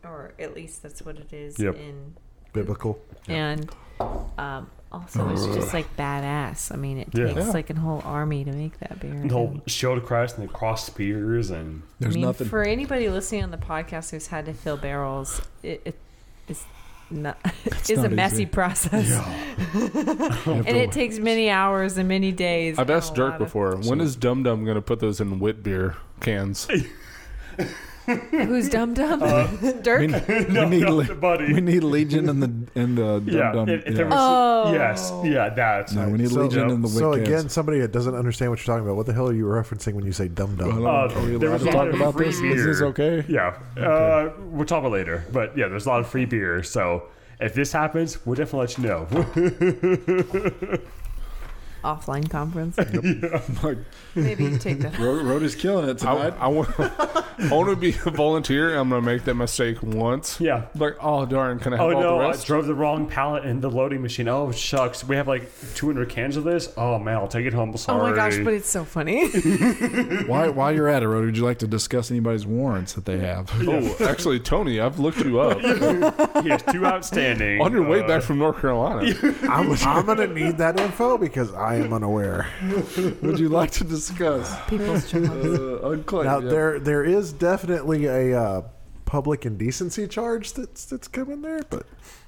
E: or at least that's what it is
C: Yep.
E: in
D: Biblical.
E: and um, also it's just like badass. I mean, it
C: Yeah.
E: takes
C: Yeah.
E: like an whole army to make that beer.
C: The whole shield of Christ and the cross spears and
B: There's
E: I mean,
B: nothing.
E: for anybody listening on the podcast who's had to fill barrels, it, it is not is
B: not
E: a messy
B: easy.
E: process, and it takes many hours and many days.
B: Oh,
F: I've
E: and
F: asked
E: a
F: Dirk
E: lot of-
F: before, when is Dum Dum going to put those in wit beer cans?
G: Who's dum dum?
B: Uh,
G: Dirk.
B: We, we need
C: no,
B: Le-
C: buddy.
B: we need Legion in the in the
C: Yeah.
B: dum dum.
C: if- if there
B: yeah.
C: was-
G: Oh.
C: Yes. Yeah. That's
B: No, we need Legion
C: Yep.
B: in the
D: So
B: Wicked.
D: again, somebody that doesn't understand what you're talking about. What the hell are you referencing when you say dum dum?
C: Uh,
B: Are we
C: there
B: allowed
C: was
B: to
C: a lot
B: talk
C: of
B: about
C: free
B: this?
C: beer.
B: Is this okay?
C: Yeah. Uh, we'll talk about it later. But yeah, there's a lot of free beer. So if this happens, we'll definitely let you know.
G: Offline conference.
B: Like,
G: Maybe you take that.
B: Ro- Road is killing it
F: I,
B: tonight.
F: I, want, I want to be a volunteer. I'm going to make that mistake once.
C: Yeah.
F: Like, oh, darn, can I have
C: Oh
F: all
C: no!
F: the
C: I
F: rest?
C: drove the wrong pallet in the loading machine. Oh shucks, we have like 200 cans of this. Oh man, I'll take it home.
G: Oh
C: Sorry.
G: my gosh, but it's so funny.
B: Why, while you're at it, Road, would you like to discuss anybody's warrants that they have?
F: oh, actually, Tony, I've looked you up.
C: he has two outstanding.
F: On your way
C: uh,
F: back from North Carolina.
D: I'm, I'm gonna need that info because I am unaware.
B: would you like to discuss?
G: People's chipmunks.
B: Uh, unclaimed,
D: Now
B: yeah.
D: there there is definitely a uh, public indecency charge that's that's come in there, but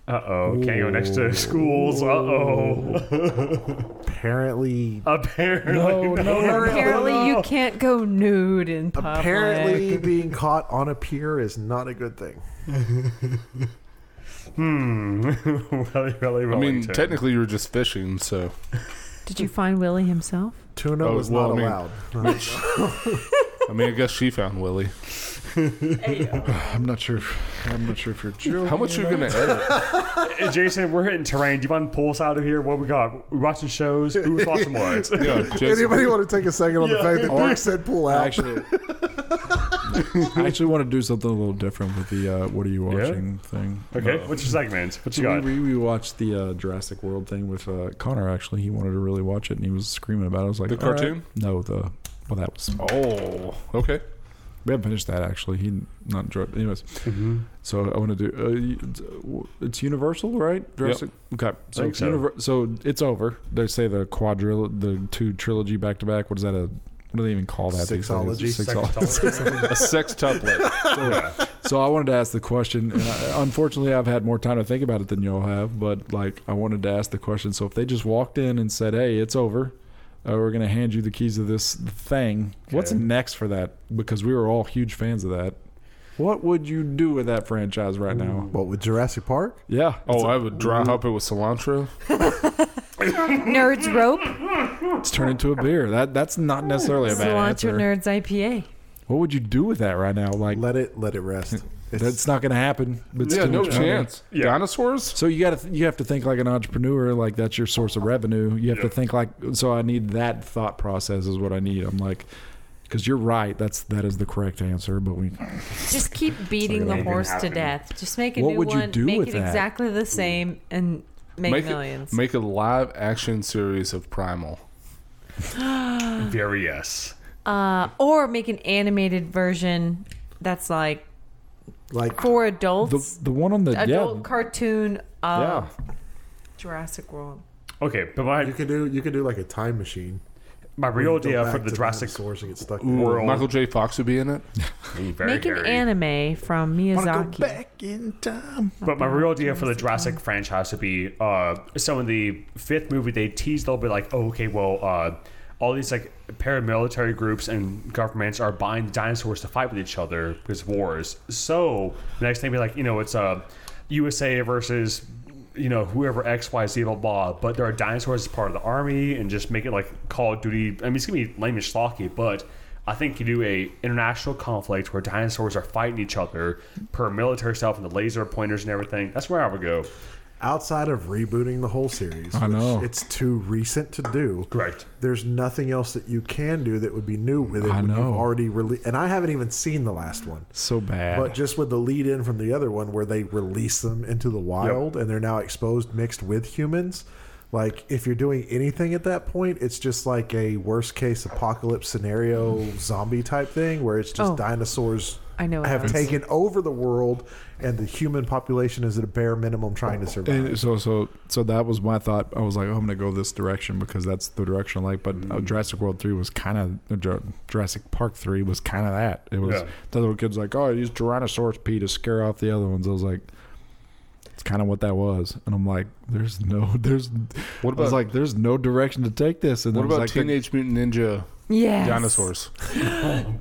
C: Uh oh, can't go next to schools. Uh oh.
D: apparently
C: Apparently.
B: No, no, no.
G: Apparently,
B: Oh.
G: you can't go nude in public.
D: apparently being caught on a pier is not a good thing.
C: Hmm. really, really,
F: I mean,
C: Wellington.
F: technically, you were just fishing, so.
G: Did you find Willie himself?
D: Tuna
F: Oh,
D: was
F: well,
D: not
F: I mean-
D: allowed.
F: I mean, I guess she found Willie.
B: I'm not sure. If, I'm not sure if you're joking.
F: How much are you going to edit?
C: Hey, Jason, we're hitting terrain. Do you mind pull us out of here? What we got? We watching shows. Who was watching what?
F: Yeah, Jason,
D: Anybody want to take a second on the fact that Mark said pull
B: I
D: out?
B: actually, I actually want to do something a little different with the uh, "What are you watching?" thing.
C: Okay, what's your segment? What you
B: So
C: got?
B: we, we, we watched the uh, Jurassic World thing with uh, Connor. Actually, he wanted to really watch it, and he was screaming about it. I was like,
F: The
B: "All right."
F: cartoon?
B: No, the well, that was
F: Oh, okay.
B: we haven't finished that actually. He not enjoyed. Anyways, so I want to do. Uh, you- it's, uh, w- it's Universal, right? Jurassic. Okay, so
C: think so.
B: Univer- so it's over. They say the quadril, the two trilogy back to back. What is that? A what do they even call that? these days?
D: Sexology.
B: Sexology.
F: A sex tuplet.
B: So I wanted to ask the question, and I, unfortunately, I've had more time to think about it than y'all have. But like, I wanted to ask the question. So if they just walked in and said, "Hey, it's over," uh, we're going to hand you the keys to this thing. What's
C: Okay.
B: next for that? Because we were all huge fans of that. What would you do with that franchise right now?
D: What with Jurassic Park?
B: Yeah.
F: Oh,
B: it's,
F: I would dry hop it with cilantro.
G: Nerds Rope,
B: it's turned into a beer. That that's not necessarily a bad
G: Cilantro
B: answer.
G: Nerds IPA.
B: What would you do with that right now? Like,
D: Let it let it rest. It's,
B: that's not going to happen. It's
F: yeah,
B: too
F: no
B: much money.
F: chance.
C: Yeah.
F: Dinosaurs?
B: So you got to th- you have to think like an entrepreneur, like that's your source of revenue. You have to
C: Yeah.
B: think like so. I need that thought process is what I need. I'm like, because you're right. That's that is the correct answer. But we
G: Just keep beating
B: Sorry,
G: the
B: that
G: horse to
C: happened.
G: death. Just make a
B: What
G: new
B: would you
G: one.
B: do
G: make
B: with
G: it
B: that?
G: exactly the same and make, millions.
F: It, make a live action series of Primal.
C: Very yes.
G: uh, or make an animated version that's like
D: like
G: for
B: the
G: adults,
B: the one on the
G: adult
B: yeah
G: cartoon of
B: yeah
F: Ah,
G: Jurassic World.
C: Okay, but my,
D: you could do you could do like a time machine.
C: my real idea for the
D: Jurassic
C: Jurassic
D: source and get stuck.
C: World.
F: Michael J. Fox would be in it.
C: Very
G: make an
C: hairy.
G: anime from Miyazaki.
B: in time.
C: But my real idea for the Jurassic franchise would be uh, so in the fifth movie they teased they'll be like, oh, okay, well, uh, all these like paramilitary groups and governments are buying dinosaurs to fight with each other because wars. So the next thing be like, you know, it's uh, USA versus you know whoever X Y Z blah blah. But there are dinosaurs as part of the army and just make it like Call of Duty. I mean, it's gonna be lame and schlocky, but I think you do a international conflict where dinosaurs are fighting each other per military stuff and the laser pointers and everything. That's where I would go.
D: Outside of rebooting the whole series,
B: I
D: which
B: know.
D: it's too recent to do.
C: Correct.
D: There's nothing else that you can do that would be new with it.
B: I
D: when you've
B: know.
D: already released, and I haven't even seen the last one.
B: So bad.
D: But just with the lead in from the other one, where they release them into the wild and they're now exposed mixed with humans. Like, if you're doing anything at that point, it's just like a worst case apocalypse scenario zombie type thing where it's just
G: Oh.
D: dinosaurs
G: I know what I
D: have
G: was-
D: taken over the world and the human population is at a bare minimum trying to survive.
B: And so so so that was my thought. I was like, oh, I'm gonna go this direction because that's the direction I like. But
F: Mm.
B: uh, Jurassic World three was kind of Jurassic Park three was kind of that. It was
C: Yeah.
B: the other kid's like, oh, I used Tyrannosaurus P to scare off the other ones. I was like, it's kind of what that was. And I'm like, there's no there's.
F: What
B: I was
F: about-
B: like, there's no direction to take this. And
F: What
B: it was
F: about
B: like the-
F: Teenage Mutant Ninja
E: Yes.
F: Dinosaurs.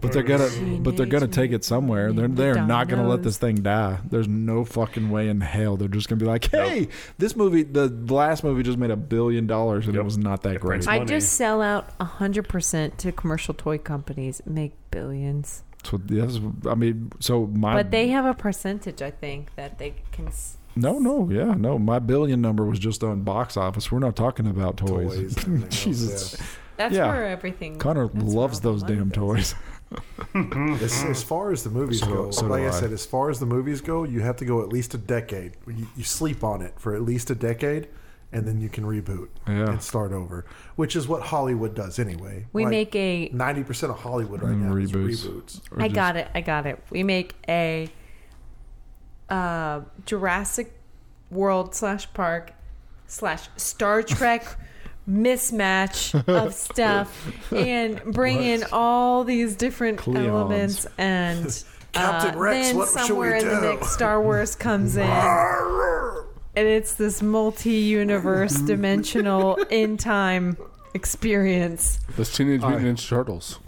B: But they're gonna, but they're gonna
E: Teenage
B: take it somewhere. They're
E: Mutant
B: they're not gonna let
E: Dinos.
B: this thing die. There's no fucking way in hell. They're just gonna be like, hey, this movie, the the last movie just made a billion dollars and it
C: Yep.
B: was not that great.
C: brings
E: I
C: money.
E: just sell out 100% to commercial toy companies, make billions.
B: So yes, I mean, so my
E: but they have a percentage, I think, that they can. s-
B: no, no, yeah, no. My billion number was just on box office. We're not talking about toys.
D: Toys and everything else,
B: Jesus,
E: That's
B: Yeah.
E: where everything.
B: Connor
E: that's where
B: loves
E: all the
B: those
E: money
B: damn
E: goes.
B: toys.
D: As, as far as the movies
B: Mm. So-
D: go,
B: so do
D: like I,
B: I.
D: said, as far as the movies go, you have to go at least a decade. You, you sleep on it for at least a decade, and then you can reboot
B: Yeah.
D: and start over, which is what Hollywood does anyway.
E: We make a.
D: ninety percent of Hollywood right now is
B: Mm, Reboots.
D: reboots.
B: Or
E: I
B: just-
E: got it. I got it. We make a uh, Jurassic World slash Park slash Star Trek mismatch of stuff and bring in all these different
B: Cleons.
E: elements and.
D: Captain
E: uh,
D: Rex,
E: then
D: what should we
E: somewhere in the
D: do?
E: next Star Wars comes in. and it's this multi-universe dimensional in time experience
F: Those Teenage Mutant Ninja Turtles.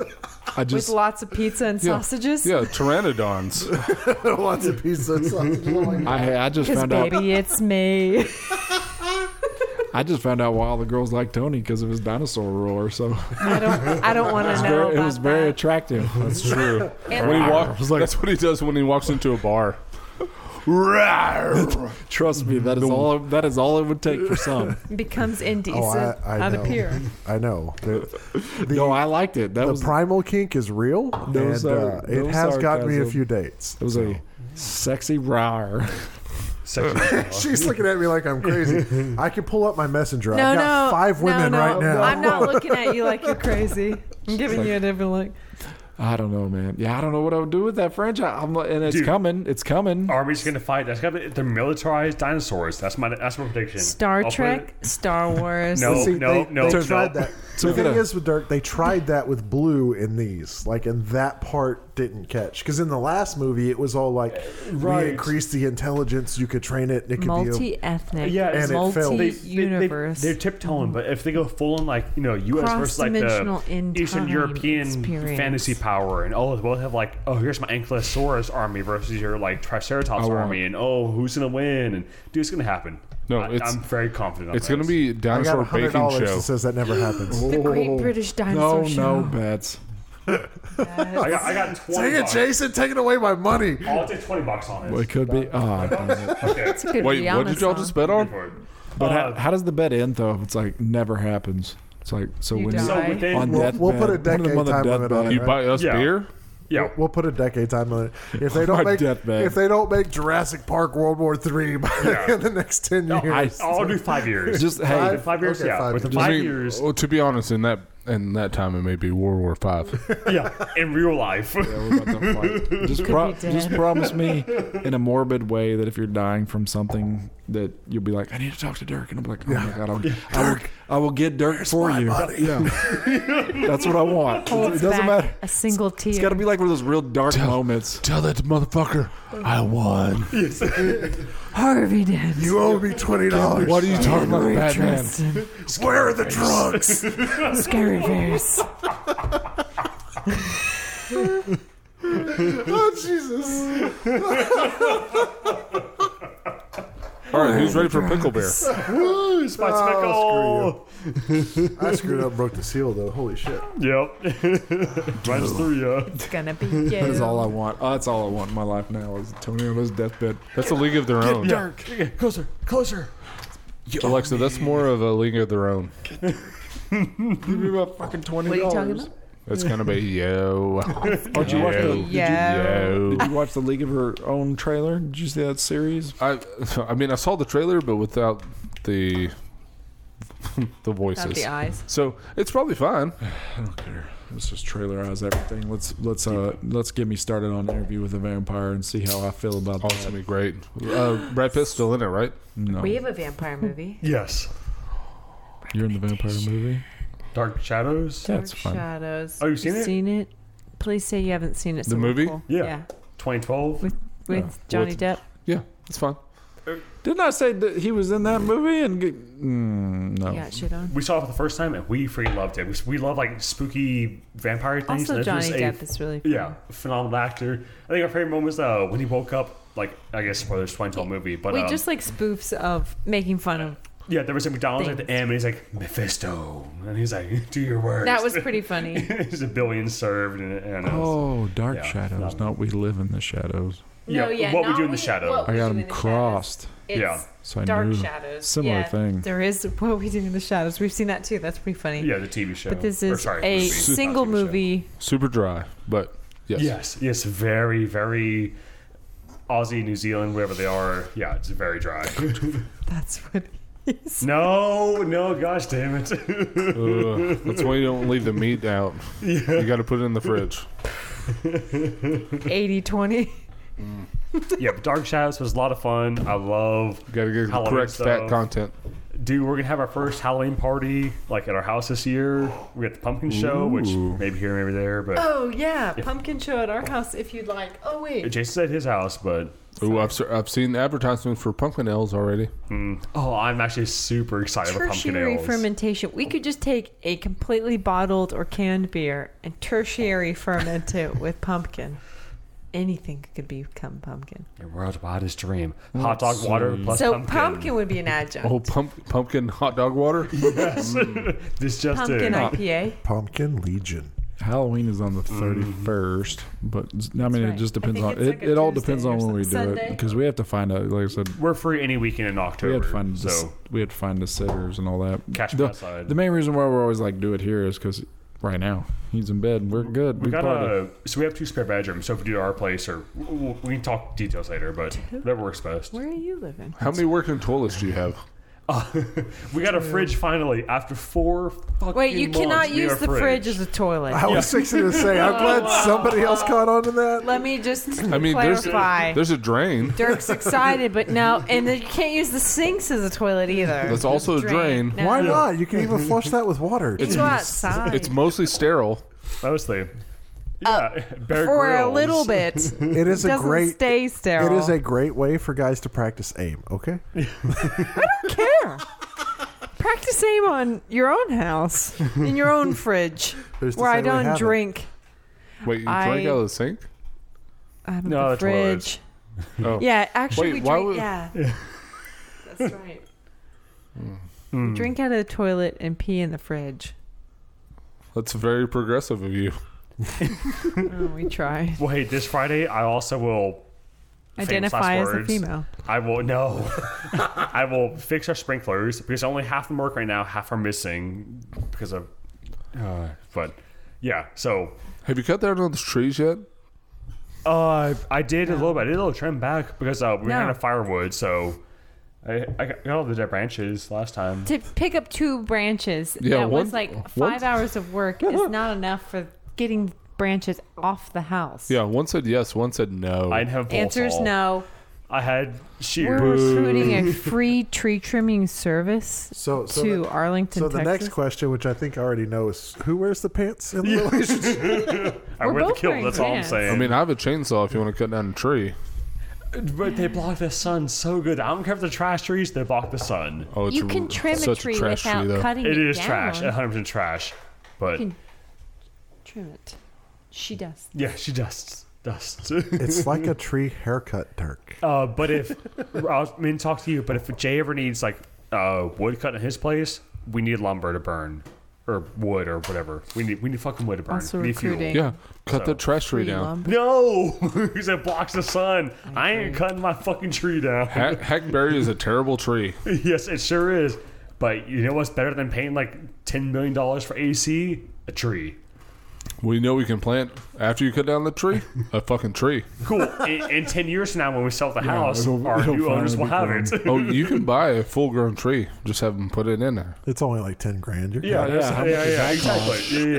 B: I
E: with
B: just
E: lots of pizza and
F: Yeah.
E: sausages
F: Yeah, pteranodons.
D: Lots of pizza. and sausage.
B: I, I just
E: because
B: found out
E: baby it's me
B: I just found out why all the girls like Tony because of his dinosaur roar. So
E: i don't i don't want to know
B: very, it
E: about
B: was very
E: that.
B: attractive.
F: That's true.
E: And-
F: when he
B: I
F: walks,
B: was like-
F: that's what he does when he walks into a bar.
B: Trust me, that is all. That is all it would take for some.
E: becomes indecent
D: Oh, I- I
E: on
D: know.
E: a pier
D: I know. The, the-
B: No, I liked it. That
D: the
B: was
D: primal kink is real, and
B: sar-
D: uh, it
B: no
D: has got me a
B: sarcasm.
D: few dates.
B: It was a sexy roar.
C: Sex-
D: She's looking at me like I'm crazy. I can pull up my messenger.
E: no
D: I've got
E: no
D: five
E: no,
D: women
E: no.
D: right now.
E: i'm not looking at you like you're crazy i'm giving you a different look
B: I don't know, man. Yeah, I don't know what I would do with that franchise. I'm like, and it's
C: Dude.
B: coming. It's coming.
C: Army's gonna fight. That's gotta be, they're militarized dinosaurs. That's my that's my prediction.
E: star
C: I'll put
E: trek
C: it-
E: star wars
C: No,
D: See,
C: no,
D: they,
C: no,
D: they
C: no.
D: tried that.
B: So
D: the thing
B: gonna-
D: is with Dirk, they tried that with blue in these, like, and that part didn't catch because in the last movie it was all like,
B: right.
D: we increased the intelligence, you could train it, and it could be.
E: multi-ethnic
C: Yeah,
D: it's- And it failed.
C: They, they, they,
E: multi-universe
C: they're tiptoeing, but if they go full on like you know U.S. versus like
E: Cross-dimensional
C: the
E: in
C: Eastern
E: time
C: European
E: experience.
C: fantasy power, and oh, we'll have like oh here's my Ankylosaurus army versus your like Triceratops
B: want-
C: army, and oh who's gonna win? And dude, it's gonna happen.
F: No,
C: I,
F: it's-
C: I'm very confident. On
F: It's
C: this.
F: going to be
D: I got
F: dinosaur
D: hundred
F: baking
D: dollars
F: show.
D: that says that never happens.
C: Oh
E: the great british dinosaur
B: no,
E: show
B: no bets.
C: I got, I got twenty.
D: Dang it,
C: bucks. Oh,
D: Jason, taking away my money.
C: I'll take twenty bucks on it.
B: Well, it could be. Ah, damn it.
E: It's good
F: Wait, what did y'all just bet on?
B: but
C: Uh,
B: how, how does the bet end though? If it's like never happens. It's like so
E: You
B: when
E: die.
B: you
C: so within
B: on
D: We'll-
B: deathbed,
D: we'll put a
B: one of them
D: decade
B: on the
D: time limit on
B: deathbed.
D: it.
F: You buy us
C: Yeah.
F: beer?
C: yeah,
D: We'll put a decade time on it. If they
B: Our
D: don't make
B: deathbed.
D: if they don't make Jurassic Park World War Three by
C: Yeah.
D: the next ten years,
C: I, I'll do five years.
B: Just hey,
C: Within five years,
D: Okay,
C: yeah.
D: five
C: Within
D: years.
F: I
C: five
F: mean,
C: years,
F: well, to be honest, in that in that time, it may be World War Five.
C: yeah, in real life.
B: just, pro- just promise me in a morbid way that if you're dying from something that you'll be like, I need to talk to Dirk, and I'm like, oh my god, I'll, I, will, I will get Dirk for you. Yeah, that's what I want. It
E: holds
B: doesn't
E: back
B: matter.
E: a single tear.
B: It's got to be like one of those real dark moments.
F: Tell that motherfucker I won.
E: Harvey did.
D: you owe me twenty dollars.
B: What are you talking about,
E: Very
B: Batman?
E: Tristan.
D: Where are the drugs?
E: Scary face.
D: oh Jesus!
F: All right, who's ready for pickle beer?
C: Who's my
D: Oh, I screwed up, and broke the seal though. Holy shit!
C: Yep. Runs through you.
E: It's gonna be you.
B: That's all I want. Oh, that's all I want in my life now is Tony on his deathbed.
F: That's a League of Their Own.
C: Closer, closer.
F: Alexa, that's more of a League of Their Own.
B: Give me my fucking twenty
E: what are you
B: dollars.
E: talking about?
F: That's gonna be yo.
B: Did you watch the?
E: Yeah.
F: Yo.
B: Did you watch the League of Her Own trailer? Did you see that series?
F: I, I mean, I saw the trailer, but without the the
E: Without
F: voices.
E: the eyes.
F: So it's probably fine.
B: Let's just trailerize everything. Let's let's uh let's get me started on interview with a vampire and see how I feel about
F: Oh, it's
B: that.
F: gonna be great. Uh, Brad Pitt's still in it, right?
B: No,
E: We have a vampire movie.
C: Yes.
B: you're in the vampire movie.
C: Dark Shadows.
B: That's
E: Dark
B: fine.
E: Shadows.
C: Oh, you've seen it?
E: Seen it? Please say you haven't seen it. so
F: The
E: we're
F: movie?
E: cool.
C: Yeah. 2012.
B: Oh.
E: With with Johnny Depp.
F: Yeah, it's fine.
B: Didn't I say that he was in that movie? And g- mm, no,
E: Yeah, shit on.
C: We saw it for the first time and we freaking loved it. We, we love like spooky vampire things.
E: Also,
C: and this was
E: Johnny
C: a-
E: Depp is really fun.
C: yeah, phenomenal actor. I think our favorite moment was uh, when he woke up. Like I guess spoilers, twenty till movie, but
E: We
C: um,
E: just like spoofs of making fun of.
C: yeah, there was a McDonald's at the
E: Things.
C: end, and he's like Mephisto, and he's like, "Do your worst."
E: That was pretty funny.
C: There's a billion served, and, and it was-
B: Oh, dark
C: Yeah,
B: shadows.
C: not-
B: Not we live in the shadows.
C: yeah,
I: No, yeah,
C: what we
I: not
C: do in the
I: what-
C: shadow.
I: what- We
B: I got
I: do
B: them
I: in the shadows.
B: crossed.
I: It's
C: Yeah.
B: So I
I: dark
B: knew.
I: shadows.
B: Similar
I: yeah.
B: thing.
E: There is what we do in the shadows. We've seen that too. That's pretty funny.
C: yeah, the TV show.
E: But this
C: Or,
E: is
C: sorry,
E: a
C: movie, not
E: single
C: TV show.
E: movie.
F: Super dry, but yes.
C: Yes, yes, very, very Aussie, New Zealand, wherever they are. Yeah, it's very dry.
E: That's what.
C: no, no, gosh damn it.
F: Ugh, that's why you don't leave the meat out. You got to put it in the fridge.
E: 80 20.
C: yeah, but Dark Shadows was a lot of fun. I love.
F: Got to get the
C: Halloween
F: correct fat
C: stuff.
F: content.
C: Dude, we're gonna have our first Halloween party like at our house this year. We got the pumpkin show, which
B: Ooh.
C: maybe here, maybe there, but
E: Oh, yeah. Pumpkin show at our house if you'd like. Oh, wait.
C: Jason's at his house. But
F: Ooh, I've, se- I've seen advertisements for pumpkin ales already.
C: oh, I'm actually super excited for pumpkin
E: Tertiary
C: ales.
E: fermentation. We could just take a completely bottled or canned beer and tertiary ferment it with pumpkin. Anything could become pumpkin.
C: Your world's wildest dream. Hot dog water plus
E: so pumpkin.
C: pumpkin.
E: would be an adjunct.
F: Oh, pump, pumpkin hot dog water?
C: This just
E: pumpkin
C: in.
E: IPA.
D: Pumpkin Legion.
B: Halloween is on the
C: Mm-hmm.
B: thirty first, but I mean
E: right.
B: it just
E: I think
B: depends on
E: it's
B: it.
E: like a
B: it all
E: Tuesday
B: depends
E: or
B: on when we do
E: something.
B: it
E: Sunday?
B: because we have to find out. Like I said,
C: We're free any weekend in October.
B: we had fun. to s-
C: So
B: we had fun to sitters and all that.
C: Catch 'em
B: the,
C: outside.
B: The main reason why we're always like do it here is because right now he's in bed. We're good.
C: we
B: We,
C: got
B: party.
C: a so we have two spare bedrooms. So if we do our place, or w- w- we can talk details later, but whatever works best.
E: Where are you living?
F: How many working toilets do you have?
C: We got a fridge finally after four. Fucking
E: Wait, you
C: months,
E: cannot
C: we
E: use
C: have
E: the
C: a
E: fridge as a toilet.
D: I was fixing to say, I'm glad somebody else caught on to that.
E: Let me just
F: I mean, there's,
E: clarify.
F: there's a drain.
E: Dirk's excited, but no, and then you can't use the sinks as a toilet either.
F: That's also a drain.
E: No.
D: Why not? You can even flush that with water.
E: You go outside
F: It's mostly sterile.
C: mostly. Yeah, Bear
E: Uh, for a
C: Grylls.
E: little bit. It
D: It is a
E: doesn't
D: great.
E: stay
D: It
E: sterile.
D: is a great way for guys to practice aim. Okay,
E: care. Practice aim on your own house in your own fridge
D: Who's to
E: where
D: say
E: I
D: we
E: don't
D: haven't?
E: drink.
F: Wait, you
E: I-
F: drank out of the sink?
E: I'm
C: No,
E: the
C: that's what it is.
E: fridge.
F: Oh.
E: Yeah, actually,
F: Wait,
E: we
F: why
E: drink.
F: would-
E: Yeah. that's right.
F: Hmm.
E: We drink out of the toilet and pee in the fridge.
F: That's very progressive of you.
E: Oh, we try.
C: Well, hey, this Friday I also will famous
E: Identify
C: last
E: as a
C: words.
E: female.
C: I will no. I will fix our sprinklers because only half of them work right now. Half are missing because of. Uh, but yeah, so
F: Have you cut down on those trees yet?
C: Uh, I did a little bit. I did a little trim back because uh, we ran
E: No.
C: out of firewood, so I, I got all the dead branches last time.
E: to pick up two branches
F: Yeah,
E: that
F: one-
E: was like five
F: one-
E: hours of work is not enough for getting branches off the house.
F: Yeah, one said yes, one said no.
C: I didn't have
E: Answers
C: Volsol.
E: no.
C: I had
E: We're
C: shears.
E: recruiting a free tree trimming service
D: so so
E: to
D: the,
E: Arlington,
D: so the
E: Texas.
D: next question, which I think I already know, is who wears the pants in the relationship?
C: I
E: We're
C: wear the
E: both
C: kilt.
E: wearing
C: That's all I'm
E: pants.
C: saying.
F: I mean, I have a chainsaw if you want to cut down a tree.
C: but they block the sun so good. I don't care if they're trash trees; they block the sun.
F: Oh, it's
E: you
F: a-
E: can trim a
F: such
E: tree
F: trash
E: without
F: though.
E: cutting it
C: It is
E: down.
C: trash, uh-huh. 100 percent trash. But
E: can- Trim it. She does.
C: yeah, she dusts, dusts.
D: It's like a tree haircut, Turk.
C: uh, but if I mean, talk to you. But if Jay ever needs like uh, wood cut in his place, we need lumber to burn or wood or whatever. We need we need fucking wood to burn.
E: Also
C: we need fuel.
E: recruiting.
F: Yeah, cut the trash tree down.
C: No, because it blocks the sun. I ain't cutting my fucking tree down.
F: Hack- hackberry is a terrible tree.
C: yes, it sure is. But you know what's better than paying like ten million dollars for AC? A tree.
F: We know we can plant after you cut down the tree. A fucking tree.
C: Cool. in, in ten years from now, when we sell the house,
B: it'll-
C: our
B: it'll
C: new owners will have
B: finally
C: it.
F: Oh, you can buy a full-grown tree. Just have them put it in there.
D: It's only like ten grand. You're
C: Yeah,
D: good.
C: that's- yeah, yeah, exactly. Yeah,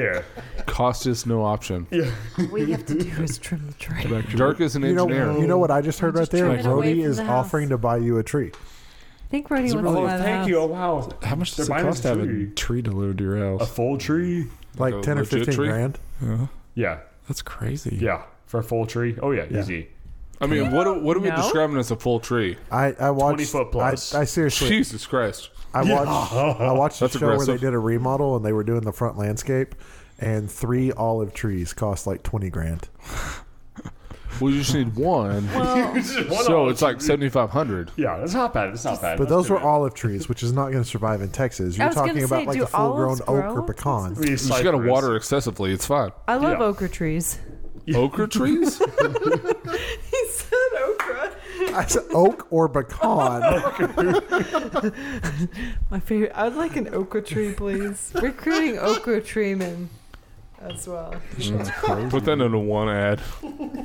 C: yeah.
F: Cost is no option. Yeah.
E: What you have to do is trim the tree.
F: Dirk is an
D: You know,
F: engineer.
D: you know what I just heard right
E: Just
D: there?
E: trim it away
D: Rody
E: from
D: is
E: the house.
D: offering to buy you a tree.
E: I think Brody wants
C: Oh,
E: to buy the
C: thank
E: house.
C: you. Oh, wow.
B: How much does it
C: They're buying
B: cost to
C: this
B: have a
C: tree.
B: tree delivered to your
C: A
B: house?
C: full tree?
D: Like
F: A
D: ten or
F: legit
D: fifteen
F: tree?
D: grand.
C: Yeah,
B: That's crazy.
C: yeah. For a full tree? Oh yeah, easy.
F: I mean, what are, what are we
G: No?
F: describing as a full tree?
D: I, I watched.
C: 20 foot plus.
D: I, I seriously.
F: Jesus Christ!
D: I watched. I watched a
F: That's
D: show where
F: aggressive.
D: they did a remodel and they were doing the front landscape, and three olive trees cost like twenty grand.
F: We just need one. so it's like seventy five hundred.
C: yeah, that's not bad. It's not bad.
D: But
C: Let's
D: those
C: do
D: were
C: it.
D: olive trees, which is not going to survive in Texas. You're
G: was gonna say,
D: talking about like
G: do
D: a full grown
G: olives
D: oak or
G: grow?
D: pecan.
C: We
F: You just gotta water excessively. It's fine.
G: I love
C: Yeah.
G: okra trees.
F: Okra trees?
G: He said okra.
D: I said oak or pecan.
G: My favorite. I would like an okra tree, please. Recruiting okra tree men as well.
F: Put that into one ad.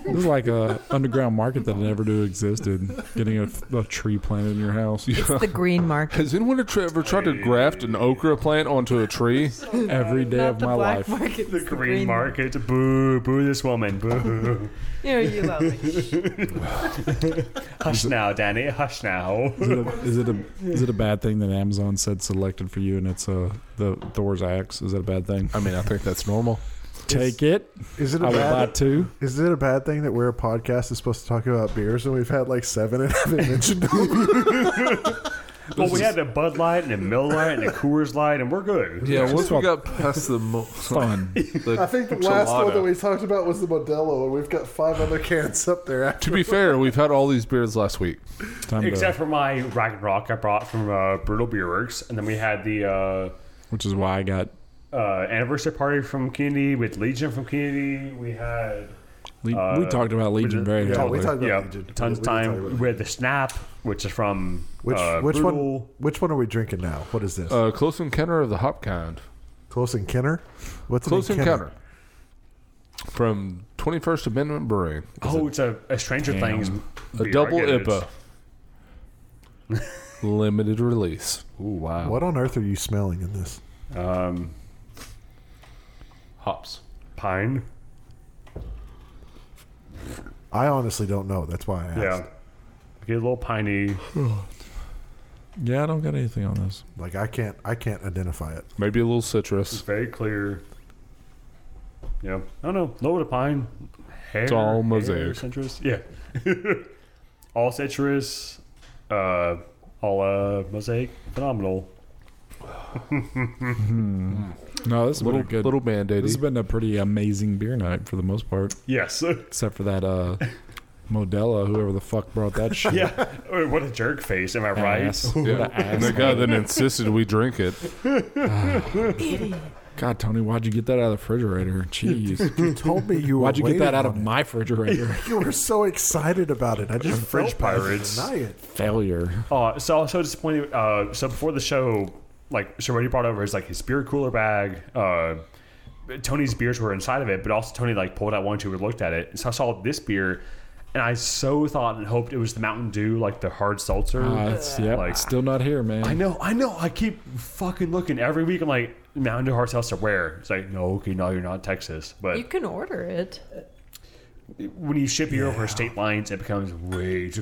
B: This is like a underground market that never do existed. Getting a, a tree planted in your house
G: It's the green market.
F: Has anyone tr- ever tried to graft an okra plant onto a tree?
B: every day
G: Not
B: of
G: the
B: my
G: black
B: life.
G: market. it's
C: The green market. Boo, boo this woman. Boo.
G: You know, you love it.
C: hush now, Danny. Hush now.
B: Is it, a, is it a is it a bad thing that Amazon said selected for you and it's uh the Thor's axe? Is that a bad thing?
F: I mean, I think that's normal.
B: Take it.
D: Is it
B: I
D: a
B: would buy
D: bad?
B: two.
D: Is it a bad thing that we're a podcast that's supposed to talk about beers and we've had like seven and haven't mentioned them?
C: Well, we had a Bud Light and a Mill Light and a Coors Light, and we're good.
F: Yeah, once we
B: one-
F: got past the mo-
B: Fun.
F: the
D: I think the last
F: enchilada.
D: one that we talked about was the Modelo, and we've got five other cans up there.
F: To
D: After
F: be fair, we've had all these beers last week.
B: Time
C: Except
B: to,
C: for my Rack and Rock I brought from uh, Brutal Beer Works, and then we had the uh,
B: which is why I got
C: uh, anniversary party from Kennedy with Legion from Kennedy. We had
B: Le- we talked about Legion
C: did-
B: very
D: yeah,
B: heavily.
D: we talked about
C: yeah,
D: Legion.
C: tons of
D: We did talk about
C: time. We had the Snap, which is from
D: Which
C: uh,
D: which one?
C: Brutal.
D: Which one are we drinking now? What is this?
F: Uh, close encounter of the hop kind.
D: Close Encounter. What's
F: Close
D: an
F: encounter from Twenty First Amendment Brewing.
C: Oh, it's a, a Stranger
B: Damn.
C: Things.
F: A
C: beer, I
F: double
C: get it.
F: IPA. Limited release.
C: Ooh, wow.
D: What on earth are you smelling in this?
C: Um, hops, pine.
D: I honestly don't know. That's why I asked.
C: Yeah, get a little piney.
B: Yeah, I don't got anything on this.
D: Like I can't, I can't identify it.
F: Maybe a little citrus.
C: very clear. Yeah, I don't know. Low to pine. Hair,
F: It's all
C: hair,
F: mosaic.
C: citrus. Yeah, all citrus. Uh, all uh, mosaic. Phenomenal.
B: No, this has been
F: Little
B: a good.
F: little band
B: this has been a pretty amazing beer night for the most part,
C: Yes.
B: except for that uh Modella, whoever the fuck brought that shit.
C: yeah. Oh, What a jerk face. Am I right?
B: Ass. What
F: Yeah.
B: a
F: And
B: ass.
F: the guy that insisted we drink it.
B: God, Tony, why'd you get that out of the refrigerator? Jeez.
D: You told me you.
B: Why'd you
D: were
B: get that out of
D: waiting on
B: my refrigerator?
D: it. You were so excited about it. I just French
C: pirates.
D: pirates. Deny it.
B: Failure.
C: Uh, so I was so disappointed. Uh, so before the show, like, so what he brought over is like his beer cooler bag. Uh, Tony's beers were inside of it, but also Tony like pulled out one or two and looked at it. And so I saw this beer, and I so thought and hoped it was the Mountain Dew, like the hard seltzer.
B: Uh, it's, yeah,
C: Like-
B: still not here, man.
C: I know, I know. I keep fucking looking every week. I'm like Mountain Dew hard seltzer. Where? It's like no, okay, no, you're not in Texas, but
G: You can order it.
C: when you ship beer over state lines, it becomes way too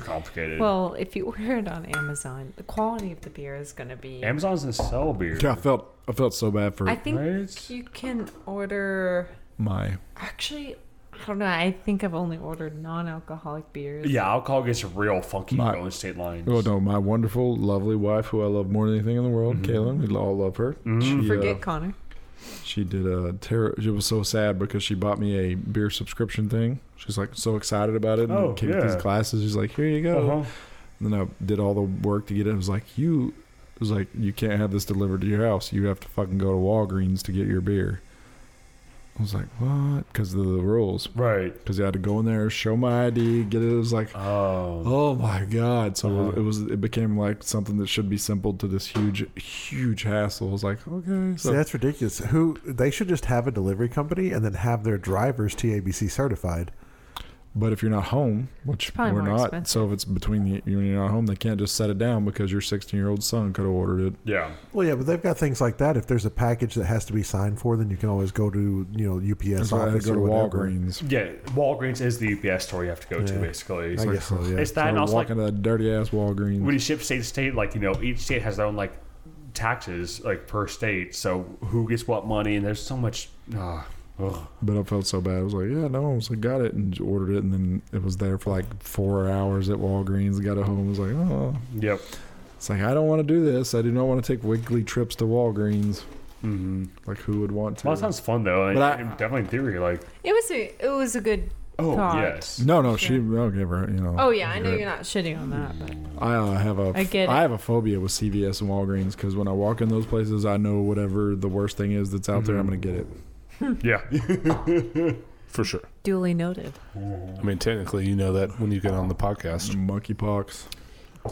C: complicated.
G: Well, if you order it on Amazon, the quality of the beer is going to be.
C: Amazon's doesn't sell beer.
B: Yeah, I felt I felt so bad for
G: I think
C: Right?
G: you can order.
B: my.
G: Actually, I don't know. I think I've only ordered non-alcoholic beers.
C: Yeah, alcohol gets real funky
B: My-
C: going state lines.
B: Well, oh, no, my wonderful, lovely wife, who I love more than anything in the world, Kaylin. We all love her. She, uh,
G: Forget Connor.
B: She did a terror. She was so sad because she bought me a beer subscription thing. She's like so excited about it and
C: Oh,
B: came with these
C: yeah.
B: glasses. She's like, "Here you go."
C: Uh-huh.
B: And then I did all the work to get it. I was like, "You," it was like, "You can't have this delivered to your house. You have to fucking go to Walgreens to get your beer." I was like, "What?" Because of the rules.
C: Right.
B: Because I had to go in there, show my ID, get it. It was like,
C: Oh.
B: Oh my god! So it was it became like something that should be simple to this huge, huge hassle. I was like, okay,
D: See,
B: so
D: that's ridiculous. Who they should just have a delivery company and then have their drivers TABC certified.
B: but if you're not home, which
G: probably
B: we're
G: more
B: not,
G: expensive.
B: so if it's between the you're not home, they can't just set it down because your 16 year old son could have ordered it.
C: Yeah.
D: Well, yeah, but they've got things like that. If there's a package that has to be signed for, then you can always go to you know UPS
B: So I had
D: office
B: to go to
D: or whatever.
B: Walgreens.
C: Yeah. Walgreens is the UPS store you have to go to,
D: Yeah.
C: basically.
D: I guess so. Yeah.
C: It's that,
B: I
C: and
B: had to
C: also
B: walk
C: like
B: into that dirty ass Walgreens.
C: when you ship state to state, like you know, each state has their own like taxes, like per state. So who gets what money, and there's so much. ah,
B: But I felt so bad. I was like, yeah, no. So I got it and ordered it, and then it was there for like four hours at Walgreens. Got it home. I was like, oh,
C: Yep.
B: it's like I don't want to do this. I do not want to take weekly trips to Walgreens.
C: Mm-hmm.
B: Like who would want to?
C: Well, that sounds fun though.
B: But
C: But
B: I-
C: definitely in theory, like
E: It was a it was a good.
C: oh
E: Thought.
C: yes,
B: no, no, she. I'll give her. You know.
E: Oh yeah, I know you're not shitting on that, but
B: I uh, have a
E: I get
B: have a phobia with CVS and Walgreens because when I walk in those places, I know whatever the worst thing is that's out there, I'm gonna get it.
C: yeah.
F: for sure.
E: duly noted.
F: I mean, technically, you know that when you get on the podcast.
B: Monkeypox.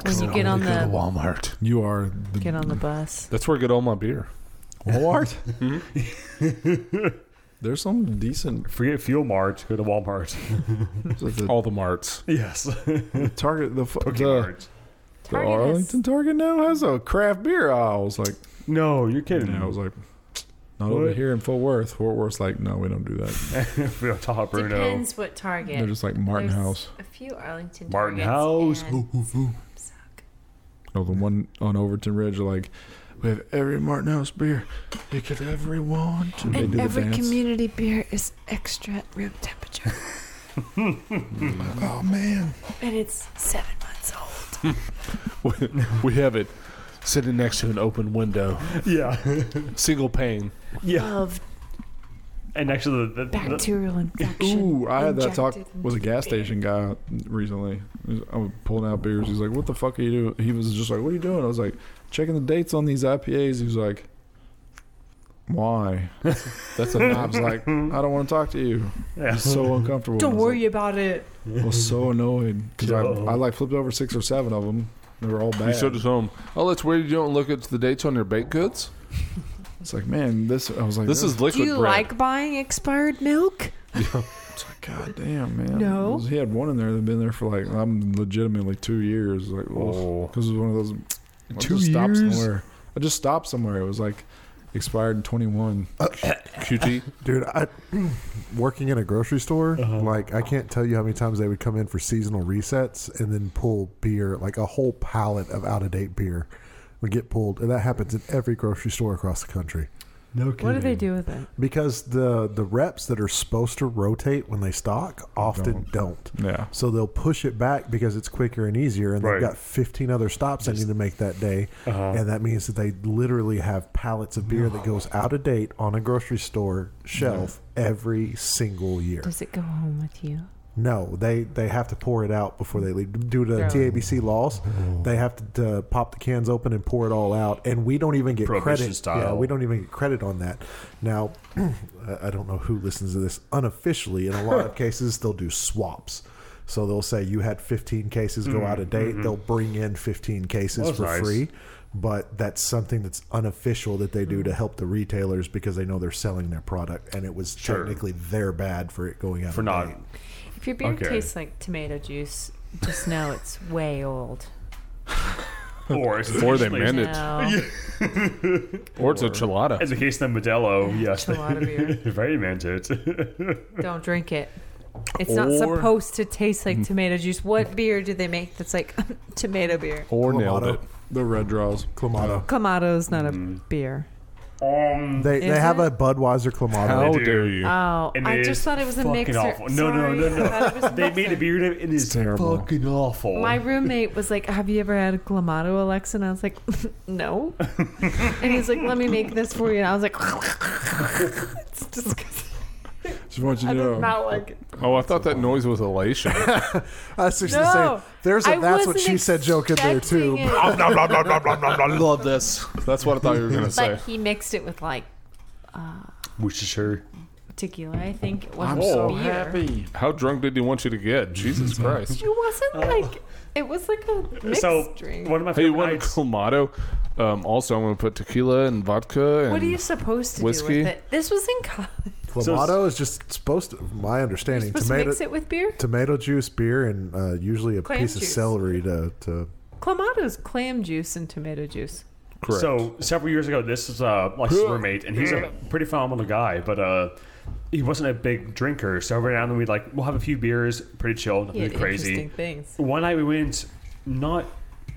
E: When you get on
F: Go to
E: the
F: Walmart.
B: You are the
E: get on the bus,
F: That's where I get all my beer.
B: Walmart. There's some decent
C: Forget Fuel Mart. Go to Walmart.
B: the
F: All the marts.
C: yes.
B: Target the f- the,
C: Mart.
B: the
E: Target is-
B: Arlington Target now has a craft beer aisle. I was like,
C: No, you're kidding.
B: and I was like, not over
C: What?
B: here in Fort Worth. Fort Worth's like, no, we don't do that.
C: we don't talk about Bruno.
E: depends what Target.
B: They're just like Martin
E: There's
B: House.
E: A few Arlington.
C: Martin
E: Targets
C: House.
E: and
B: No, the one on Overton Ridge, are like, we have every Martin House beer you could ever want. And, they do the dance.
G: community beer is extra at room temperature,
B: Oh, man.
G: and it's seven months old.
F: we have it sitting next to an open window,
C: yeah,
F: single pane.
C: yeah.
G: Of
C: And next to the, the, the
G: bacterial infection.
B: Ooh, I had that talk
G: injected
B: with a
G: into
B: gas
G: the beer.
B: station guy recently. He was- I was pulling out beers. He's like, "What the fuck are you doing?" He was just like, "What are you doing?" I was like, "Checking the dates on these IPAs." He was like, "Why?" That's a. I was like, "I don't want to talk to you."
C: yeah.
B: It's so uncomfortable.
G: Don't
B: I was
G: worry about it.
B: Like, I was so annoyed because I,
C: Joe.
B: I like flipped over six or seven of them. They were all bad.
F: You showed us home. Oh, that's weird. You don't look at the dates on your baked goods.
B: It's like, man, this. I was like,
F: This is
G: Do
F: liquid
G: you
F: bread.
G: like buying expired milk?
B: It's like, God damn, man.
G: No.
B: It was- He had one in there that had been there for like, I'm legitimately two years. Like,
C: Oh.
B: because it was one of those. I'll
F: Two
B: just stop
F: years?
B: somewhere. I just stopped somewhere. It was like expired in 21.
F: QT.
D: Dude, I, working in a grocery store, like I can't tell you how many times they would come in for seasonal resets and then pull beer, like a whole pallet of out of date beer would get pulled, and that happens in every grocery store across the country
C: No
E: What do they do with it?
D: because the the reps that are supposed to rotate when they stock often don't.
B: Yeah.
D: So they'll push it back because it's quicker and easier, and
C: Right.
D: they've got 15 other stops they need to make that day, and that means that they literally have pallets of beer that goes out of date on a grocery store shelf every single year.
E: Does it go home with you?
D: No, they they have to pour it out before they leave due to
E: Yeah.
D: TABC laws. They have to, to pop the cans open and pour it all out, and we don't even get
C: Prohibition
D: credit.
C: style.
D: Yeah, we don't even get credit on that. Now, I- I don't know who listens to this unofficially. In a lot of cases, they'll do swaps. So they'll say you had 15 cases go out of date. They'll bring in 15
C: Mm-hmm.
D: cases
C: That's
D: for
C: nice.
D: free. But that's something that's unofficial that they do
C: Mm.
D: to help the retailers because they know they're selling their product, and it was
C: Sure.
D: technically their bad for it going out
C: for
D: of
C: not?
D: date.
E: If your beer
C: Okay.
E: tastes like tomato juice, just know it's way old.
C: Or it's
F: Or they
C: usually-
F: man- And it-
E: no,
F: Or it's a
C: As
F: chilada.
C: the case of the Modelo, yes,
E: it's a lot of beer.
C: very meant it.
E: Don't drink it. It's not
F: Or-
E: supposed to taste
C: Hmm.
E: like tomato juice. What beer do they make that's like tomato beer?
F: Or nailed
D: Clamato.
F: it.
B: The red draws.
D: Clamato.
E: Camato's not
C: Hmm.
E: a beer.
C: Um,
D: They, they
E: Is
D: have
E: it?
D: a Budweiser
F: How
D: Clamato.
C: They do.
F: dare you?
E: Oh,
C: And
E: I
C: it
E: just
C: is
E: thought it was a
C: fucking
E: mixer.
C: awful. No, no,
E: Sorry,
C: no, no.
E: I thought it was
C: they made a
E: mixer.
C: beer and it is
B: terrible.
C: fucking awful.
E: My roommate was like, "Have you ever had a Clamato, Alexa?" And I was like, "No." and he's like, "Let me make this for you." And I was like, "It's disgusting.
B: Just want you
E: I
B: to
E: did
B: know.
E: not like it."
F: Oh, I thought that noise was elation.
D: That's just
E: No,
D: the same. There's a
E: I
D: that's what
E: wasn't
D: she said joke in there too.
E: expecting it.
F: I love this. That's what I thought you were gonna say.
E: But he mixed it with like
C: Which is her.
E: tequila. I think it wasn't
F: I'm so
E: beer.
F: How drunk did he want you to get? Jesus
B: Mm-hmm.
F: Christ.
E: It
D: Oh.
E: wasn't like it was like a mixed
C: So
E: drink.
C: one of my
F: Hey, you
C: favorite
F: want a
C: nights.
F: Clamato? Um, also, I'm gonna put tequila and vodka. And
E: What are you supposed to do
F: Whiskey?
E: with it? This was in college.
D: Clamato is just supposed to, my understanding,
E: supposed to
D: tomato
E: mix it with beer.
D: tomato juice, beer, and uh, usually a
E: Clam
D: piece of
E: juice.
D: celery to. to
E: Clamato's clam juice and tomato juice.
F: Correct.
C: So several years ago, this is uh, like his roommate, and he's a pretty phenomenal guy, but uh, he wasn't a big drinker. So every now and then we'd like we'll have a few beers, pretty chill, nothing
E: Yeah,
C: crazy.
E: interesting things.
C: One night we went, not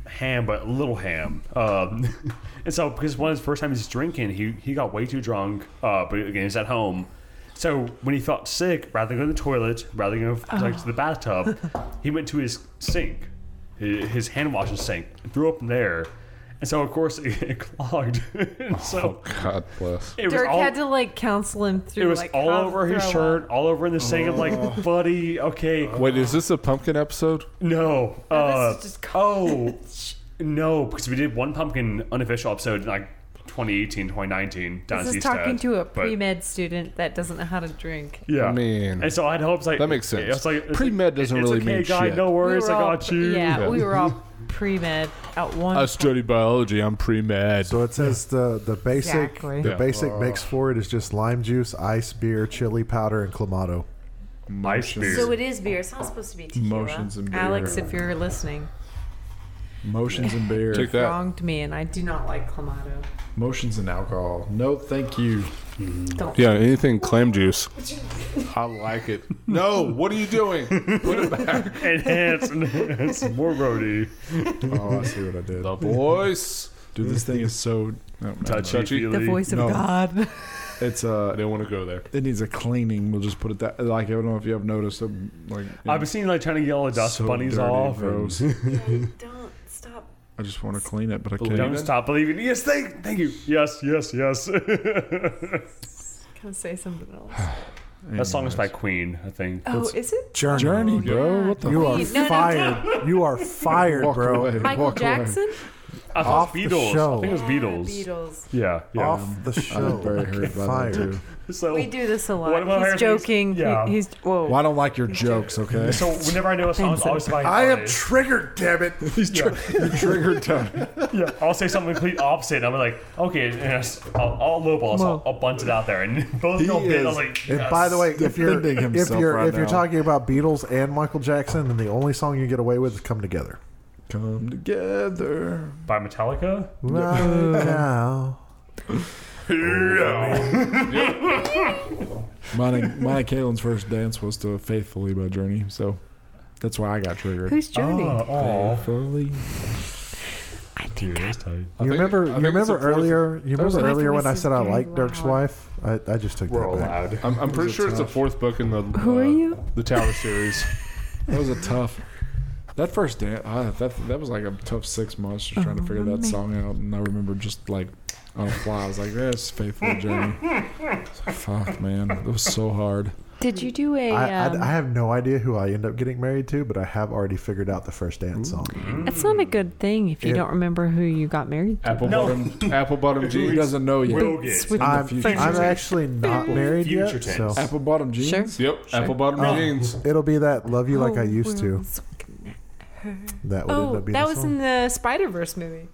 C: ham, but a little ham. Um, and so, because one of his first times he's drinking, he, he got way too drunk. Uh, but again, he's at home. So when he felt sick, rather than go to the toilet, rather than go like, to
G: Uh-huh.
C: the bathtub, he went to his sink, his, his hand washing sink, and threw up in there. And so of course it, clogged. And so
F: God bless.
C: it was
G: Dirk
C: all
G: had to like counsel him through.
C: it was
G: like,
C: all
G: how to
C: over his
G: throw
C: shirt,
G: up.
C: all over in the sink. I'm like, buddy, okay,
F: Wait, is this a pumpkin episode?
C: no.
G: No,
C: Uh,
G: this is just
C: oh, no, because we did one pumpkin unofficial episode in like 2018, 2019. Down
G: This
C: at
G: is talking
C: Seastead,
G: to a
C: but-
G: pre med student that doesn't know how to drink.
C: Yeah.
F: I mean,
C: and so I had hopes like
F: that makes sense.
C: It's like it's
F: Pre-med
C: like,
F: doesn't
C: it's
F: really
C: okay,
F: mean
C: guy,
F: shit.
C: No worries,
G: were
C: I
G: all-
C: got you.
G: Yeah,
F: Yeah.
G: we were all pre med at one.
F: I study biology. I'm pre med.
D: So it says the the basic
G: Exactly.
D: the
F: Yeah.
D: basic
B: Uh.
D: mix for it is just lime juice, ice, beer, chili powder, and clamato.
C: Ice beer.
B: Motions.
H: So it is beer. It's not supposed to be tequila.
B: Motions and beer.
G: Alex, if you're listening,
B: Motions and beer.
F: Take that.
G: wronged me, and I do not like clamato.
B: Motions and alcohol. No, thank you.
F: Yeah, anything clam juice. I like it. No, what are you doing? Put it back.
C: enhance, enhance, more roadie.
B: Oh, I see what I did.
F: The voice.
B: Dude, this thing is so. oh,
C: Touchy,
F: Touchy.
C: feely.
G: The voice of
B: No.
G: God.
B: It's
F: I
B: uh,
F: didn't want to go there.
B: it needs a cleaning. We'll just put it that. Like I don't know if you have noticed. uh, Like
C: I've been seeing like trying to get all the dust
B: so
C: bunnies
B: dirty,
C: off. and-
B: gross.
H: Don't stop.
B: I just want to clean it, but I can't.
C: Don't stop believing. Yes, thank, thank you. Yes, yes, yes.
G: Can I say something else?
C: that song
F: Mm.
C: is by Queen, I think.
G: Oh, is it?
D: Journey,
B: Journey, bro.
G: Yeah.
B: What the?
D: you are
G: Wait, no, no,
D: fired. You are fired,
B: Walk
D: bro.
B: away.
G: Michael
B: walk
G: Jackson?
C: I
D: Off
C: thought it
D: the
C: was Beatles.
D: show.
C: I think it was Beatles.
G: Beatles.
C: Yeah, yeah.
D: Off the
B: Away. I
D: show.
B: was very hurt by that
D: fired.
B: too.
C: So,
G: We do this a
C: Oh. What
G: lot.
C: about
G: He's
C: her-
G: joking.
C: Yeah.
G: He, he's whoa.
B: Well, I don't like your jokes. Okay.
C: so whenever I know a song, it's always about
D: I am
C: holidays.
D: triggered, damn it.
B: Triggered time.
C: Yeah, I'll say something complete opposite. And I'm like, okay, yes, I'll, I'll lowball. us. I'll,
G: Well-
C: I'll bunch it out there, and both y'all
B: He
C: bid. I
B: is-
C: was like,
D: And
C: yes.
D: by the way, if you're
B: Defending
D: if
B: himself
D: you're
B: right
D: if you're
B: now.
D: talking about Beatles and Michael Jackson, then the only song you get away with is "Come Together."
B: Come together.
C: by Metallica.
D: Right now,
B: Mine and, mine and Caitlin's first dance was to "Faithfully" by Journey, so that's why I got triggered.
G: Who's Journey?
C: Oh,
B: Faithfully.
G: I think I,
D: you
F: think- I
D: remember you
F: think it's
D: remember
F: the fourth-
D: earlier you remember
G: my
D: earlier when
G: voice
D: I
G: is
D: said I
G: very
D: like Dirk's
G: loud.
D: wife. I, I just took that back.
F: I'm, I'm pretty sure it's the fourth book in the
G: Who
F: uh,
G: are you?
F: The Tower series.
B: That was a tough. That first dance, uh, that that was like a tough six months just trying to figure that song out, and I remember just like on a fly, I was like, "That's faithful, Jenny." It's like, Fuck, man, it was so hard.
G: did you do a?
D: I,
G: um,
D: I, I have no idea who I end up getting married to, but I have already figured out the first dance song.
G: it's not a good thing if you
D: It-
G: don't remember who you got married. to.
F: Apple bottom. Apple bottom
B: He
F: jeans.
B: doesn't know yet.
C: Will get.
G: Sweet.
D: I'm,
B: future
D: I'm
B: tense.
D: actually not married
C: Future
D: yet, so
C: tense.
B: Apple bottom jeans.
G: Sure.
F: Yep. Apple bottom jeans.
D: it'll be that "Love You Like I Used To."
G: World's looking at-
D: That would end
G: Oh,
D: up being
G: that
D: the
G: was
D: song.
G: in the Spider Verse movie.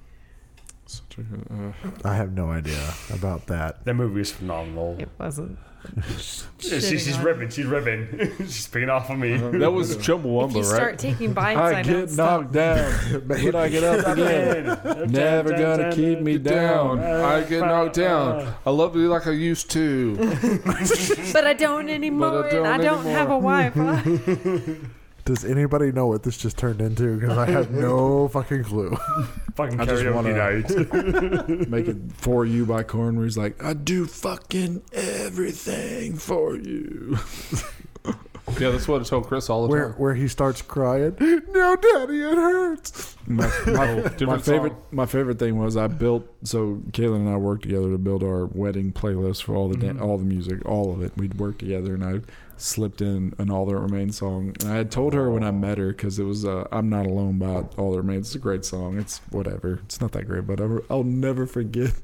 B: Such a- uh,
D: I have no idea about that.
C: That movie is phenomenal.
G: It wasn't.
C: Yeah, she, she's ripping. She's ripping. she's picking off on me.
B: Uh-huh.
F: That was
G: If you
F: Chumbawamba,
G: start
F: right?
G: taking bites, I,
B: I
G: don't
B: get
G: stop.
B: knocked down, but I get up again. Never gonna keep me down.
F: I get knocked down. I love you like I used to.
G: But I don't anymore. and I
F: don't
G: don't have a wife. huh?
D: Does anybody know what this just turned into? Because I have no fucking clue.
C: Fucking
B: I just
C: karaoke
B: wanna-
C: night.
B: Make it for you by Corn, where he's like, "I do fucking everything for you."
F: Yeah, that's what I told Chris all the
D: Where
F: time.
D: where he starts crying. No, daddy, it hurts.
B: My, my, my
F: different
B: favorite,
F: song.
B: my favorite thing was I built. So Kaylin and I worked together to build our wedding playlist for all the dan all the music, all of it. We'd work together, and I slipped in an All That Remains song. And I had told her when I met her because it was uh, "I'm Not Alone" by All That Remains. It's a great song. It's whatever. It's not that great, but I'll, I'll never forget.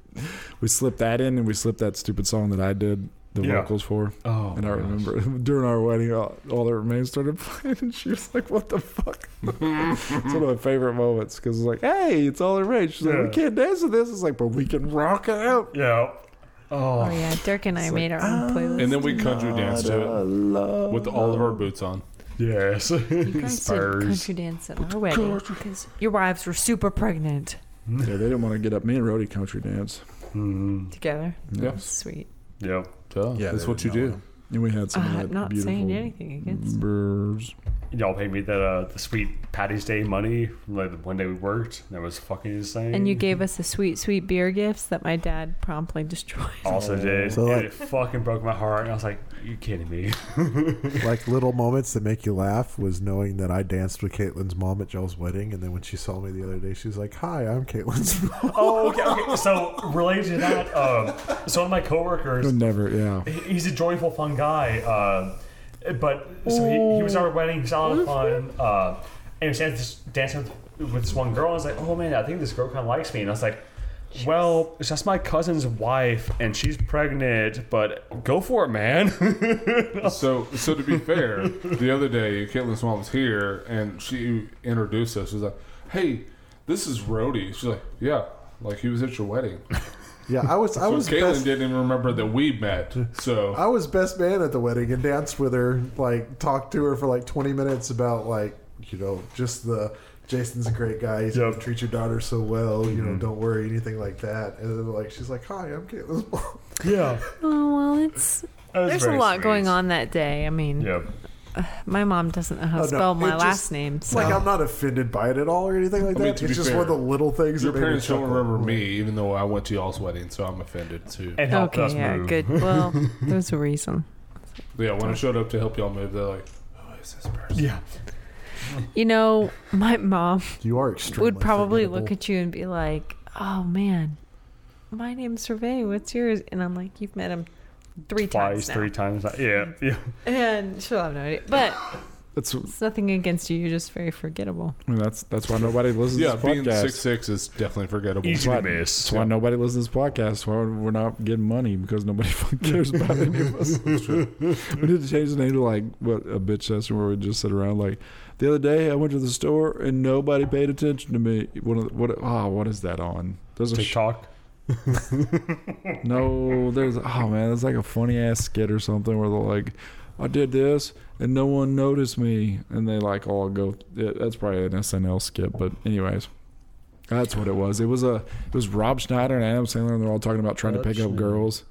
B: We slipped that in, and we slipped that stupid song that I did the
C: Yeah.
B: vocals for.
F: Oh,
B: And I remember during our wedding, all, all that remains started playing, and she was like, "What the fuck?" it's one of my favorite moments because it's like, "Hey, it's all that remains." She's
C: Yeah.
B: like, "We can't dance to this." It's like, "But we can rock out."
C: yeah.
G: Oh
C: Oh.
G: yeah, Dirk and I made our own playlist.
F: And then we country danced to it with all of our boots on.
C: Yes.
G: You guys did
C: Spurs.
G: country dance at our wedding because your wives were super pregnant
B: yeah, they didn't want to get up. Me and Rody country dance.
C: Mm,
G: together.
B: Yeah.
G: Sweet.
C: yep.
F: Yeah, that's
B: they
F: what you
B: didn't
F: do.
B: And we had some
G: Uh,
B: of that
G: not
B: beautiful
G: saying anything against.
B: birds.
C: y'all paid me that uh, the sweet Patty's Day money from like the one day we worked. That was fucking insane.
E: And you gave us the sweet, sweet beer gifts that my dad promptly destroyed.
C: also did.
D: So,
C: and
D: like-
C: it fucking broke my heart. And I was like, "You kidding me?"
D: like little moments that make you laugh was knowing that I danced with Caitlin's mom at Joel's wedding, and then when she saw me the other day, she was like, "Hi, I'm Caitlin's mom."
C: oh, okay, okay. So related to that, um, so one of my coworkers,
B: Never, yeah.
C: he's a joyful, fun guy. Uh, but so he, he was at our wedding. He was out of fun. Uh, and he was dancing, dancing with, with this one girl. And I was like, oh man, I think this girl kind of likes me. And I was like, well, it's just my cousin's wife, and she's pregnant. But go for it, man.
F: So, so to be fair, the other day, Caitlin's mom was here, and she introduced us. She's like, "Hey, this is Rody." She's like, "Yeah." Like he was at your wedding.
D: Yeah, I was, I
F: So
D: was,
F: Caitlin
D: best,
F: didn't even remember that we met. So
D: I was best man at the wedding and danced with her, like talked to her for like 20 minutes about like you know just the Jason's a great guy, he's gonna
C: Yep.
D: treat your daughter so well, you
F: Mm-hmm.
D: know, don't worry anything like that. And then like she's like, "Hi, I'm Caitlin's mom."
C: yeah.
E: Oh well, it's there's a lot going on that day. I mean,
C: Yeah.
E: my mom doesn't know how to
D: Oh, no,
E: spell my
D: it just-
E: last name, so
D: Like I'm not offended by it at all or anything like
F: I mean,
D: that.
F: to be
D: it's just
F: fair,
D: one of the little things
F: your
D: that made me
F: parents don't
D: chuckle.
F: remember me, even though I went to y'all's wedding. So I'm offended too.
C: And helped
E: okay,
C: us
E: yeah,
C: move.
E: good. Well, there's a reason.
F: Yeah, when I showed up to help y'all move, they're like, "Who is this person?"
C: Yeah.
E: You know, my mom
D: You are extremely
E: would probably look
D: forgettable.
E: at you and be like, "Oh man, my name's Survey. What's yours?" And I'm like, "You've met him three
C: Twice,
E: times now,
C: three times. Yeah. Yeah.
E: and she'll have no idea." But
B: That's I
E: it's nothing against you. You're just very forgettable.
B: mean, that's that's why nobody listens
F: Yeah,
B: to this
F: being
B: podcast.
F: six six is definitely forgettable.
C: Easy to
B: Right.
C: miss.
B: That's why nobody listens to this podcast. Why we're not getting money because nobody fucking cares about any of us. we need to change the name to like what a bitch session where we just sit around. Like the other day, I went to the store and nobody paid attention to me. One of the, what? Oh, what is that on? There's a sh-
C: TikTok.
B: no. There's oh man, that's like a funny ass skit or something where they're like, I did this and no one noticed me, and they like all go. yeah, That's probably an SNL skit, but anyways. That's what it was. It was a it was Rob Schneider and Adam Sandler, and they're all talking about trying to
C: Rob
B: pick up
C: Schneider.
B: girls,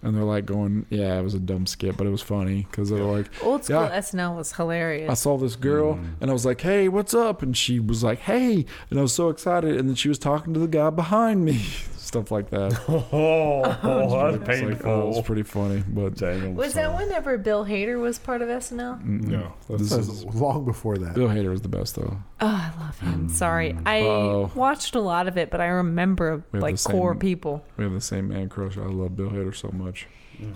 B: and they're like going, "Yeah, it was a dumb skit, but it was funny because they're like,
E: Old school
B: Yeah.
E: SNL was
B: I
E: hilarious.
B: saw this girl
C: Mm.
B: and I was like, "Hey, what's up?" And she was like, "Hey," and I was so excited, and then she was talking to the guy behind me, stuff like that. It's
C: Oh, that's
B: like, oh, it was
C: painful.
B: pretty funny, but
C: Dang, I'm
E: Was
C: sorry.
E: that whenever Bill Hader was part of SNL?
B: Mm.
F: No,
B: this
D: That was
B: is
D: long before that.
B: Bill Hader is the best though.
E: Oh, I love him. Sorry, I
B: Oh.
E: watched a lot of it, but I remember
B: We have the
E: like
B: same-
E: core people.
B: We have the same man crush. I love Bill Hader so much.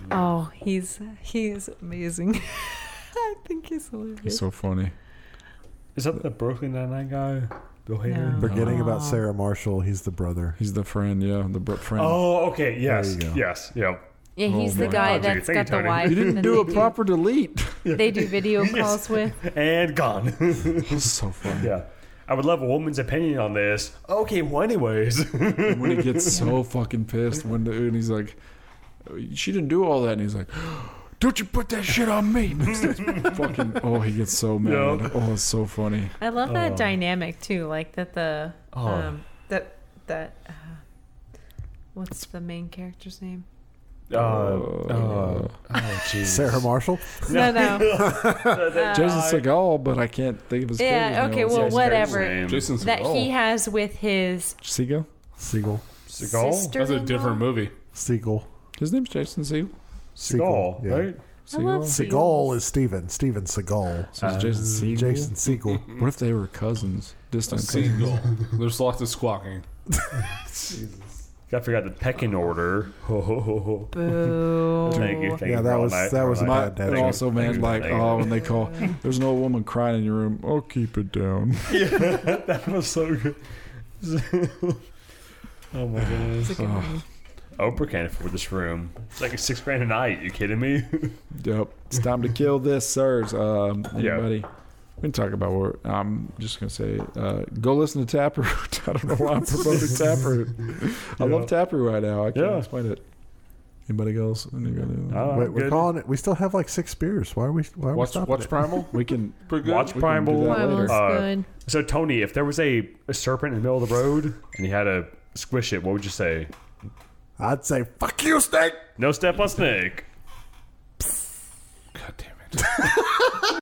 E: Oh, he's he's amazing. I think he's hilarious.
B: He's so funny.
C: Is that the Brooklyn Nine-Nine guy? Bill Hader?
E: No.
D: Forgetting about Sarah Marshall, he's the brother.
B: He's the friend, yeah, the br- friend.
C: Oh, okay. Yes.
D: you go.
C: Yes. Yeah.
E: yeah, he's the
C: my
E: guy
C: God, dude. Thank
E: that's
C: you,
E: got the
C: Tony.
E: wife.
B: You didn't
E: and
B: do a
E: they
B: proper delete.
E: They do video calls with.
C: And gone.
B: This is so funny.
C: yeah. I would love a woman's opinion on this. Okay. Well, anyways.
B: And when he gets so fucking pissed when the, and he's like, she didn't do all that, and he's like, don't you put that shit on me? And it's just fucking, oh, he gets so mad.
C: Yeah.
B: Oh, it's so funny.
E: I love that
B: Oh.
E: dynamic too. Like that the um, that that uh, what's the main character's name?
C: Uh, uh, oh, jeez.
D: Sarah Marshall?
E: No, no.
B: Jason Segal, but I can't think of his character's
E: Uh, yeah.
B: name.
E: Okay.
B: It's
E: Well,
B: like
E: whatever.
F: Jason
E: That
F: Segel.
E: he has with his
B: Segal.
D: Siegel.
C: Seagal.
E: sister.
F: That's a different movie.
D: Siegel.
B: His name's Jason Segal.
C: Seagal.
D: yeah.
C: Right.
E: I love
B: Segal.
D: Seagal is Steven. Steven Seagal. Mm,
B: So it's Uh, Jason Segal.
D: Jason Siegel.
B: What if they were cousins? Distant cousins.
F: Seagull. There's lots of squawking.
C: Got to figure out the pecking order. Ho ho ho ho.
E: Boo.
C: Thank you. Thank
D: Yeah,
C: you.
D: that
C: for all
D: was- that
C: for
D: was
C: all
D: my-
C: night.
D: that
B: And
C: Thank you.
B: also, man,
C: Thank you.
B: like,
C: Thank you.
B: oh, when they call, there's an old woman crying in your room. Oh, keep it down.
C: that was so good. oh my goodness. Oprah can't afford this room. It's like six grand a night. You kidding me?
B: Yep. It's time to kill this, sirs. Um,
C: Yeah.
B: anybody? We can talk about what I'm just gonna say. Uh, go listen to Taproot. I don't know why I'm promoting Taproot. I
C: Yeah.
B: love Taproot right now. I can't
C: Yeah.
B: explain it. Anybody else? Anybody else?
C: Oh,
D: Wait, we're
C: good.
D: calling it. We still have like six beers. Why are we? Why are we
F: Watch,
D: stopping
F: watch
D: it?
F: Primal.
B: We can.
F: Pretty good.
C: Watch
B: We can do
C: Primal.
B: that
E: Primal's
B: later.
C: Uh,
E: good.
C: So Tony, if there was a, a serpent in the middle of the road and you had to squish it, what would you say?
D: I'd say fuck you, snake.
C: No step on snake.
F: God damn it.